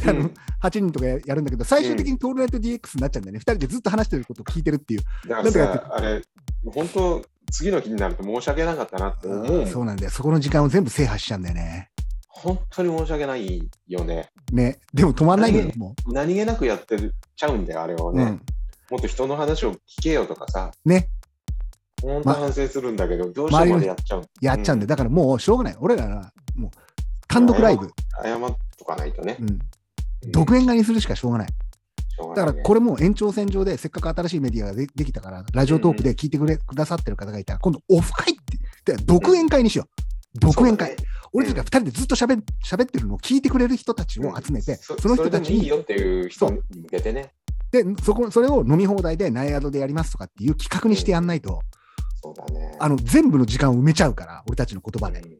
[SPEAKER 1] あ
[SPEAKER 2] ん
[SPEAKER 1] の8人とかやるんだけど、最終的にトールナイト DX になっちゃうんだよね。2人でずっと話してることを聞いてるっていう。な
[SPEAKER 2] だから
[SPEAKER 1] んとかやって
[SPEAKER 2] さ、あれ、本当、次の日になると申し訳なかったなって思うもん。
[SPEAKER 1] そうなんだよ。そこの時間を全部制覇しちゃうんだよね。
[SPEAKER 2] 本当に申し訳ないよね。
[SPEAKER 1] ね。でも止まんないんだよ
[SPEAKER 2] ね、
[SPEAKER 1] も
[SPEAKER 2] 何気なくやってるちゃうんだよ、あれを
[SPEAKER 1] う。
[SPEAKER 2] ね。
[SPEAKER 1] うん。
[SPEAKER 2] もっと人の話を聞けよとかさ、
[SPEAKER 1] ね。
[SPEAKER 2] 本当
[SPEAKER 1] ま
[SPEAKER 2] 反省するんだけど、どうしてもでやっちゃう。
[SPEAKER 1] やっちゃうんで、だからもうしょうがない。俺らはもう単独ライブ、
[SPEAKER 2] 謝っとかないとね
[SPEAKER 1] う。ん、独演会にするしかしょうがない。
[SPEAKER 2] うん
[SPEAKER 1] だからこれも延長線上で、せっかく新しいメディアがでできたから、ラジオトークで聞いてくれ、くださってる方がいたら、今度オフ会って、で独演会にしよう。独演会。。俺たちが2人でずっと喋喋ってるのを聞いてくれる人たちを集めて、
[SPEAKER 2] そ
[SPEAKER 1] そ
[SPEAKER 2] の
[SPEAKER 1] の
[SPEAKER 2] 人
[SPEAKER 1] 人
[SPEAKER 2] た
[SPEAKER 1] た
[SPEAKER 2] ち
[SPEAKER 1] ち
[SPEAKER 2] にいい
[SPEAKER 1] に
[SPEAKER 2] よっていう人に向けてね。
[SPEAKER 1] でそこ、それを飲み放題でナイアドでやりますとかっていう企画にしてやんないと、
[SPEAKER 2] そうだね。
[SPEAKER 1] あの全部の時間を埋めちゃうから、俺たちの言葉で。
[SPEAKER 2] うん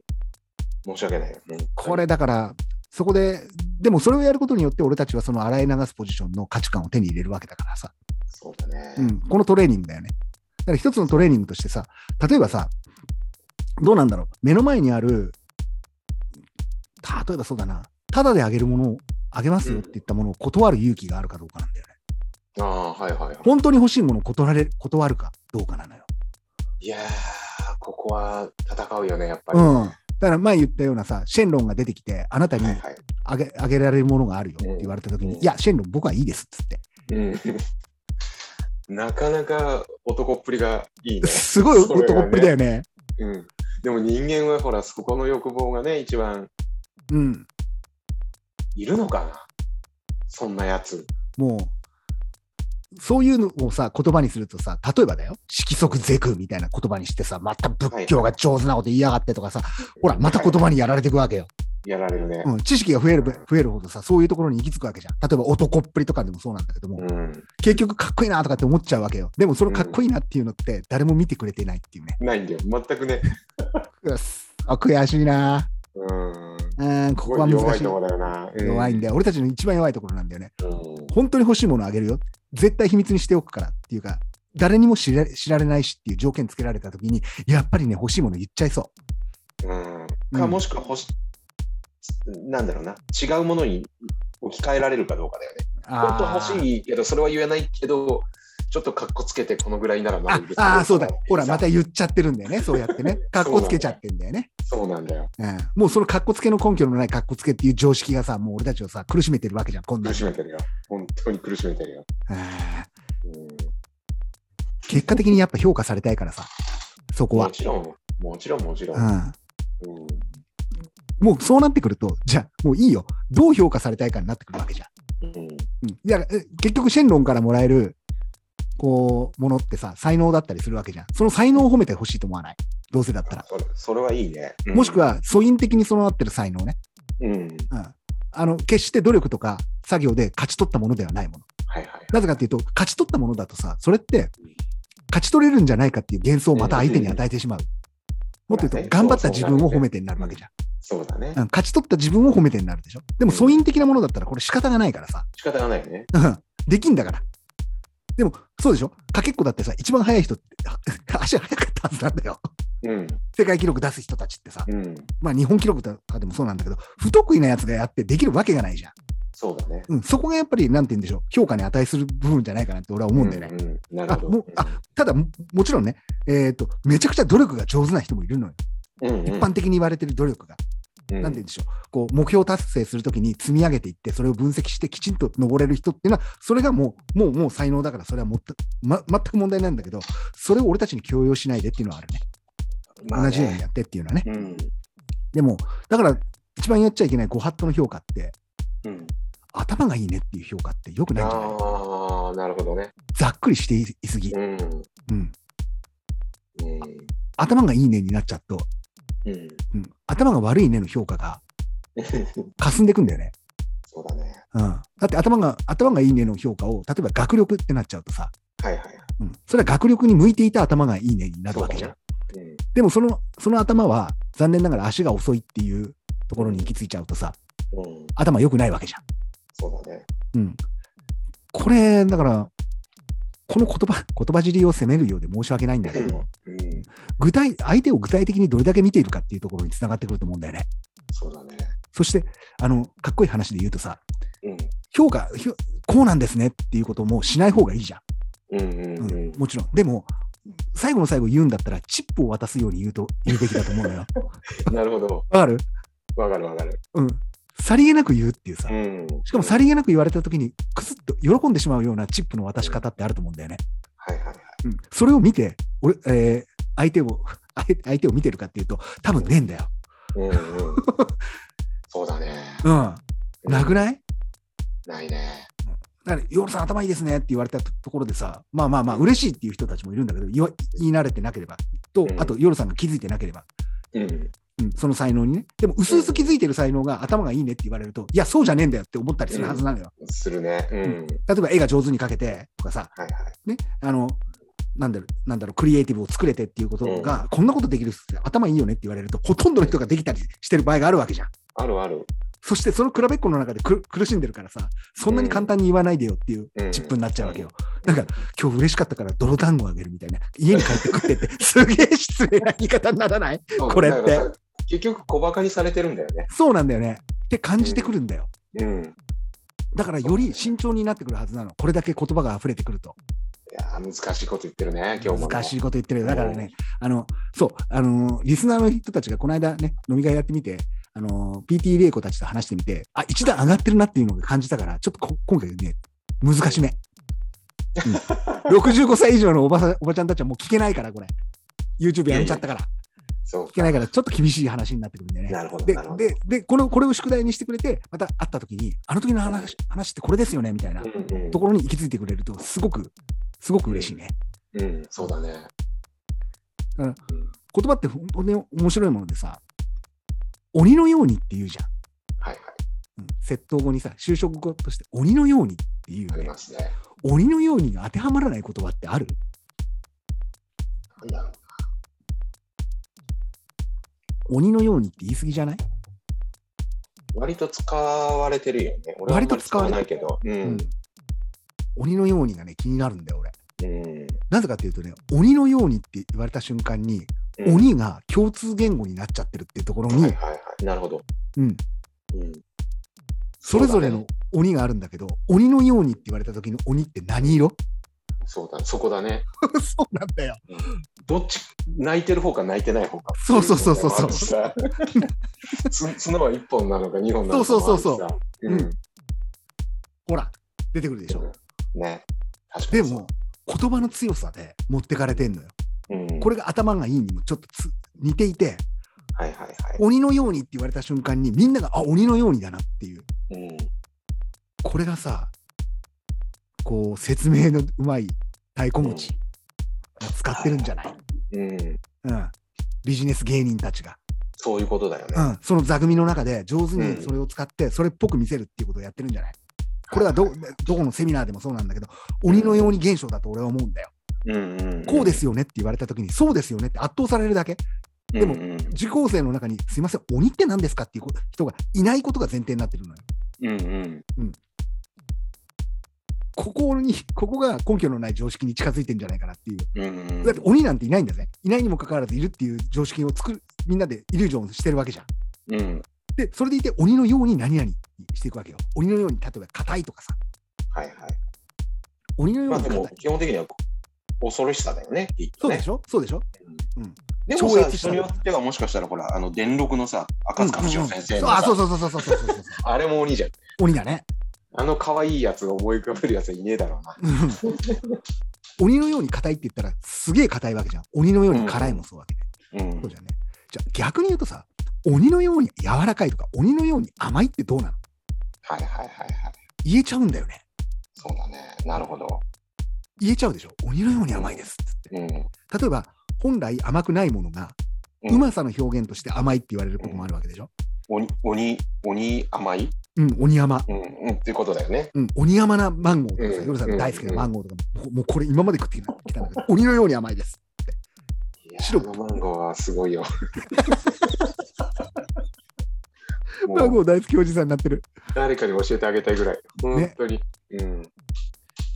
[SPEAKER 2] 申し訳ないよ。うん
[SPEAKER 1] これだから、そこで、でもそれをやることによって、俺たちはその洗い流すポジションの価値観を手に入れるわけだからさ、
[SPEAKER 2] そうだね。
[SPEAKER 1] うん、このトレーニングだよね。だから一つのトレーニングとしてさ、例えばさ、どうなんだろう、目の前にある、例えばそうだな、ただであげるものをあげますよって言ったものを断る勇気があるかどうかなんだよね。
[SPEAKER 2] ああ、はいはいはい。
[SPEAKER 1] 本当に欲しいものを断られ断るかどうかなのよ。
[SPEAKER 2] いやー、ここは戦うよね、やっぱり。
[SPEAKER 1] う
[SPEAKER 2] は
[SPEAKER 1] ん。だから前言ったようなさ、シェンロンが出てきて、あなた
[SPEAKER 2] い
[SPEAKER 1] に
[SPEAKER 2] はい。
[SPEAKER 1] あげあげられるものがあるよって言われたときに、
[SPEAKER 2] うん
[SPEAKER 1] いや、シェンロン、僕はいいですっつって。
[SPEAKER 2] うんなかなか男っぷりがいいね。
[SPEAKER 1] すごい男っぷりだよね。
[SPEAKER 2] うん、でも人間はほら、そこの欲望がね、一番
[SPEAKER 1] うん。
[SPEAKER 2] いるのかなそんなやつ。
[SPEAKER 1] もう、そういうのをさ、言葉にするとさ、例えばだよ、色即是空みたいな言葉にしてさ、また仏教が上手なこと言いやがってとかさ、ほら、また言葉にやられていくわけよ。
[SPEAKER 2] やられるね。
[SPEAKER 1] うん、知識が増えるぶ増えるほどさ、そういうところに行き着くわけじゃん。例えば男っぷりとかでもそうなんだけども、
[SPEAKER 2] うん。
[SPEAKER 1] 結局かっこいいなとかって思っちゃうわけよ。でもそのかっこいいなっていうのって、誰も見てくれてないっていうね。
[SPEAKER 2] ないんだよ。全くね。
[SPEAKER 1] うわすあ悔しいな。
[SPEAKER 2] うん。
[SPEAKER 1] うん、ここは難しい。
[SPEAKER 2] 弱いとこだよな。う
[SPEAKER 1] 弱いんだよ。俺たちの一番弱いところなんだよね。
[SPEAKER 2] うん
[SPEAKER 1] 本当に欲しいものあげるよ。絶対秘密にしておくからっていうか、誰にも知ら知られないしっていう条件つけられたときに、やっぱりね、欲しいもの言っちゃいそ
[SPEAKER 2] うん。
[SPEAKER 1] うん
[SPEAKER 2] か、もしくは欲し、なんだろうな。違うものに置き換えられるかどうかだよね。
[SPEAKER 1] う。
[SPEAKER 2] 本
[SPEAKER 1] あ
[SPEAKER 2] 当は欲
[SPEAKER 1] い。
[SPEAKER 2] しいけど、それは言えないけど、ちょっとかっこつけてこのぐらいならま
[SPEAKER 1] あ
[SPEAKER 2] だ許せる
[SPEAKER 1] あー、そうだ。ほら、ま
[SPEAKER 2] さ
[SPEAKER 1] た言っちゃってるんだよね。そうやって ね。かっこつけちゃってんだよね。
[SPEAKER 2] そうなんだよ。
[SPEAKER 1] うん、もうそのかっこつけの根拠のないかっこつけっていう常識がさ、もう俺たちをさ、苦しめてるわけじゃん、こんな
[SPEAKER 2] 苦
[SPEAKER 1] の
[SPEAKER 2] しめてるよ。本当に苦しめてるよ。
[SPEAKER 1] あー
[SPEAKER 2] うん
[SPEAKER 1] 結果的にやっぱ評価されたいからさ、そこ
[SPEAKER 2] も
[SPEAKER 1] は。
[SPEAKER 2] ちろん、もちろん、もちろ。
[SPEAKER 1] うんん。
[SPEAKER 2] うん
[SPEAKER 1] もうそうなってくると、じゃあもういいよ。どう評価されたいかになってくるわけじゃん。
[SPEAKER 2] うん
[SPEAKER 1] うんいや、え結局、シェンロンからもらえる、こう、ものってさ、才能だったりするわけじゃん。その才能を褒めてほしいと思わない。どうせだったら。
[SPEAKER 2] それそれはいいね。うん
[SPEAKER 1] もしく、は、素因的に備わってる才能ね。
[SPEAKER 2] うん。
[SPEAKER 1] うん。あの、決して努力とか作業で勝ち取ったものではないもの。
[SPEAKER 2] はいはい。
[SPEAKER 1] なぜかっていうと、勝ち取ったものだとさ、それって、勝ち取れるんじゃないかっていう幻想をまた相手に与えてしまう。もっと言うと、頑張った自分を褒めてになるわけじゃん。
[SPEAKER 2] そうだね
[SPEAKER 1] う。ん、勝ち取った自分を褒めてになるでしょ。でも、素因的なものだったら、これ仕方がないからさ。
[SPEAKER 2] 仕方がないよね。
[SPEAKER 1] うんできんだから。でも、そうでしょかけっこだってさ、一番速い人って、 足速かったはずなんだよ。
[SPEAKER 2] うん。
[SPEAKER 1] 世界記録出す人たちってさ、
[SPEAKER 2] うん。
[SPEAKER 1] まあ日本記録とかでもそうなんだけど、不得意なやつがやってできるわけがないじゃん。
[SPEAKER 2] そうだね。
[SPEAKER 1] うん、そこがやっぱり、なんて言うんでしょう、評価に値する部分じゃないかなって俺は思うんだよね。
[SPEAKER 2] うんうんなるほ
[SPEAKER 1] あも
[SPEAKER 2] ど
[SPEAKER 1] う。あただも、もちろんね、えっ、と、めちゃくちゃ努力が上手な人もいるのよ。
[SPEAKER 2] うんうん
[SPEAKER 1] 一般的に言われてる努力が。
[SPEAKER 2] うん
[SPEAKER 1] なんて言うんでしょう、こう目標達成するときに積み上げていって、それを分析してきちんと登れる人っていうのは、それがもう、もう、もう才能だから、それはもった、ま、全く問題ないんだけど、それを俺たちに強要しないでっていうのはあるね。
[SPEAKER 2] まあね
[SPEAKER 1] 同じようにやってっていうのはね。
[SPEAKER 2] うん
[SPEAKER 1] でも、だから、一番やっちゃいけないご法度の評価って、
[SPEAKER 2] うん、
[SPEAKER 1] 頭がいいねっていう評価ってよくないんじゃない
[SPEAKER 2] ああ、なるほどね。
[SPEAKER 1] ざっくりしていすぎ
[SPEAKER 2] う。ん。
[SPEAKER 1] うん。
[SPEAKER 2] うん。
[SPEAKER 1] 頭がいいねになっちゃうと、
[SPEAKER 2] うん。
[SPEAKER 1] うん、頭が悪いねの評価 が霞んでくんだよね。
[SPEAKER 2] そうだね。
[SPEAKER 1] うん、だって頭が、頭がいいねの評価を、例えば学力ってなっちゃうとさ、
[SPEAKER 2] はいはい。
[SPEAKER 1] うん、それは学力に向いていた頭がいいねになるわけじゃん。
[SPEAKER 2] そうだね。
[SPEAKER 1] でもその、その頭は、残念ながら足が遅いっていうところに行き着いちゃうとさ、
[SPEAKER 2] うん。うん。
[SPEAKER 1] 頭良くないわけじゃん。
[SPEAKER 2] そうだね。
[SPEAKER 1] うん、これ、だから、この言葉、言葉尻を責めるようで申し訳ないんだけど、
[SPEAKER 2] うん。
[SPEAKER 1] 具体、相手を具体的にどれだけ見ているかっていうところにつながってくると思うんだよね。
[SPEAKER 2] そうだね。
[SPEAKER 1] そして、あの、かっこいい話で言うとさ、
[SPEAKER 2] うん。
[SPEAKER 1] 評価、ひょこうなんですねっていうこともしない方がいいじゃん。
[SPEAKER 2] うんうんうん。
[SPEAKER 1] もちろん。でも、最後の最後言うんだったら、チップを渡すように言うと、言うべきだと思うのよ。
[SPEAKER 2] なるほど。
[SPEAKER 1] わかる
[SPEAKER 2] わかるわかる。
[SPEAKER 1] うん。さりげなく言うっていうさ
[SPEAKER 2] う。ん。
[SPEAKER 1] しかもさりげなく言われた時に、くすっと喜んでしまうようなチップの渡し方ってあると思うんだよね。
[SPEAKER 2] はいはいはい。
[SPEAKER 1] うん。それを見て、俺、えー相手を、あえ相手を見てるかっていうと、多分ねえんだよ。
[SPEAKER 2] う んうん。そうだね。
[SPEAKER 1] うん。なく
[SPEAKER 2] な
[SPEAKER 1] ない
[SPEAKER 2] ないね。
[SPEAKER 1] だから、ヨーロさん頭いいですねって言われたところでさ、まあまあまあ、嬉しいっていう人たちもいるんだけど、言わ言い慣れてなければ、と
[SPEAKER 2] う、ん
[SPEAKER 1] あと、ヨーロさんが気づいてなければ、
[SPEAKER 2] うん。
[SPEAKER 1] うん、その才能にね。でも、うすうす気づいてる才能が頭がいいねって言われると、いや、そうじゃねえんだよって思ったりするはずなのよ。
[SPEAKER 2] するね。うん。
[SPEAKER 1] 例えば、絵が上手に描けてとかさ、
[SPEAKER 2] はいはい。
[SPEAKER 1] ね、あの、なんだろう、なんだろう、クリエイティブを作れてっていうことが、こんなことできる人って頭いいよねって言われると、ほとんどの人ができたりしてる場合があるわけじゃん。
[SPEAKER 2] あるある。
[SPEAKER 1] そして、その比べっ子の中で苦苦しんでるからさ、そんなに簡単に言わないでよっていう
[SPEAKER 2] うん
[SPEAKER 1] チップになっちゃうわけよ。なんか、今日嬉しかったから泥団子あげるみたいな、家に帰って食ってって、すげえ失礼な言い方にならない
[SPEAKER 2] そう
[SPEAKER 1] これって。
[SPEAKER 2] なんかさ結局小馬鹿にされてるんだよね。
[SPEAKER 1] そうなんだよね。って感じてくるんだよ。
[SPEAKER 2] うん。い
[SPEAKER 1] だからより慎重になってくるはずなの。これだけ言葉が溢れてくると。
[SPEAKER 2] やー難しいこと言ってるね、今日も。
[SPEAKER 1] 難し
[SPEAKER 2] い。
[SPEAKER 1] いこと言ってるよ。だからね、あの、そう、あのー、リスナーの人たちがこの間ね、飲み会やってみて、あのー、PT 玲子たちと話してみて、あ、一段上がってるなっていうのを感じたから、ちょっとこ今回ね、難しめ。うん、65歳以 上のおばさんおばちゃんたちはもう聞けないから、これ。YouTube やめちゃったから。
[SPEAKER 2] そう
[SPEAKER 1] 聞。けないから、ちょっと厳しい話になってくるんだよね。
[SPEAKER 2] なるほど。
[SPEAKER 1] で
[SPEAKER 2] なるほど
[SPEAKER 1] ででこの、これを宿題にしてくれて、また会った時に、あの時の話話ってこれですよねみたいな。
[SPEAKER 2] うんうん
[SPEAKER 1] ところに行き着いてくれると、すごく、すごく嬉しいね。
[SPEAKER 2] うん、そうだね。
[SPEAKER 1] 言葉って本当に面白いものでさ、鬼のようにって言うじゃん。
[SPEAKER 2] はいはい。
[SPEAKER 1] うん、窃盗後にさ、就職後として鬼のようにって言
[SPEAKER 2] あ
[SPEAKER 1] う
[SPEAKER 2] り
[SPEAKER 1] ね。
[SPEAKER 2] ますね。
[SPEAKER 1] 鬼のようにが当てはまらない言葉ってある
[SPEAKER 2] なんだろう。
[SPEAKER 1] 鬼のようにって言い過ぎじゃない
[SPEAKER 2] 割と使われてるよね。俺はあんまり使わないけど。う
[SPEAKER 1] うん
[SPEAKER 2] ん。
[SPEAKER 1] 鬼のようにがね、気になるんだよ、俺。
[SPEAKER 2] うん。
[SPEAKER 1] なぜかっていうとね、鬼のようにって言われた瞬間に、
[SPEAKER 2] うん
[SPEAKER 1] 鬼が共通言語になっちゃってるっていうところ
[SPEAKER 2] はいはい
[SPEAKER 1] に、
[SPEAKER 2] はい。なるほど。
[SPEAKER 1] うん、
[SPEAKER 2] うん。
[SPEAKER 1] それぞれ
[SPEAKER 2] そうだ
[SPEAKER 1] の
[SPEAKER 2] ね
[SPEAKER 1] 鬼があるんだけど、鬼のようにって言われた時の鬼って何色
[SPEAKER 2] そうだね。そこだね。
[SPEAKER 1] そうなんだよ。
[SPEAKER 2] どっち、泣いてる方か泣いてない方か。
[SPEAKER 1] そうそうそうそうそう
[SPEAKER 2] ってい のもあるしさつ角は一本なのか二本なのか。。
[SPEAKER 1] そうそうそうそうう
[SPEAKER 2] うんん。
[SPEAKER 1] ほら、出てくるでしょ。
[SPEAKER 2] ね。確か
[SPEAKER 1] で
[SPEAKER 2] にそう
[SPEAKER 1] も、、言葉の強さで持ってかれてんのよ。
[SPEAKER 2] うん、
[SPEAKER 1] こ
[SPEAKER 2] れ。
[SPEAKER 1] れが頭がいいにもちょっとつ似ていて、
[SPEAKER 2] はいはいはい。
[SPEAKER 1] 鬼のようにって言われた瞬間に、みんなが、あ、鬼のようにだなっていう。
[SPEAKER 2] うん、
[SPEAKER 1] これがさ、こう、説明のうまい太鼓持ちが使ってるんじゃない、
[SPEAKER 2] うん、
[SPEAKER 1] うん、ビジネス芸人たちが。
[SPEAKER 2] そういうことだよね。
[SPEAKER 1] うん、その座組の中で上手
[SPEAKER 2] う
[SPEAKER 1] に
[SPEAKER 2] ん
[SPEAKER 1] それを使って、それっぽく見せるっていうことをやってるんじゃないこれはど、どこのセミナーでもそうなんだけど、鬼のように現象だと俺は思うんだよ。
[SPEAKER 2] うんうんうん、
[SPEAKER 1] こうですよねって言われたときに、そうですよねって圧倒されるだけ。でも
[SPEAKER 2] うんうん
[SPEAKER 1] 受講生の中に、すいません、鬼って何ですかっていう人がいないことが前提になってるのよ。
[SPEAKER 2] うんうん、
[SPEAKER 1] ここに、ここが根拠のない常識に近づいてんじゃないかなっていう。
[SPEAKER 2] うんうん、
[SPEAKER 1] だって鬼なんていないんだぜ。いないにもかかわらずいるっていう常識を作る、みんなでイリュージョンしてるわけじゃん。
[SPEAKER 2] うん、
[SPEAKER 1] で、それでいて鬼のように何々にしていくわけよ。鬼のように、例えば硬いとかさ、
[SPEAKER 2] はいはい。
[SPEAKER 1] 鬼のよう
[SPEAKER 2] まあ
[SPEAKER 1] に
[SPEAKER 2] で
[SPEAKER 1] 硬い
[SPEAKER 2] も。基本的には恐ろしさだよね。きっ
[SPEAKER 1] そ
[SPEAKER 2] と
[SPEAKER 1] う
[SPEAKER 2] ね
[SPEAKER 1] でしょそうでしょ、うん
[SPEAKER 2] でもさ、
[SPEAKER 1] 超越した
[SPEAKER 2] 人によってはもしかしたら、ほら、あの、電録のさ、赤塚不二夫先生
[SPEAKER 1] そ
[SPEAKER 2] の
[SPEAKER 1] うあ、
[SPEAKER 2] さ、
[SPEAKER 1] そうそうそうそうそうそうそうそう。
[SPEAKER 2] あれも鬼じゃん。
[SPEAKER 1] 鬼だね。
[SPEAKER 2] あの可愛いやつを思い浮かべるやつはいねえだろうな。
[SPEAKER 1] うん鬼のように硬いって言ったら、すげえ硬いわけじゃん。鬼のように辛いもそうわけで。
[SPEAKER 2] うん
[SPEAKER 1] そうじゃんね。じゃあ逆に言うとさ、鬼のように柔らかいとか、鬼のように甘いってどうなの
[SPEAKER 2] はいはいはいはい。
[SPEAKER 1] 言えちゃうんだよね。
[SPEAKER 2] そうだね。なるほど。
[SPEAKER 1] 言えちゃうでしょ。鬼のように甘いですっつって。
[SPEAKER 2] うん。
[SPEAKER 1] 例えば、本来甘くないものが、
[SPEAKER 2] う
[SPEAKER 1] うんまさの表現として甘いって言われることもあるわけでしょ。
[SPEAKER 2] 鬼、鬼、鬼甘い
[SPEAKER 1] うん、鬼甘。
[SPEAKER 2] うん、うん、っていうことだよね。
[SPEAKER 1] うん、鬼甘なマンゴーとかさ、
[SPEAKER 2] うん
[SPEAKER 1] 夜さんが大好きな
[SPEAKER 2] うん
[SPEAKER 1] マンゴーとかも、もうもうこれ今まで食ってきたんだけど、鬼のように甘いです。
[SPEAKER 2] いやー
[SPEAKER 1] 白
[SPEAKER 2] あのマンゴーはすご いよ。もう
[SPEAKER 1] マンゴー大好きおじさんになってる。
[SPEAKER 2] 誰かに教えてあげたいぐらい。本当に。うん。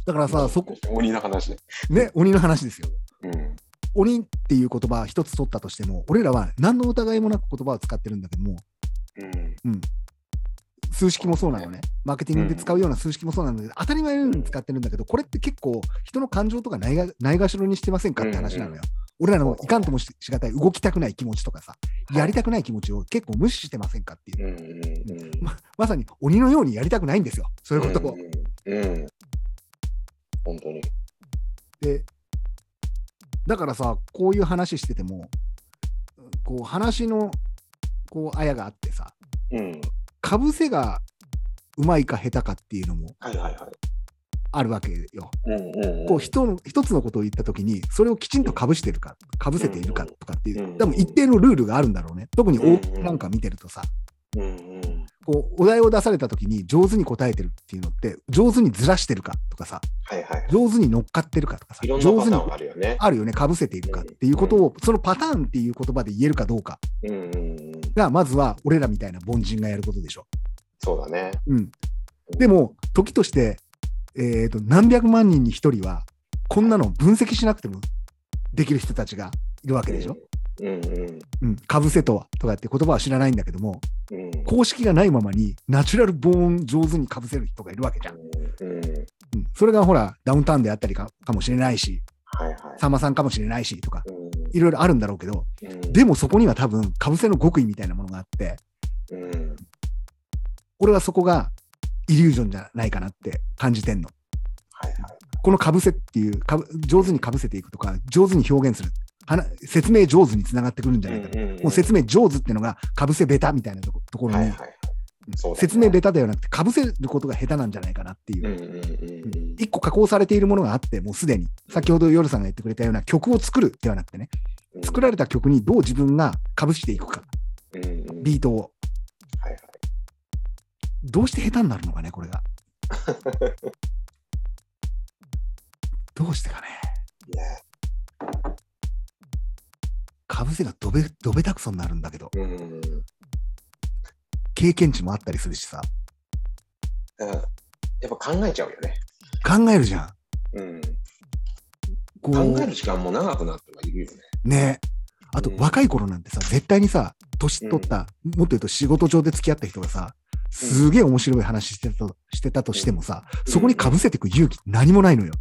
[SPEAKER 1] だからさ、そこ、
[SPEAKER 2] 鬼の話で。
[SPEAKER 1] ね、鬼の話ですよ。
[SPEAKER 2] うん。
[SPEAKER 1] 鬼っていう言葉一つ取ったとしても、俺らは何の疑いもなく言葉を使ってるんだけども、
[SPEAKER 2] うん。
[SPEAKER 1] 数式もそうなのね。マーケティングで使うような数式もそうなんだけど、当たり前のように使ってるんだけど、これって結構人の感情とかないがないがしろにしてませんかって話なのよ。俺らのいかんともししがたい動きたくない気持ちとかさ、やりたくない気持ちを結構無視してませんかっていう。
[SPEAKER 2] うん。うん。うん。
[SPEAKER 1] まさに鬼のようにやりたくないんですよ。そういうことを。
[SPEAKER 2] うん。うん。本当に。
[SPEAKER 1] でだからさこういう話しててもこう話のこうあやがあってさ
[SPEAKER 2] うん。
[SPEAKER 1] かぶせがうまいか下手かっていうのも
[SPEAKER 2] はいはいは
[SPEAKER 1] あるわけよ。
[SPEAKER 2] い。うん。うん。
[SPEAKER 1] こう人の一つのことを言った時にそれをきちんとかぶしてるかかぶせているかとかっていううん多分一定のルールがあるんだろうね。特に大
[SPEAKER 2] うん
[SPEAKER 1] なんか見てるとさ
[SPEAKER 2] うん。うん。
[SPEAKER 1] こうお題を出された時に上手に答えてるっていうのって上手にずらしてるかとかさ
[SPEAKER 2] はいはい。
[SPEAKER 1] 上手に乗っかってるかとかさ
[SPEAKER 2] いろんな
[SPEAKER 1] 上手
[SPEAKER 2] パタ
[SPEAKER 1] に
[SPEAKER 2] ーンがあるよね。
[SPEAKER 1] あるよね、かぶせているかっていうことを、そのパターンっていう言葉で言えるかどうか
[SPEAKER 2] うんうんうん。
[SPEAKER 1] が、まずは俺らみたいな凡人がやることでしょ。
[SPEAKER 2] そうだね。
[SPEAKER 1] うん、でも、時として、えーと、何百万人に一人は、こんなの分析しなくてもできる人たちがいるわけでしょ。
[SPEAKER 2] うんうん
[SPEAKER 1] うん、かぶせとはとかって言葉は知らないんだけども、
[SPEAKER 2] うん。
[SPEAKER 1] 公式がないままに、ナチュラルボーン上手にかぶせる人がいるわけじゃん。
[SPEAKER 2] うんうん。
[SPEAKER 1] うん、それがほら、ダウンタウンであったりかかもしれないし、
[SPEAKER 2] はいは
[SPEAKER 1] さんまさんかもしれないしとか、
[SPEAKER 2] い。うん
[SPEAKER 1] いろいろあるんだろうけど、
[SPEAKER 2] うん
[SPEAKER 1] でもそこには多分、かぶせの極意みたいなものがあって、
[SPEAKER 2] うん。
[SPEAKER 1] 俺はそこがイリュージョンじゃないかなって感じてんの。
[SPEAKER 2] はいはい。
[SPEAKER 1] このかぶせっていう、かぶ上手にかぶせていくとか、上手に表現する、話説明上手につながってくるんじゃないかな。もう説明上手っていうのが、かぶせベタみたいなとこところ
[SPEAKER 2] は
[SPEAKER 1] に、
[SPEAKER 2] いはい。そうだね
[SPEAKER 1] 説明ベタではなくて、かぶせることが下手なんじゃないかなっていう。
[SPEAKER 2] うんうんうんうん。
[SPEAKER 1] 一個加工されているものがあって、もうすでに、先ほど夜さんが言ってくれたような曲を作るではなくてね、作られた曲にどう自分がかぶしていくか、
[SPEAKER 2] うんうん。
[SPEAKER 1] ビートを。
[SPEAKER 2] はいはい。
[SPEAKER 1] どうして下手になるのかね、これ が。どうしてかね。
[SPEAKER 2] ね
[SPEAKER 1] かぶせがどべどべたくそになるんだけど、
[SPEAKER 2] うん。
[SPEAKER 1] 経験値もあったりするしさ、
[SPEAKER 2] だからやっぱ考えちゃうよね。
[SPEAKER 1] 考えるじゃん。
[SPEAKER 2] うん。
[SPEAKER 1] こ
[SPEAKER 2] 考える時間も長くなってはいるよね。
[SPEAKER 1] ね。あと、
[SPEAKER 2] うん
[SPEAKER 1] 若い頃なんてさ、絶対にさ、年取った、もっと言うと仕事上で付き合った人がさ、すげえ面白い話してたとしてたとしてもさ、
[SPEAKER 2] うん
[SPEAKER 1] そこにかぶせてく勇気何もないのよ。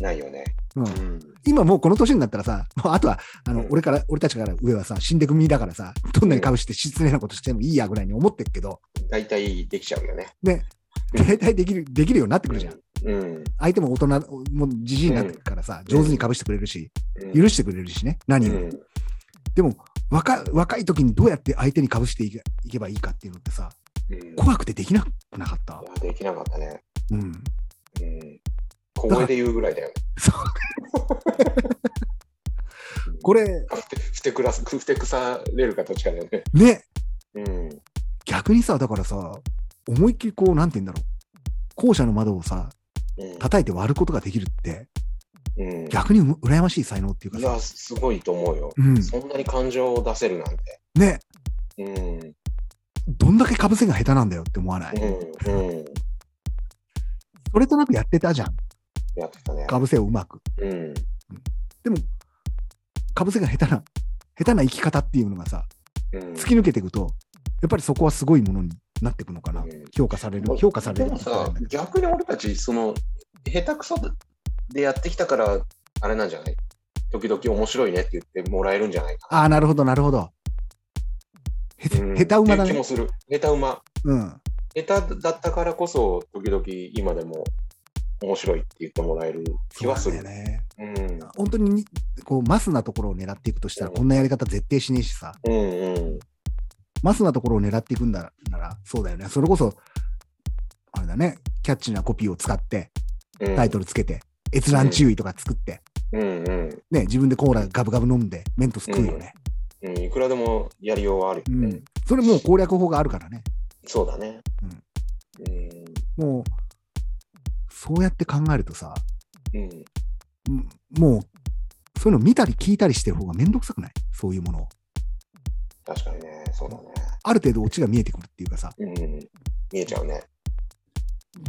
[SPEAKER 2] ないよね。
[SPEAKER 1] うん
[SPEAKER 2] うん。
[SPEAKER 1] 今もうこの年になったらさ、 もうあとは、あの
[SPEAKER 2] う、ん
[SPEAKER 1] 俺から、俺たちから上はさ、死んでく身だからさ、どんなに被して失礼なことしてもいいやぐらいに思ってるけど、
[SPEAKER 2] 大体できちゃうよね。
[SPEAKER 1] ね、
[SPEAKER 2] うん
[SPEAKER 1] 大体できる、できるようになってくるじゃん。
[SPEAKER 2] うん。
[SPEAKER 1] 相手も大人、もうじじいになってくからさ、
[SPEAKER 2] ん
[SPEAKER 1] 上手に被してくれるし、
[SPEAKER 2] うん
[SPEAKER 1] 許してくれるしね、何
[SPEAKER 2] う
[SPEAKER 1] を。
[SPEAKER 2] ん
[SPEAKER 1] でも、若若い時にどうやって相手に被していけいけばいいかっていうのってさ、
[SPEAKER 2] うん。い
[SPEAKER 1] 怖くてできなくなかった。
[SPEAKER 2] やできなかったね。
[SPEAKER 1] うん。
[SPEAKER 2] うん。小声で言うぐらいだよね。
[SPEAKER 1] そう。これ、
[SPEAKER 2] ふてふてくらす、ふてくされるかどっちかだよね。
[SPEAKER 1] ね、
[SPEAKER 2] うん。
[SPEAKER 1] 逆にさ、だからさ、思いっきりこう、なんて言うんだろう。校舎の窓をさ、
[SPEAKER 2] うん
[SPEAKER 1] 叩いて割ることができるって、
[SPEAKER 2] うん。
[SPEAKER 1] 逆にう羨ましい才能っていうか
[SPEAKER 2] い
[SPEAKER 1] さ
[SPEAKER 2] や、、すごいと思うよ。
[SPEAKER 1] うん。
[SPEAKER 2] そんなに感情を出せるなんて。
[SPEAKER 1] ね、
[SPEAKER 2] うん。
[SPEAKER 1] どんだけ被せが下手なんだよって思わない。
[SPEAKER 2] うん。うん。
[SPEAKER 1] それとなくやってたじゃん、
[SPEAKER 2] やってたね。
[SPEAKER 1] 被せをうまく。
[SPEAKER 2] うん。
[SPEAKER 1] でも、被せが下手な、下手な生き方っていうのがさ、
[SPEAKER 2] うん
[SPEAKER 1] 突き抜けていくと、やっぱりそこはすごいものになっていくのかな。
[SPEAKER 2] うん
[SPEAKER 1] 評価される、評価され
[SPEAKER 2] で
[SPEAKER 1] る
[SPEAKER 2] もさ、逆に俺たち、その、下手くそでやってきたから、あれなんじゃない時々面白いねって言ってもらえるんじゃないか
[SPEAKER 1] ああ、なるほど、なるほど。へ
[SPEAKER 2] な。
[SPEAKER 1] た、
[SPEAKER 2] うん
[SPEAKER 1] へた馬だ
[SPEAKER 2] っていう気
[SPEAKER 1] ね
[SPEAKER 2] も。する。下手馬。
[SPEAKER 1] うん。
[SPEAKER 2] 下手だったからこそ、時々今でも面白いって言ってもらえる気はす
[SPEAKER 1] そうな
[SPEAKER 2] る。
[SPEAKER 1] んだよね。
[SPEAKER 2] うん
[SPEAKER 1] 本当に、こう、マスなところを狙っていくとしたら、
[SPEAKER 2] うん
[SPEAKER 1] こんなやり方絶対しねえしさ、
[SPEAKER 2] うんうん。
[SPEAKER 1] マスなところを狙っていくんだなら、そうだよね。それこそ、あれだね、キャッチーなコピーを使って、
[SPEAKER 2] うん
[SPEAKER 1] タイトルつけて、閲覧注意とか作って、
[SPEAKER 2] うんうん
[SPEAKER 1] ね、自分でコーラガブガブ飲んで、メントすくうよね。
[SPEAKER 2] うん。いくらでもやりようはある
[SPEAKER 1] う
[SPEAKER 2] よ
[SPEAKER 1] ん。
[SPEAKER 2] ね。
[SPEAKER 1] それもう攻略法があるからね。
[SPEAKER 2] そうだね。
[SPEAKER 1] うん
[SPEAKER 2] うん。
[SPEAKER 1] もう、そうやって考えるとさ、
[SPEAKER 2] うん。
[SPEAKER 1] うんもう、そういうの見たり聞いたりしてる方がめんどくさくないそういうものを。
[SPEAKER 2] 確かにね。そうだね。
[SPEAKER 1] ある程度オチが見えてくるっていうかさ、
[SPEAKER 2] うんうん。見えちゃうね。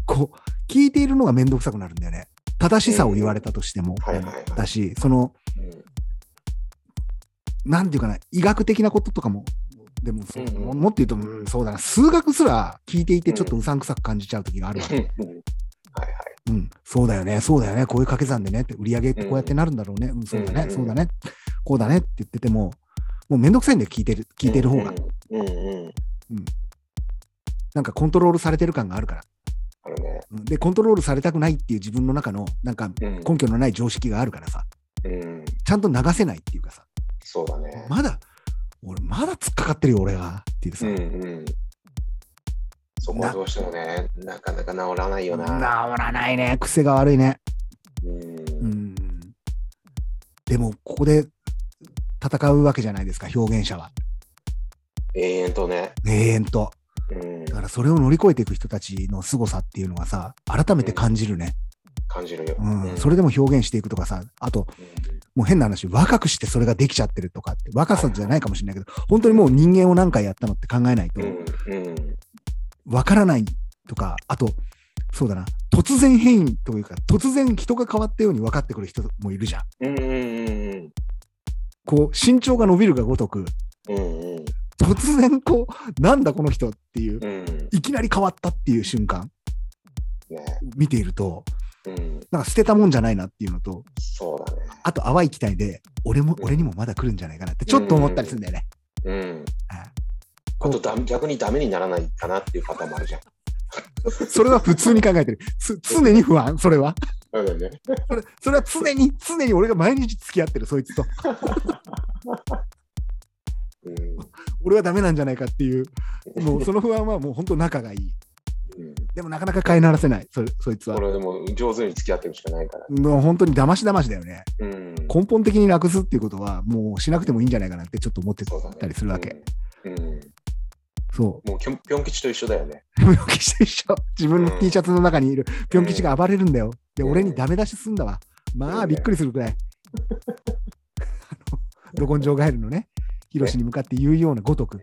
[SPEAKER 1] こう、聞いているのがめんどくさくなるんだよね。正しさを言われたとしても、
[SPEAKER 2] はいはいはい
[SPEAKER 1] だし、その、
[SPEAKER 2] うん
[SPEAKER 1] なんていうかな、医学的なこととかも、でもそう、
[SPEAKER 2] うんうん
[SPEAKER 1] もっと言うと、うんそうだな、数学すら聞いていてちょっとうさんくさく感じちゃう時があるわけ。
[SPEAKER 2] うんはいはい。
[SPEAKER 1] うん、そうだよね、そうだよね、こういう掛け算でねって、売り上げってこうやってなるんだろうね、うん、そうだ
[SPEAKER 2] うん
[SPEAKER 1] ね
[SPEAKER 2] う、ん
[SPEAKER 1] そうだね、こうだねって言ってても、もうめんどくさいんだよ、聞いてる、聞いてる方が。。
[SPEAKER 2] うんうん。
[SPEAKER 1] なんかコントロールされてる感があるから。
[SPEAKER 2] あるね。
[SPEAKER 1] うんで、コントロールされたくないっていう自分の中の、なんか
[SPEAKER 2] うん
[SPEAKER 1] 根拠のない常識があるからさ、
[SPEAKER 2] うん。
[SPEAKER 1] ちゃんと流せないっていうかさ、
[SPEAKER 2] そうだね。
[SPEAKER 1] まだ、俺、まだ突っかかってるよ、俺が、っていう
[SPEAKER 2] う
[SPEAKER 1] さ。
[SPEAKER 2] んうん。そこはどうしてもね、なかなか治らないよ
[SPEAKER 1] 治
[SPEAKER 2] な。
[SPEAKER 1] らないね、癖が悪いね。
[SPEAKER 2] うん
[SPEAKER 1] うん。でも、ここで戦うわけじゃないですか、表現者は。
[SPEAKER 2] 永遠とね。
[SPEAKER 1] 永遠と。
[SPEAKER 2] うん
[SPEAKER 1] だからそれを乗り越えていく人たちの凄さっていうのはさ、改めて感じるね。
[SPEAKER 2] 感じるよ。
[SPEAKER 1] うん。
[SPEAKER 2] うん
[SPEAKER 1] それでも表現していくとかさ、あと、もう変な話、若くしてそれができちゃってるとかって、若さじゃないかもしれないけど、本当にもう人間を何回やったのって考えないと
[SPEAKER 2] う、んうん
[SPEAKER 1] わからないとか、あと、そうだな、突然変異というか、突然人が変わったように分かってくる人もいるじゃん。
[SPEAKER 2] うんうん
[SPEAKER 1] こう、身長が伸びるがごとく、
[SPEAKER 2] うんうんうん
[SPEAKER 1] 突然こう、なんだこの人っていう、
[SPEAKER 2] うん
[SPEAKER 1] いきなり変わったっていう瞬間、
[SPEAKER 2] ね
[SPEAKER 1] 見ていると、
[SPEAKER 2] うん
[SPEAKER 1] なんか捨てたもんじゃないなっていうのと、
[SPEAKER 2] そうだね。
[SPEAKER 1] あと淡い期待で、俺も、
[SPEAKER 2] うん
[SPEAKER 1] 俺にもまだ来るんじゃないかなって、ちょっと思ったりするんだよね。
[SPEAKER 2] うん。
[SPEAKER 1] うん
[SPEAKER 2] あとだ逆にダメにならないかなっていうパターンもあるじゃん。
[SPEAKER 1] それは普通に考えてる。つ常に不安、それは。
[SPEAKER 2] そうだよね。
[SPEAKER 1] それそれは常に、常に俺が毎日付き合ってる、そいつと。
[SPEAKER 2] うん
[SPEAKER 1] 俺はダメなんじゃないかっていう、もうその不安はもう本当仲がいい。
[SPEAKER 2] うん
[SPEAKER 1] でもなかなか飼いならせない、そそいつは
[SPEAKER 2] こ。れでも上手に付き合っていくしかないから。
[SPEAKER 1] もう本当に騙し騙しだよね。
[SPEAKER 2] うん。
[SPEAKER 1] 根本的になくすっていうことは、もうしなくてもいいんじゃないかなってちょっと思って
[SPEAKER 2] そうだね
[SPEAKER 1] たりするわけ。。
[SPEAKER 2] うんうん。
[SPEAKER 1] そう。
[SPEAKER 2] もうぴょんぴょん吉と一緒だよね。
[SPEAKER 1] ピョン吉と一緒。自分の T シャツの中にいるピョン吉が暴れるんだよ。で、
[SPEAKER 2] うん
[SPEAKER 1] 俺にダメ出しすんだわ。まあ、びっくりするくらい。あの、ど根性ガエルのね、ヒロシに向かって言うようなごとく、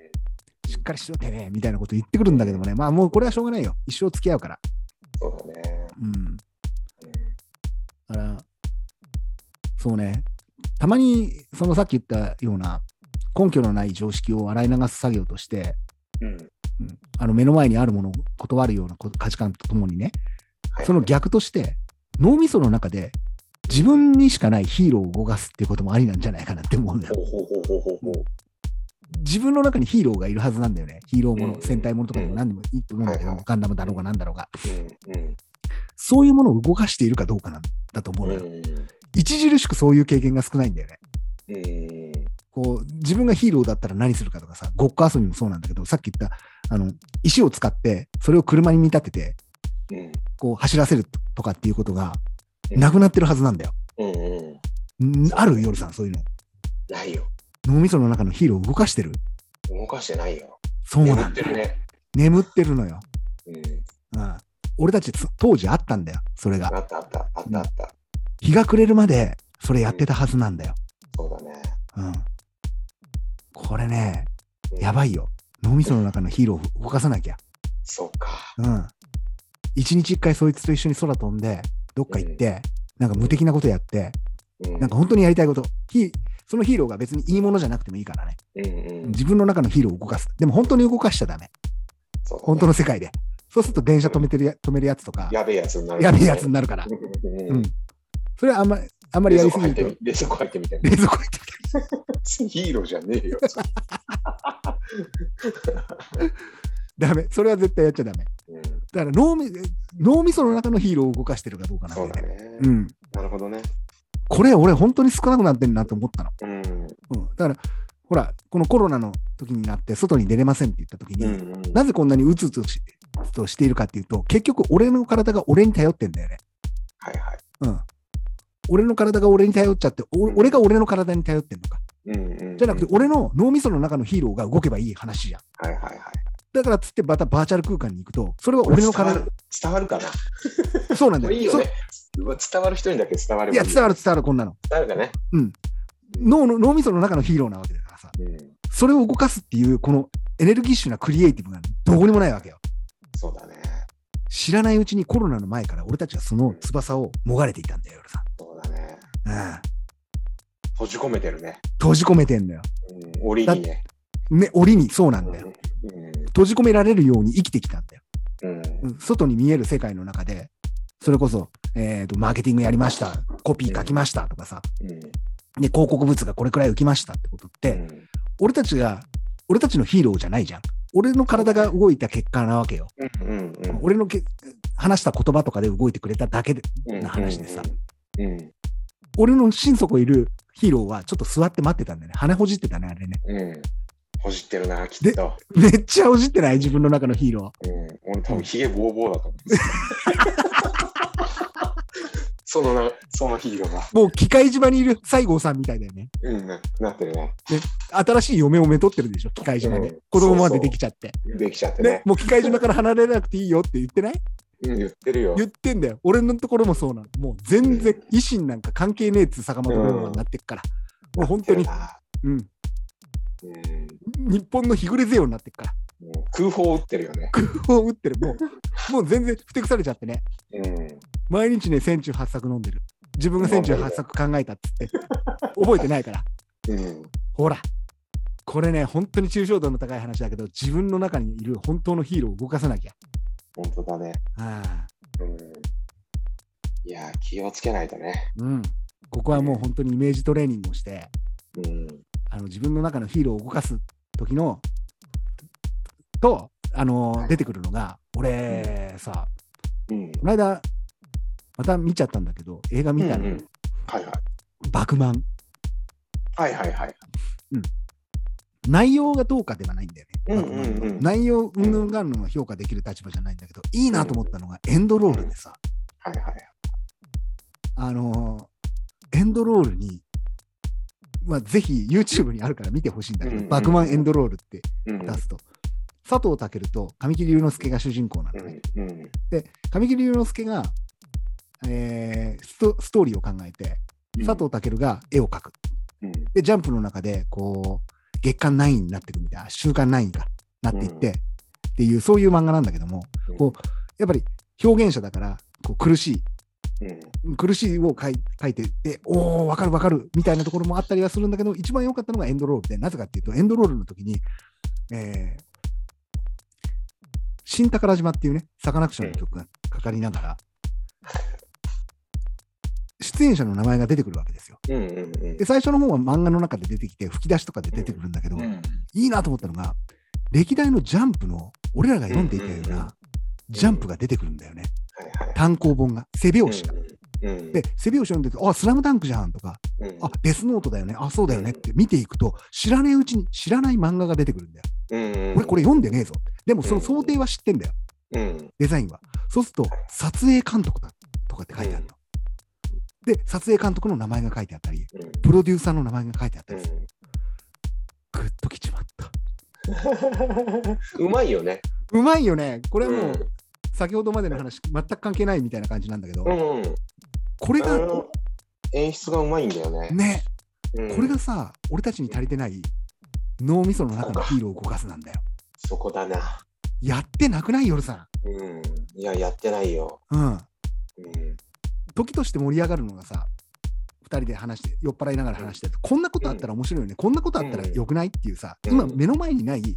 [SPEAKER 1] しっかりしろってね、みたいなこと言ってくるんだけどもね、まあもうこれはしょうがないよ。一生付き合うから。
[SPEAKER 2] そうだね。
[SPEAKER 1] うん。だ
[SPEAKER 2] うん
[SPEAKER 1] から、そうね。たまに、そのさっき言ったような、根拠のない常識を洗い流す作業として、
[SPEAKER 2] う
[SPEAKER 1] う
[SPEAKER 2] ん。
[SPEAKER 1] んあの目の前にあるものを断るようなこ価値観とともにね、
[SPEAKER 2] はい
[SPEAKER 1] その逆として、脳みその中で自分にしかないヒーローを動かすっていうこともありなんじゃないかなって思うんだよ。
[SPEAKER 2] ほうほうほうほうほうほ
[SPEAKER 1] 自分の中にヒーローがいるはずなんだよね。ヒーローも
[SPEAKER 2] う
[SPEAKER 1] の、
[SPEAKER 2] ん
[SPEAKER 1] 戦隊ものとかでも何でもいいと思うんだけ
[SPEAKER 2] は
[SPEAKER 1] ど
[SPEAKER 2] いはい、
[SPEAKER 1] ガンダムだろうが何だろうが。
[SPEAKER 2] う。うん
[SPEAKER 1] そういうものを動かしているかどうかなんだと思う
[SPEAKER 2] うん。
[SPEAKER 1] の
[SPEAKER 2] う
[SPEAKER 1] よ。
[SPEAKER 2] ん
[SPEAKER 1] 著しくそういう経験が少ないんだよね。
[SPEAKER 2] うん。
[SPEAKER 1] こう、自分がヒーローだったら何するかとかさ、ごっこ遊びもそうなんだけど、さっき言った、あの、石を使って、それを車に見立てて、
[SPEAKER 2] うん。
[SPEAKER 1] こう走らせるとかっていうことが
[SPEAKER 2] うん
[SPEAKER 1] なくなってるはずなんだよ。
[SPEAKER 2] うんうん。
[SPEAKER 1] んある夜さん、そういうの。
[SPEAKER 2] ないよ。
[SPEAKER 1] 脳みその中のヒーローを動かしてる。
[SPEAKER 2] 動かしてないよ。
[SPEAKER 1] そう
[SPEAKER 2] 眠
[SPEAKER 1] な
[SPEAKER 2] っ
[SPEAKER 1] ん
[SPEAKER 2] て
[SPEAKER 1] だ。
[SPEAKER 2] るね。
[SPEAKER 1] 眠ってるのよ。
[SPEAKER 2] うん。
[SPEAKER 1] うん、俺たちつ当時あったんだよ、それが。
[SPEAKER 2] あったあったあったあった。
[SPEAKER 1] 日が暮れるまでそれやってたはずなんだよ。
[SPEAKER 2] そうだね。
[SPEAKER 1] うん、これね、
[SPEAKER 2] うん
[SPEAKER 1] やばいよ。脳みその中のヒーローを動かさなきゃ。
[SPEAKER 2] そうか。
[SPEAKER 1] うん。一日一回そいつと一緒に空飛んで、どっか行って、なんか無敵なことやって、
[SPEAKER 2] うん
[SPEAKER 1] なんか本当にやりたいこと、ひそのヒーローが別にいいものじゃなくてもいいからね。
[SPEAKER 2] うんうん。
[SPEAKER 1] 自分の中のヒーローを動かす。でも本当に動かしちゃダメ。
[SPEAKER 2] そうだね
[SPEAKER 1] 本当の世界で。そうすると電車止めてるや止めるやつとか、
[SPEAKER 2] やべえやつになる。
[SPEAKER 1] やべえやつになるから。
[SPEAKER 2] うん。
[SPEAKER 1] うんそれはあんまり、あんまりやりすぎると、
[SPEAKER 2] 冷蔵庫入ってみた いな。
[SPEAKER 1] 冷蔵庫入ってみ
[SPEAKER 2] ヒーローじゃねえよ。
[SPEAKER 1] たらダメ。それは絶対やっちゃダメ。
[SPEAKER 2] うん、
[SPEAKER 1] だから脳み脳みその中のヒーローを動かしてるかどうかなんだ
[SPEAKER 2] そ
[SPEAKER 1] よ
[SPEAKER 2] うだね、
[SPEAKER 1] うん。
[SPEAKER 2] なるほどね。
[SPEAKER 1] これ、俺、本当に少なくなってんなと思ったの。
[SPEAKER 2] う
[SPEAKER 1] う
[SPEAKER 2] ん。
[SPEAKER 1] ん。だから、ほら、このコロナの時になって、外に出れませんって言った時に、
[SPEAKER 2] うんうん、
[SPEAKER 1] なぜこんなにうつうつしとしているかっていうと、結局、俺の体が俺に頼ってんだよね。
[SPEAKER 2] はいはい。
[SPEAKER 1] うん。俺の体が俺に頼っちゃって、お
[SPEAKER 2] うん
[SPEAKER 1] 俺が俺の体に頼ってんのか。
[SPEAKER 2] うんうんうん
[SPEAKER 1] じゃなくて、俺の脳みその中のヒーローが動けばいい話じゃん。
[SPEAKER 2] はいはいはい。
[SPEAKER 1] だからつって、またバーチャル空間に行くと、それは俺の体
[SPEAKER 2] 伝わ、る伝わるかな
[SPEAKER 1] そうなん
[SPEAKER 2] こ
[SPEAKER 1] だ
[SPEAKER 2] れ
[SPEAKER 1] よ。
[SPEAKER 2] いいよね
[SPEAKER 1] そ。
[SPEAKER 2] 伝わる人にだけ伝われ
[SPEAKER 1] う
[SPEAKER 2] ば
[SPEAKER 1] いや、伝わる、伝わる、こんなの。
[SPEAKER 2] 伝わるかね。
[SPEAKER 1] 脳の脳みその中のヒーローなわけだからさ。
[SPEAKER 2] うん。
[SPEAKER 1] それを動かすっていう、このエネルギッシュなクリエイティブがどこにもないわけよ。
[SPEAKER 2] そうだね。
[SPEAKER 1] 知らないうちにコロナの前から俺たちはその翼をもがれていたんだよ、
[SPEAKER 2] そうだね。
[SPEAKER 1] 俺さん。うん。
[SPEAKER 2] 閉じ込めてるね。
[SPEAKER 1] 閉じ込めてんだよ。
[SPEAKER 2] うん。檻にね。
[SPEAKER 1] ね、檻にそうな
[SPEAKER 2] うんん
[SPEAKER 1] だよ。閉じ込められるように生きてきたんだよ。
[SPEAKER 2] うん。
[SPEAKER 1] うん外に見える世界の中で、それこそ、えっ、と、マーケティングやりました、コピー書きましたとかさ、
[SPEAKER 2] うん。
[SPEAKER 1] で、広告物がこれくらい浮きましたってことって、
[SPEAKER 2] うん
[SPEAKER 1] 俺たちが、俺たちのヒーローじゃないじゃん。俺の体が動いた結果なわけよ。
[SPEAKER 2] うんうん
[SPEAKER 1] 俺のけ話した言葉とかで動いてくれただけで、
[SPEAKER 2] うん
[SPEAKER 1] な話でさ。
[SPEAKER 2] うん
[SPEAKER 1] 俺の心底いるヒーローはちょっと座って待ってたんだよね。鼻ほじってたね、あれね。
[SPEAKER 2] うん。ほじってるな、きっと。
[SPEAKER 1] めっちゃほじってない自分の中のヒーロ
[SPEAKER 2] うん。俺多分ひげぼうぼうだと思う。そのな、そのヒーローが。
[SPEAKER 1] ー。もう機械島にいる西郷さんみたいだよね。
[SPEAKER 2] うん。なってるね。
[SPEAKER 1] 新しい嫁をめとってるでしょ、機械島で
[SPEAKER 2] うん。
[SPEAKER 1] 子供までできちゃって。
[SPEAKER 2] できちゃって
[SPEAKER 1] ね
[SPEAKER 2] ね、。
[SPEAKER 1] もう機械島から離れなくていいよって言ってない
[SPEAKER 2] うん言ってるよ。
[SPEAKER 1] 言ってんだよ。俺のところもそうなの。もう全然、維新なんか関係ねえっつう坂本龍馬になってっから。もう本当に、うん。
[SPEAKER 2] うん。
[SPEAKER 1] 日本の日暮れ勢ようになってっから。
[SPEAKER 2] もう空砲撃ってるよね。
[SPEAKER 1] もう打ってる。もう、もう全然、ふてくされちゃってね。
[SPEAKER 2] うん。
[SPEAKER 1] 毎日ね、千中八作飲んでる。自分が千中八作考えたっつって、覚えてないから。
[SPEAKER 2] うん。
[SPEAKER 1] ほら、これね、本当に抽象度の高い話だけど、自分の中にいる本当のヒーローを動かさなきゃ。
[SPEAKER 2] 本当だね。
[SPEAKER 1] ああ
[SPEAKER 2] うん。いやー、気をつけないとね。
[SPEAKER 1] うん、ここはもう本当にイメージトレーニングをして、
[SPEAKER 2] うん。
[SPEAKER 1] あの自分の中のヒーローを動かす時の、と、あの
[SPEAKER 2] はい
[SPEAKER 1] 出てくるのが、俺さ、
[SPEAKER 2] うん。
[SPEAKER 1] この間、また見ちゃったんだけど、映画見た
[SPEAKER 2] うん
[SPEAKER 1] の、
[SPEAKER 2] うんはいはい。
[SPEAKER 1] バクマン。
[SPEAKER 2] はいはいはい。
[SPEAKER 1] 内容がどうかではないんだよね。
[SPEAKER 2] うんうんうん
[SPEAKER 1] 内容うんぬんがんの評価できる立場じゃないんだけど、いいなと思ったのがエンドロールでさ、
[SPEAKER 2] はいはい。
[SPEAKER 1] あのーエンドロールに、まあ、ぜひ YouTube にあるから見てほしいんだけど、
[SPEAKER 2] うんうん
[SPEAKER 1] バクマンエンドロールって
[SPEAKER 2] うん。
[SPEAKER 1] 出すと、佐藤健と神木隆之介が主人公なんだね。
[SPEAKER 2] うん。うん。
[SPEAKER 1] 神木隆之介が、えーストストーリーを考えて、佐藤健が絵を描く。
[SPEAKER 2] うん。
[SPEAKER 1] で、ジャンプの中で、こう、月間9位になっていくみたいな、週間9位か、なっていって、
[SPEAKER 2] うん
[SPEAKER 1] っていう、そういう漫画なんだけども、
[SPEAKER 2] うん
[SPEAKER 1] こう、やっぱり表現者だから、こう苦し
[SPEAKER 2] うん。
[SPEAKER 1] い、苦しいを書い書いてって、おー、わかるわかる、みたいなところもあったりはするんだけど、一番良かったのがエンドロールで、なぜかっていうと、エンドロールの時に、えー、新宝島っていうね、サカナクションの曲がかかりながら、出演者の名前が出てくるわけですよ。
[SPEAKER 2] うんうんうん
[SPEAKER 1] で、最初の方は漫画の中で出てきて、吹き出しとかで出てくるんだけど、
[SPEAKER 2] うん。
[SPEAKER 1] いいなと思ったのが、歴代のジャンプの、俺らが読んでいたよう
[SPEAKER 2] うんうんうん
[SPEAKER 1] な、ジャンプが出てくるんだよね。
[SPEAKER 2] はいはい。
[SPEAKER 1] 単行本が、背
[SPEAKER 2] うん
[SPEAKER 1] 表紙が。
[SPEAKER 2] うん。
[SPEAKER 1] で、背表紙読んでると、あ、スラムダンクじゃんとか、
[SPEAKER 2] うん
[SPEAKER 1] あ、デスノートだよね、あ、そうだよねって見ていくと、知らないうちに知らない漫画が出てくるんだよ。
[SPEAKER 2] うん。
[SPEAKER 1] 俺これ読んでねえぞ。でもその
[SPEAKER 2] うん
[SPEAKER 1] 想定は知ってんだよ、
[SPEAKER 2] れ。うん。
[SPEAKER 1] デザインは。そうすると、撮影監督だとかって書いてあるの。で、撮影監督の名前が書いてあったり、
[SPEAKER 2] うん。
[SPEAKER 1] プロデューサーの名前が書いてあった
[SPEAKER 2] う
[SPEAKER 1] りする。グッときちまった。
[SPEAKER 2] んうまいよね。
[SPEAKER 1] うまいよね。これは
[SPEAKER 2] う
[SPEAKER 1] も
[SPEAKER 2] ん
[SPEAKER 1] う、先ほどまでの話、全く関係ないみたいな感じなんだけど、
[SPEAKER 2] うんうん。
[SPEAKER 1] これ
[SPEAKER 2] あ
[SPEAKER 1] が
[SPEAKER 2] の演出がうまいんだよね。
[SPEAKER 1] ね、
[SPEAKER 2] うん
[SPEAKER 1] これがさ、俺たちに足りてない脳みその中のヒーローを動かすなんだよ。
[SPEAKER 2] そこだな。
[SPEAKER 1] やってなくない夜さ
[SPEAKER 2] うん。いや、やってないよ。
[SPEAKER 1] ん。うん。
[SPEAKER 2] うん。
[SPEAKER 1] 時として盛り上がるのがさ、2人で話して、酔っ払いながら話して、こんなことあったら面白いよね、こんなことあったらよくないっていうさ、
[SPEAKER 2] うん
[SPEAKER 1] 今目の前にない、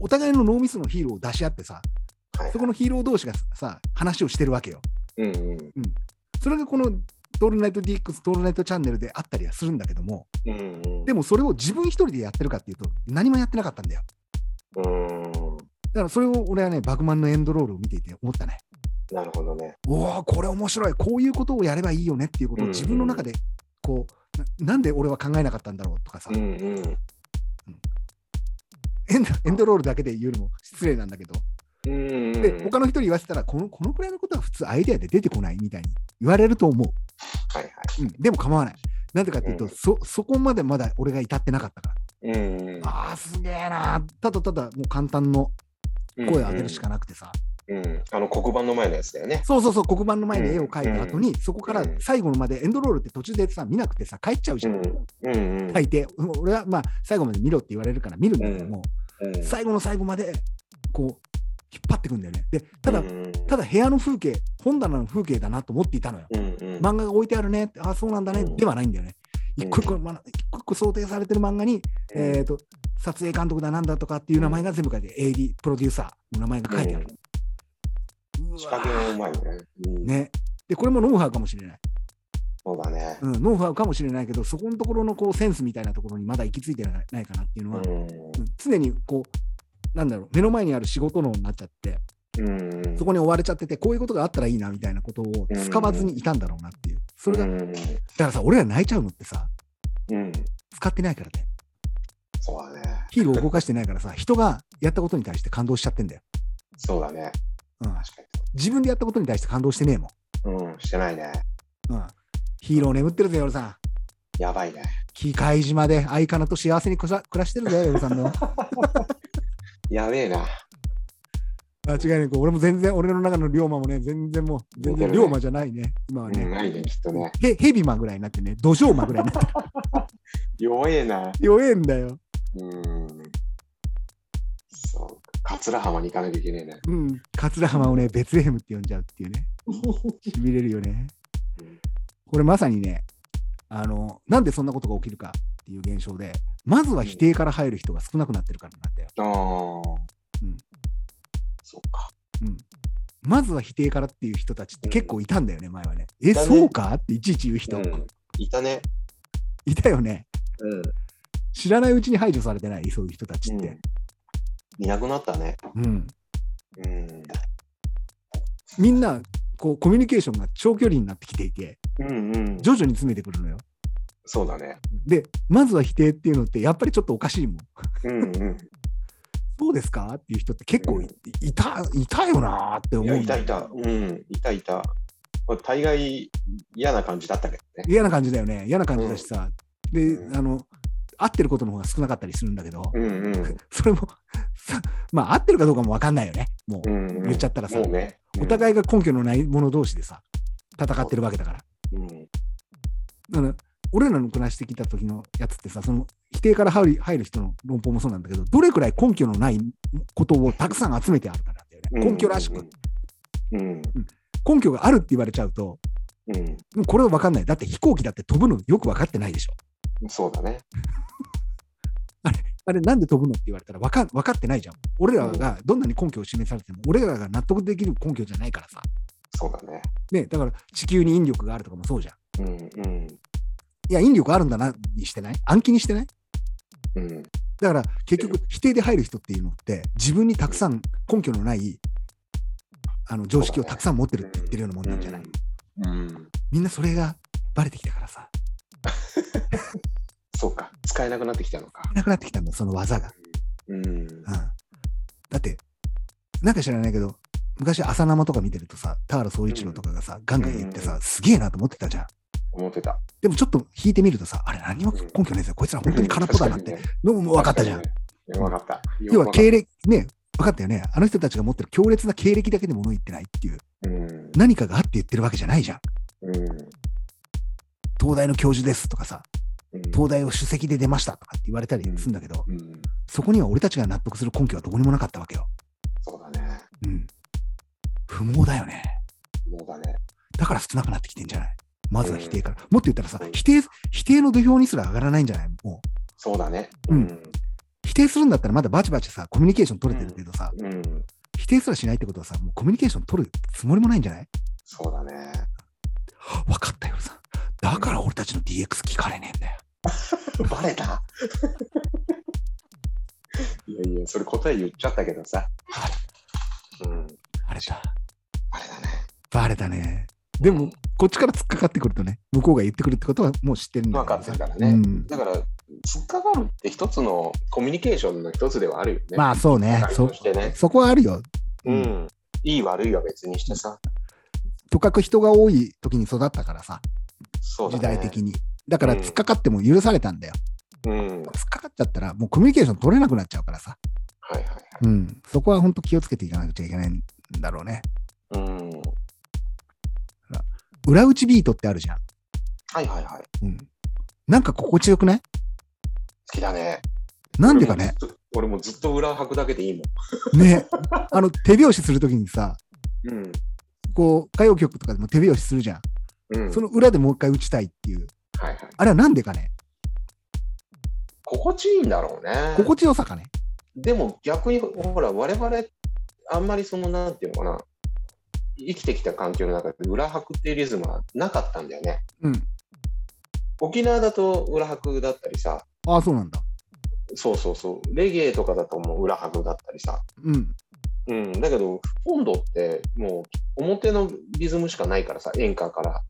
[SPEAKER 1] お互いの脳みそのヒーローを出し合ってさ、
[SPEAKER 2] はい
[SPEAKER 1] そこのヒーロー同士がさ、話をしてるわけよ。
[SPEAKER 2] うんうん。
[SPEAKER 1] それがこのトールナイト DX、トールナイトチャンネルであったりはするんだけども、
[SPEAKER 2] うんうん
[SPEAKER 1] でもそれを自分一人でやってるかっていうと、何もやってなかったんだよ。
[SPEAKER 2] うん
[SPEAKER 1] だからそれを俺はね、バグマンのエンドロールを見ていて思ったね。
[SPEAKER 2] なるほどね。
[SPEAKER 1] おお、これ面白い、こういうことをやればいいよねっていうことを
[SPEAKER 2] うん
[SPEAKER 1] 自分の中で、こう、ななんで俺は考えなかったんだろうとかさ、
[SPEAKER 2] うんうん
[SPEAKER 1] エンドエンドロールだけで言うのも失礼なんだけど、
[SPEAKER 2] うんうん。
[SPEAKER 1] で他の人に言わせたらこの、このくらいのことは普通アイデアで出てこないみたいに言われると思う。
[SPEAKER 2] はいはい。
[SPEAKER 1] うん、でも構わない。なんでかっていうと、
[SPEAKER 2] うん
[SPEAKER 1] そそこまでまだ俺が至ってなかったから。
[SPEAKER 2] うんうん
[SPEAKER 1] ああ、すげえなー。ただただもう簡単の声を当てるしかなくてさ。
[SPEAKER 2] うん、あの黒板の前のやつだよね。
[SPEAKER 1] そうそうそう、黒板の前に絵を描いた後に、そこから
[SPEAKER 2] うん
[SPEAKER 1] 最後のまでエンドロールって途中でさ、見なくてさ、帰っちゃうじ
[SPEAKER 2] う
[SPEAKER 1] ゃ
[SPEAKER 2] ん
[SPEAKER 1] ん。
[SPEAKER 2] うんうん
[SPEAKER 1] 書いて、うん俺はまあ最後まで見ろって言われるから見るんだけども、
[SPEAKER 2] うん
[SPEAKER 1] 最後の最後までこう引っ張ってくんだよね。で、ただ、
[SPEAKER 2] うん
[SPEAKER 1] ただ部屋の風景、本棚の風景だなと思っていたのよ。
[SPEAKER 2] うんうん
[SPEAKER 1] 漫画が置いてあるねって、ああ、そうなんだね、
[SPEAKER 2] うん
[SPEAKER 1] ではないんだよね。
[SPEAKER 2] うん
[SPEAKER 1] 一個一個,、ま、一個一個想定されてる漫画に、えー、と撮影監督だなんだとかっていう名前が全部書いて、AD、プロデューサーの名前が書いてある。う
[SPEAKER 2] 仕
[SPEAKER 1] わ
[SPEAKER 2] 掛けがうまいよね。うん
[SPEAKER 1] ね。で、これもノウハウかもしれない。
[SPEAKER 2] そうだね。
[SPEAKER 1] うん、ノウハウかもしれないけど、そこのところのこうセンスみたいなところにまだ行き着いてないないかなっていうのは、うん常にこう、なんだろう、目の前にある仕事のになっちゃって、
[SPEAKER 2] うんうん
[SPEAKER 1] そこに追われちゃってて、こういうことがあったらいいなみたいなことを使わずにいたんだろうなっていう。それが、
[SPEAKER 2] う
[SPEAKER 1] だ
[SPEAKER 2] ん
[SPEAKER 1] からさ、俺ら泣いちゃうのってさ、
[SPEAKER 2] うん、
[SPEAKER 1] 使ってないからね。
[SPEAKER 2] そうだね。
[SPEAKER 1] ヒーローを動かしてないからさ、人がやったことに対して感動しちゃってんだよ。
[SPEAKER 2] そうだね。
[SPEAKER 1] うん、
[SPEAKER 2] 確か
[SPEAKER 1] 自分でやったことに対して感動してねえも
[SPEAKER 2] に。うん、してないね。
[SPEAKER 1] ん。うん、ヒーロー眠ってるぜ、夜さん。
[SPEAKER 2] やばいね。機
[SPEAKER 1] 機械島で相方と幸せに暮ら暮らしてるぜ、夜さんの。
[SPEAKER 2] やべえな。
[SPEAKER 1] 間違いなく、俺も全然、俺の中の龍馬もね、全然もう、全然龍馬じゃないね、今は
[SPEAKER 2] う
[SPEAKER 1] ね。
[SPEAKER 2] ん、ないね、きっとね。
[SPEAKER 1] へヘビマぐらいになってね、ドジョウマぐらいになって、
[SPEAKER 2] 弱えな。
[SPEAKER 1] 弱えんだよ。
[SPEAKER 2] うん。そう。桂浜に行かなきゃいけねえ ね。
[SPEAKER 1] うん、桂浜をね、ベツレヘムって呼んじゃうっていうね、しびれるよね
[SPEAKER 2] うん。
[SPEAKER 1] これまさにね、あの、なんでそんなことが起きるかっていう現象で、まずは否定から入る人が少なくなってるからなんだよ。
[SPEAKER 2] ああ。
[SPEAKER 1] うん。
[SPEAKER 2] そっか。
[SPEAKER 1] うん。まずは否定からっていう人たちって結構いたんだよね、前はね。え、
[SPEAKER 2] だね
[SPEAKER 1] そうかっていちいち言う人、
[SPEAKER 2] うんいたね。
[SPEAKER 1] いたよね。
[SPEAKER 2] うん。
[SPEAKER 1] 知らないうちに排除されてない、そういう人たちって。
[SPEAKER 2] いなくなったね。
[SPEAKER 1] うん
[SPEAKER 2] うん。
[SPEAKER 1] みんな、こう、コミュニケーションが長距離になってきていて、
[SPEAKER 2] うんうん。
[SPEAKER 1] 徐々に詰めてくるのよ。
[SPEAKER 2] そうだね。
[SPEAKER 1] で、まずは否定っていうのって、やっぱりちょっとおかしいもん。
[SPEAKER 2] うん う
[SPEAKER 1] そうですかっていう人って結構い,、た、いたよなーって
[SPEAKER 2] ん。い
[SPEAKER 1] 思
[SPEAKER 2] や、
[SPEAKER 1] う。
[SPEAKER 2] いたいた。うん。いたいた。まあ大概嫌な感じだったけどね。
[SPEAKER 1] 嫌な感じだよね。嫌な感じだしさ。
[SPEAKER 2] うん
[SPEAKER 1] で、あの、合ってることの方が少なかったりするんだけど、
[SPEAKER 2] うんうん。
[SPEAKER 1] それも、さまあ、合ってるかどうかも分かんないよね。もう、
[SPEAKER 2] うんうん、
[SPEAKER 1] 言っちゃったらさ
[SPEAKER 2] もうね。
[SPEAKER 1] お互いが根拠のない者同士でさ、戦ってるわけだから。
[SPEAKER 2] うん。
[SPEAKER 1] だから俺らの暮らしてきた時のやつってさ、その否定から入る入る人の論法もそうなんだけど、どれくらい根拠のないことをたくさん集めてあるかなんだよ
[SPEAKER 2] うん
[SPEAKER 1] ね。根拠らしく。。
[SPEAKER 2] うん。
[SPEAKER 1] 根拠があるって言われちゃうと、
[SPEAKER 2] うん。
[SPEAKER 1] もうこれは分かんない。だって飛行機だって飛ぶのよく分かってないでしょ。
[SPEAKER 2] そうだね。
[SPEAKER 1] あれなんで飛ぶのって言われたら分かん分かってないじゃん。俺らがどんなに根拠を示されても、俺らが納得できる根拠じゃないからさ。
[SPEAKER 2] そうだね。
[SPEAKER 1] ね、だから地球に引力があるとかもそうじゃん。
[SPEAKER 2] うんうん。
[SPEAKER 1] いや、引力あるんだなにしてない暗記にしてない
[SPEAKER 2] うん。
[SPEAKER 1] だから結局否定で入る人っていうのって自分にたくさん根拠のないあの常識をたくさん持ってるって言ってるようなもんなんじゃない、
[SPEAKER 2] うんうん。
[SPEAKER 1] みんなそれがバレてきたからさ
[SPEAKER 2] そうか。使えなくなってきたのか。
[SPEAKER 1] なくなってきたんだその技が、
[SPEAKER 2] うん。
[SPEAKER 1] うん、だってなんか知らないけど昔朝生とか見てるとさ田原総一郎とかがさ、ガンガン言ってさ、
[SPEAKER 2] う
[SPEAKER 1] すげえなと思ってたじゃん
[SPEAKER 2] 思ってた。
[SPEAKER 1] でもちょっと引いてみるとさあれ何も根拠ねえぞこいつら本当に空っぽだなって
[SPEAKER 2] うん。
[SPEAKER 1] のも分かったじゃん、
[SPEAKER 2] 確かにね。分かった。
[SPEAKER 1] 要は
[SPEAKER 2] 営。
[SPEAKER 1] 経歴ね分かったよねあの人たちが持ってる強烈な経歴だけで物言ってないっていう
[SPEAKER 2] うん。
[SPEAKER 1] 何かがあって言ってるわけじゃないじゃん
[SPEAKER 2] うん
[SPEAKER 1] 東大の教授ですとかさ、
[SPEAKER 2] うん
[SPEAKER 1] 東大を首席で出ましたとかって言われたりするんだけど、
[SPEAKER 2] うん。
[SPEAKER 1] そこには俺たちが納得する根拠はどこにもなかったわけよ。
[SPEAKER 2] そうだね。
[SPEAKER 1] うん。不毛だよね。
[SPEAKER 2] そうだね。
[SPEAKER 1] だから少なくなってきてんじゃないまずは否定から。もっと言ったらさ
[SPEAKER 2] うん、
[SPEAKER 1] 否定、否定の土俵にすら上がらないんじゃないもう。
[SPEAKER 2] そうだね。
[SPEAKER 1] うん
[SPEAKER 2] うん。
[SPEAKER 1] 否定するんだったらまだバチバチさ、コミュニケーション取れてるけどさ、
[SPEAKER 2] うん。
[SPEAKER 1] 否定すらしないってことはさ、もうコミュニケーション取るつもりもないんじゃない
[SPEAKER 2] そうだね。
[SPEAKER 1] 分かったよ、さん。だから俺たちの DX 聞かれねえんだよ。
[SPEAKER 2] バレ たいやいや、それ答え言っちゃったけどさ。うん、
[SPEAKER 1] バレた。
[SPEAKER 2] あれだね。
[SPEAKER 1] バレたね。でも、こっちから突っかかってくるとね、向こうが言ってくるってことはもう知ってるんだ
[SPEAKER 2] 分か
[SPEAKER 1] よ
[SPEAKER 2] って
[SPEAKER 1] ね
[SPEAKER 2] るからね。
[SPEAKER 1] うん
[SPEAKER 2] だから、突っかかるって一つのコミュニケーションの一つではあるよね。
[SPEAKER 1] まあそうね
[SPEAKER 2] 会話
[SPEAKER 1] そ
[SPEAKER 2] と、してね
[SPEAKER 1] そこはあるよ。
[SPEAKER 2] うん。いい悪いは別にしてさ。
[SPEAKER 1] とかく人が多い時に育ったからさ、
[SPEAKER 2] そうだ、
[SPEAKER 1] 時
[SPEAKER 2] ね。
[SPEAKER 1] 代的に。だから
[SPEAKER 2] うん
[SPEAKER 1] 突っかかっても許されたんだよ。
[SPEAKER 2] うん。はい
[SPEAKER 1] 突っかかっちゃったら、もうコミュニケーション取れなくなっちゃうからさ。
[SPEAKER 2] はいはい。
[SPEAKER 1] うん。そこは本当気をつけていかなくちゃいけないんだろうね。
[SPEAKER 2] うん。
[SPEAKER 1] 裏打ちビートってあるじゃん。
[SPEAKER 2] はいはいはい。好
[SPEAKER 1] うん。なんか心地よくない
[SPEAKER 2] きだね。
[SPEAKER 1] なんでかね。
[SPEAKER 2] 俺もずっと。俺もずっと裏履くだけでいいも
[SPEAKER 1] ね。あの、手拍子するときにさ、
[SPEAKER 2] ん。うん。
[SPEAKER 1] こう、歌謡曲とかでも手拍子するじゃん。
[SPEAKER 2] うん、
[SPEAKER 1] その裏でもう一回打ちたいっていう。
[SPEAKER 2] はいはい、
[SPEAKER 1] あれはなんでかね。
[SPEAKER 2] 心地いいんだろうね。
[SPEAKER 1] 心地よさかね。
[SPEAKER 2] でも逆にほら我々あんまりそのなんていうのかな生きてきた環境の中で裏拍っていうリズムはなかったんだよね
[SPEAKER 1] うん。
[SPEAKER 2] 沖縄だと裏拍だったりさ
[SPEAKER 1] ああ、そうなんだ。
[SPEAKER 2] そうそうそうレゲエとかだともう裏拍だったりさ
[SPEAKER 1] うん。
[SPEAKER 2] うんだけど本土ってもう表のリズムしかないからさ演歌から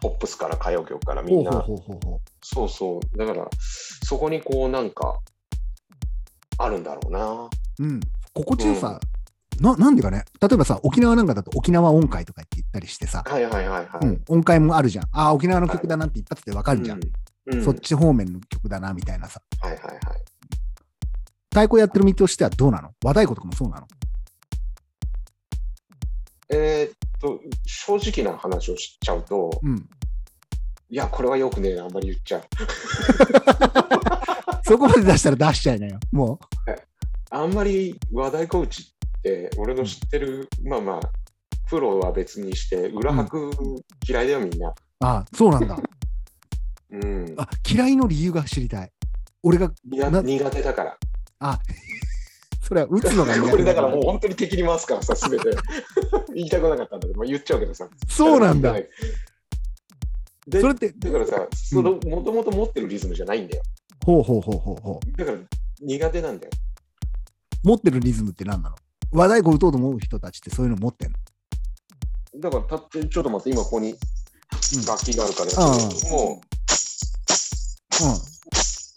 [SPEAKER 2] ポップスから歌謡曲からみ
[SPEAKER 1] ほうんほう
[SPEAKER 2] な
[SPEAKER 1] ほうほうほう。
[SPEAKER 2] そうそうだからそこにこうなんかあるんだろうな
[SPEAKER 1] うん、心地よさ、ななんでかね、例えばさ、沖縄なんかだと沖縄音階とかって言ったりしてさ、
[SPEAKER 2] はいはいはいはい、
[SPEAKER 1] うん、音階もあるじゃん。ああ、沖縄の曲だなって一発でわかるじゃん,、
[SPEAKER 2] うん、うん
[SPEAKER 1] そっち方面の曲だなみたいなさ。
[SPEAKER 2] はいはいはい
[SPEAKER 1] 太鼓やってる身としてはどうなの和太鼓とかもそうなの
[SPEAKER 2] えーっと、正直な話をしちゃうと、
[SPEAKER 1] うん。
[SPEAKER 2] いや、これはよくねえ、あんまり言っちゃう。
[SPEAKER 1] そこまで出したら出しちゃいなよ。も
[SPEAKER 2] あんまり和太鼓打ちって、俺の知ってる、まあまあ、プロは別にして、裏拍嫌いだよ、みんな。
[SPEAKER 1] う。ああ、そうなんだ。
[SPEAKER 2] うん。
[SPEAKER 1] あ嫌いの理由が知りたい。俺が、
[SPEAKER 2] 苦
[SPEAKER 1] な
[SPEAKER 2] 苦手だから。
[SPEAKER 1] あそれは打つのが苦
[SPEAKER 2] こ
[SPEAKER 1] 手
[SPEAKER 2] れだからもう本当に敵に回すからさ、すべて。 言いたくなかったんだけど、まあ、言っちゃうけどさ。
[SPEAKER 1] そうなんだ。
[SPEAKER 2] で
[SPEAKER 1] それって、
[SPEAKER 2] だからさ、その、もともと持ってるリズムじゃないんだよ。
[SPEAKER 1] ほうほうほうほうほ
[SPEAKER 2] だから、苦手なんだよ。
[SPEAKER 1] う。持ってるリズムって何なの和太鼓打とうと思う人たちってそういうの持ってんの
[SPEAKER 2] だから、たって、ちょっと待って、今ここ
[SPEAKER 1] う
[SPEAKER 2] に
[SPEAKER 1] ん
[SPEAKER 2] 楽器があるから、
[SPEAKER 1] うん
[SPEAKER 2] もう、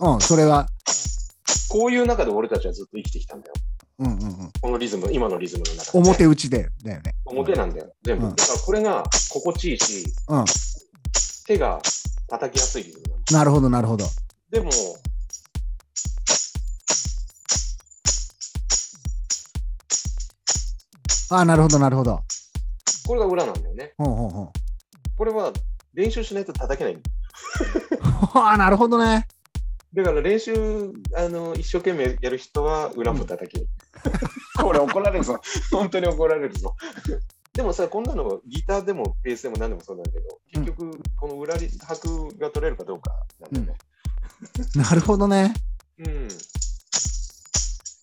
[SPEAKER 1] うん。うん、それは、
[SPEAKER 2] こういう中で俺たちはずっと生きてきたんだよ。
[SPEAKER 1] うんうんうん。
[SPEAKER 2] このリズム、今のリズムの中で、
[SPEAKER 1] 表打ちで、だよね。
[SPEAKER 2] 表なんだよ、全部。
[SPEAKER 1] うん
[SPEAKER 2] だからこれが心地いいし、
[SPEAKER 1] うん。
[SPEAKER 2] 手が叩きやすいリズムなんだ
[SPEAKER 1] なるほど、なるほど。
[SPEAKER 2] でも、
[SPEAKER 1] ああ、なるほど、なるほど。
[SPEAKER 2] これが裏なんだよね。
[SPEAKER 1] ほうほうほう。
[SPEAKER 2] これは練習しないと叩けない。
[SPEAKER 1] ああ、なるほどね。
[SPEAKER 2] だから練習、あの、一生懸命やる人は裏も叩ける。 これ怒られるぞ。本当に怒られるぞ。でもさ、こんなのギターでもベースでも何でもそうなんだけど、結局、この裏拍が取れるかどうかなんだよね。
[SPEAKER 1] なるほどね。
[SPEAKER 2] うん。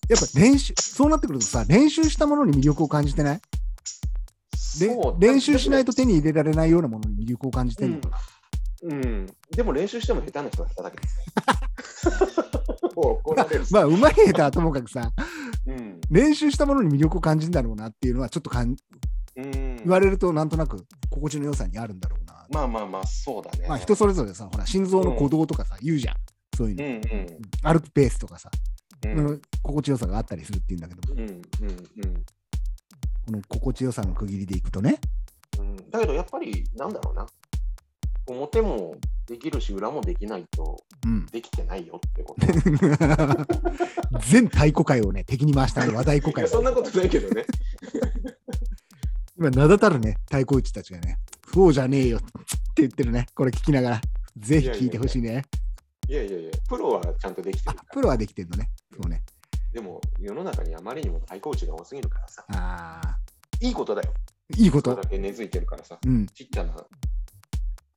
[SPEAKER 1] やっぱ練習、そうなってくるとさ、練習したものに魅力を感じてないれ
[SPEAKER 2] そう
[SPEAKER 1] 練習しない
[SPEAKER 2] と
[SPEAKER 1] と手に入れられないようなものに魅力を感じてるのかな。
[SPEAKER 2] うん、でも練習しても下手な人が叩 ける。もう怒られる。
[SPEAKER 1] まあ、うまい下手はともかくさ、
[SPEAKER 2] うん。
[SPEAKER 1] 練習したものに魅力を感じるんだろうなっていうのは、ちょっとかん
[SPEAKER 2] うん。
[SPEAKER 1] 言われると、なんとなく心地の良さにあるんだろうな。
[SPEAKER 2] まあまあまあ、そうだね。
[SPEAKER 1] まあ、人それぞれさ、ほら、心臓の鼓動とかさ、言うじゃん。そういう
[SPEAKER 2] う
[SPEAKER 1] の。
[SPEAKER 2] んうん
[SPEAKER 1] 歩くペースとかさ、
[SPEAKER 2] うん。うん
[SPEAKER 1] の心地よさがあったりするっていうんだけど、こ
[SPEAKER 2] うんうん
[SPEAKER 1] の心地よさの区切りでいくとね、
[SPEAKER 2] うん。だけどやっぱり、なんだろうな。表もできるし、裏もできないと
[SPEAKER 1] うん、
[SPEAKER 2] できてないよっ てこと。
[SPEAKER 1] 全太鼓界をね、敵に回したね、和太鼓
[SPEAKER 2] い
[SPEAKER 1] 界
[SPEAKER 2] やそんな
[SPEAKER 1] を。
[SPEAKER 2] ことないけどね。
[SPEAKER 1] 今、名だたるね、太鼓打ちたちがね、そうじゃねえよって言ってるね、これ聞きながら、ぜひ聞いてほしいね。
[SPEAKER 2] いやいやいや、プロはちゃんとできて
[SPEAKER 1] あ
[SPEAKER 2] るから。
[SPEAKER 1] プロはできてるのね。そうね。
[SPEAKER 2] でも、世の中にあまりにも対抗値が多すぎるからさ。
[SPEAKER 1] ああ、
[SPEAKER 2] いいことだよ。
[SPEAKER 1] いいこ
[SPEAKER 2] それ
[SPEAKER 1] と
[SPEAKER 2] だ。け根付いてるからさ。
[SPEAKER 1] うん。
[SPEAKER 2] ちっちゃな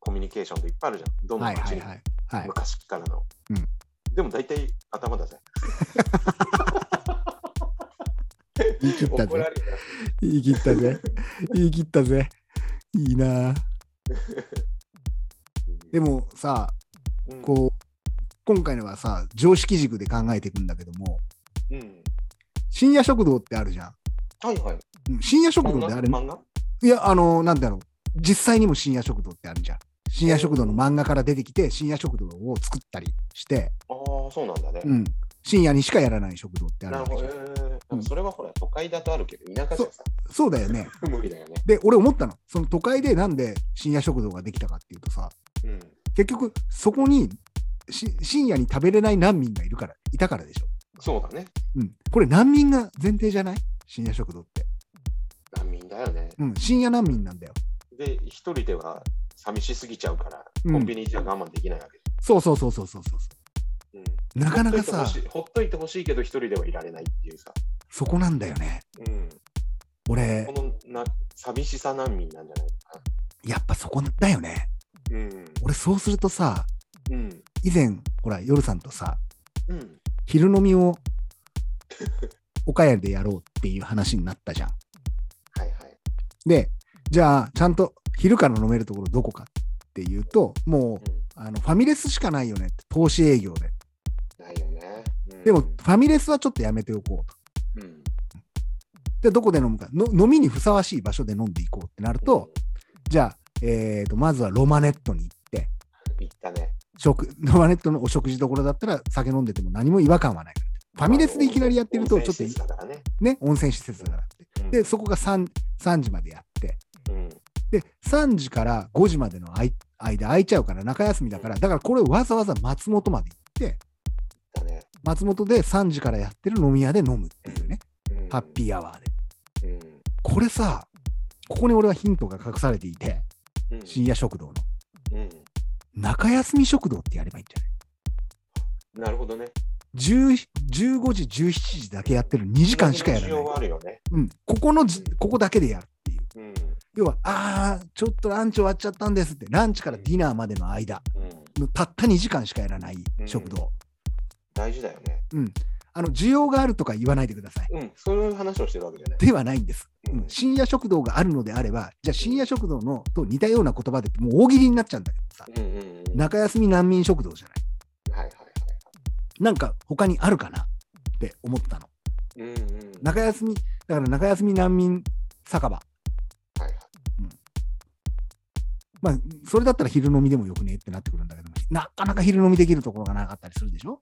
[SPEAKER 2] コミュニケーションっていっぱいあるじゃん。どん
[SPEAKER 1] は
[SPEAKER 2] ない
[SPEAKER 1] は
[SPEAKER 2] 街
[SPEAKER 1] い
[SPEAKER 2] にも、
[SPEAKER 1] はい。はい、
[SPEAKER 2] 昔からの。
[SPEAKER 1] うん
[SPEAKER 2] でも大体頭だぜ。
[SPEAKER 1] 言い切った
[SPEAKER 2] 怒ら
[SPEAKER 1] ぜ。
[SPEAKER 2] れるから
[SPEAKER 1] 言い切 ったぜ。言い切ったぜ。いいなあ
[SPEAKER 2] うん
[SPEAKER 1] でもさ、
[SPEAKER 2] うん
[SPEAKER 1] こう、今回のはさ、常識軸で考えていくんだけども、
[SPEAKER 2] うん。
[SPEAKER 1] 深夜食堂ってあるじゃん。
[SPEAKER 2] はいはい。
[SPEAKER 1] うん深夜食堂
[SPEAKER 2] 漫
[SPEAKER 1] って
[SPEAKER 2] 画
[SPEAKER 1] あれ、
[SPEAKER 2] 漫画
[SPEAKER 1] いや、あの、なんだろう。実際にも深夜食堂ってあるじゃん。深夜食堂の漫画から出てきて、深夜食堂を作ったりして、
[SPEAKER 2] ああ、そうなんだね。
[SPEAKER 1] うん、深夜にしかやらない食堂ってある
[SPEAKER 2] なる
[SPEAKER 1] わけ
[SPEAKER 2] ほ
[SPEAKER 1] じ
[SPEAKER 2] ど。
[SPEAKER 1] ゃ
[SPEAKER 2] え
[SPEAKER 1] ん
[SPEAKER 2] ー
[SPEAKER 1] うん
[SPEAKER 2] それはほら、都会だとあるけど、田舎じゃさ、
[SPEAKER 1] そうだよね。
[SPEAKER 2] 無理だよね。
[SPEAKER 1] で、俺思ったの。その都会でなんで深夜食堂ができたかっていうとさ、
[SPEAKER 2] うん。
[SPEAKER 1] 結局そこにし深夜に食べれない難民がいるから、いたからでしょ。
[SPEAKER 2] そうだね。
[SPEAKER 1] うん、これ難民が前提じゃない深夜食堂って。
[SPEAKER 2] 難民だよね。
[SPEAKER 1] うん、深夜難民なんだよ。
[SPEAKER 2] で、一人では寂しすぎちゃうから、
[SPEAKER 1] うん
[SPEAKER 2] コンビニじゃ我慢できないわけ。
[SPEAKER 1] そうそうそうそうそうそうそ
[SPEAKER 2] うん
[SPEAKER 1] う。なかなか
[SPEAKER 2] ほっ
[SPEAKER 1] さ
[SPEAKER 2] といてほ、しいほっといてほしいけど、一人ではいられないっていうさ。
[SPEAKER 1] そこなんだよね。
[SPEAKER 2] うん。
[SPEAKER 1] 俺
[SPEAKER 2] こ、のな寂しさ難民なんじゃないのか
[SPEAKER 1] やっぱそこだよね。
[SPEAKER 2] な。うん。
[SPEAKER 1] 俺そうするとさ、
[SPEAKER 2] うん。
[SPEAKER 1] 以前、ほら、夜さんとさ、
[SPEAKER 2] うん。
[SPEAKER 1] 昼飲み を岡谷でやろうっていう話になったじゃん。
[SPEAKER 2] はいはい。
[SPEAKER 1] で、じゃあ、ちゃんと昼から飲めるところどこかっていうと、もう、
[SPEAKER 2] う
[SPEAKER 1] あのファミレスしかないよねって、投資営業で。
[SPEAKER 2] ん。ないよね。うん
[SPEAKER 1] でも、ファミレスはちょっとやめておこうと。
[SPEAKER 2] うん。
[SPEAKER 1] で、どこで飲むか、の飲みにふさわしい場所で飲んでいこうってなると、じゃあ、えー、と、まずはロマネットに行って、
[SPEAKER 2] うん、行ったね。
[SPEAKER 1] 食ロマネットのお食事どころだったら酒飲んでても何も違和感はないからって。ファミレスでいきなりやってると、
[SPEAKER 2] 温
[SPEAKER 1] ちょ
[SPEAKER 2] 泉
[SPEAKER 1] っと
[SPEAKER 2] 施設だからね。
[SPEAKER 1] ね、温泉施設だからって。で、そこが 3, 3時までやって、
[SPEAKER 2] うん、うん。
[SPEAKER 1] で、3時から5時までのあい間空いちゃうから、中休みだから、だからこれをわざわざ松本まで行って、
[SPEAKER 2] だね。
[SPEAKER 1] 松本で3時からやってる飲み屋で飲むっていうね、
[SPEAKER 2] うん
[SPEAKER 1] ハッピーアワーで。
[SPEAKER 2] うん。
[SPEAKER 1] これさ、ここに俺はヒントが隠されていて、
[SPEAKER 2] うん
[SPEAKER 1] 深夜食堂の。
[SPEAKER 2] うん。
[SPEAKER 1] 中休み食堂ってやればいいんじゃない
[SPEAKER 2] なるほどね。
[SPEAKER 1] 10 15時、17時だけやってる2時間しかやら
[SPEAKER 2] 需要
[SPEAKER 1] な
[SPEAKER 2] は
[SPEAKER 1] い。
[SPEAKER 2] あるよね。
[SPEAKER 1] うん、ここのじ、ここだけでやるっていう。
[SPEAKER 2] うん。うん。
[SPEAKER 1] 要は、あー、ちょっとランチ終わっちゃったんですって、ランチからディナーまでの間、のたった2時間しかやらない食堂。
[SPEAKER 2] 大事だよね。
[SPEAKER 1] あの需要があるとか言わないでください。
[SPEAKER 2] うん。そういう話をしてるわけじゃない。
[SPEAKER 1] ではないんです。
[SPEAKER 2] う
[SPEAKER 1] うんん、深夜食堂があるのであれば、じゃあ深夜食堂のと似たような言葉でもう大喜利になっちゃうんだけどさ、
[SPEAKER 2] うんうんうん。はい
[SPEAKER 1] 中休み難民食堂じゃない。
[SPEAKER 2] はいはい。
[SPEAKER 1] なんか他にあるかなって思ったの。
[SPEAKER 2] うんうん。
[SPEAKER 1] 中休み、だから中休み難民酒場。
[SPEAKER 2] はいはい。
[SPEAKER 1] まあ、それだったら昼飲みでもよくねってなってくるんだけども、なかなか昼飲みできるところがなかったりするでしょ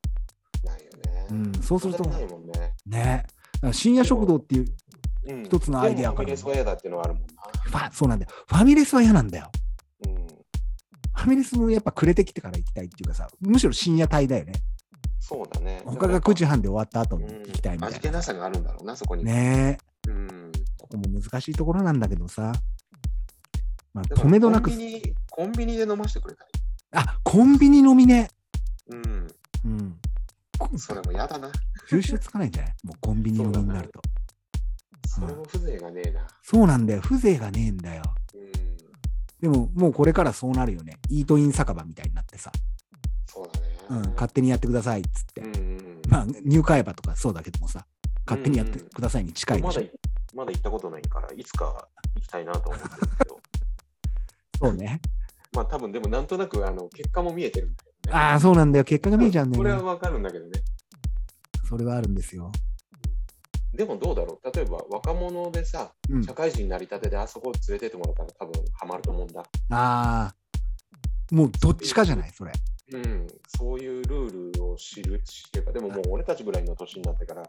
[SPEAKER 2] ないよね。
[SPEAKER 1] うんそうすると
[SPEAKER 2] ないもんね。
[SPEAKER 1] ねえ。だから深夜食堂っていう、
[SPEAKER 2] うん
[SPEAKER 1] 一つのアイデアか
[SPEAKER 2] でもファ
[SPEAKER 1] ら
[SPEAKER 2] ミレスは嫌だっていうのはあるもんな。
[SPEAKER 1] ファそうなんだよ。ファミレスは嫌なんだよ。
[SPEAKER 2] うん。
[SPEAKER 1] ファミレスもやっぱ暮れてきてから行きたいっていうかさ、むしろ深夜帯だよね。
[SPEAKER 2] そうだね。
[SPEAKER 1] 他が9時半で終わった後に行きたいみ
[SPEAKER 2] うん
[SPEAKER 1] た
[SPEAKER 2] 味
[SPEAKER 1] い
[SPEAKER 2] 気
[SPEAKER 1] な。
[SPEAKER 2] なさがあるんだろうな、そこに。。
[SPEAKER 1] ねえ、
[SPEAKER 2] うん。
[SPEAKER 1] ここも難しいところなんだけどさ。まあ、
[SPEAKER 2] だ
[SPEAKER 1] 止
[SPEAKER 2] から
[SPEAKER 1] めどなく
[SPEAKER 2] コン、ビニ、コンビニで飲ませてくれたい。
[SPEAKER 1] あ、コンビニ飲みね。
[SPEAKER 2] うん。
[SPEAKER 1] うん。こ
[SPEAKER 2] それも嫌だな。
[SPEAKER 1] 収集つかないんじゃないもうコンビニ飲みになると。
[SPEAKER 2] それも風情がねえな。
[SPEAKER 1] そうなんだよ。風情がねえんだよ。
[SPEAKER 2] うん。
[SPEAKER 1] でも、もうこれからそうなるよね。イートイン酒場みたいになってさ。
[SPEAKER 2] そうだね。
[SPEAKER 1] うん、勝手にやってくださいっつって。
[SPEAKER 2] うんうん
[SPEAKER 1] まあ、入会場とかそうだけどもさ。勝手にやってくださいに近いで
[SPEAKER 2] ま
[SPEAKER 1] し
[SPEAKER 2] だ
[SPEAKER 1] ょ。
[SPEAKER 2] まだ行ったことないから、いつか行きたいなと思ってるんですけど、
[SPEAKER 1] そうね。
[SPEAKER 2] まあ多分でもなんとなくあの結果も見えてるんだよね。
[SPEAKER 1] ああ、そうなんだよ。結果が見えちゃうんだ
[SPEAKER 2] こ
[SPEAKER 1] よ
[SPEAKER 2] れ
[SPEAKER 1] ね。
[SPEAKER 2] はわかるんだけどね。
[SPEAKER 1] それはあるんですよ。
[SPEAKER 2] でもどうだろう例えば若者でさ、
[SPEAKER 1] うん。
[SPEAKER 2] 社会人になりたてであそこ連れてってもらったら多分ハマると思うんだ。
[SPEAKER 1] ああ、もうどっちかじゃない、それ。
[SPEAKER 2] うん、そういうルールを知る、知れば、でももう俺たちぐらいの年になってから、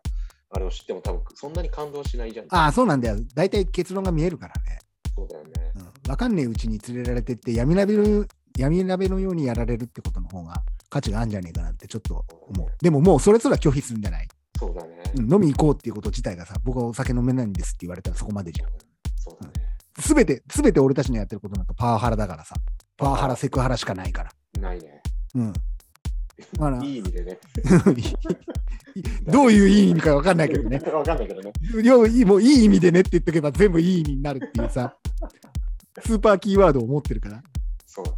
[SPEAKER 2] あれを知っても多分そんなに感動しないじゃん。
[SPEAKER 1] ああ、そうなんだよ。大体結論が見えるからね。
[SPEAKER 2] そうだよね。
[SPEAKER 1] うん、わかんねえうちに連れられてって、闇鍋の、闇鍋のようにやられるってことの方が価値があるんじゃねえかなってちょっと思う。でももうそれすら拒否するんじゃない、
[SPEAKER 2] そうだね。
[SPEAKER 1] うん、飲み行こうっていうこと自体がさ、僕はお酒飲めないんですって言われたらそこまでじゃん。
[SPEAKER 2] そうだね。
[SPEAKER 1] すべて、すべて俺たちのやってることなんかパワハラだからさ。パワハラ、セクハラしかないから。
[SPEAKER 2] ないね。
[SPEAKER 1] うん。まあ
[SPEAKER 2] いい意味でね。
[SPEAKER 1] どういういい意味かわかんないけどね。
[SPEAKER 2] わかんないけどね。
[SPEAKER 1] 要いいもういい意味でねって言っとけば全部いい意味になるっていうさ、スーパーキーワードを持ってるから。
[SPEAKER 2] そうだね。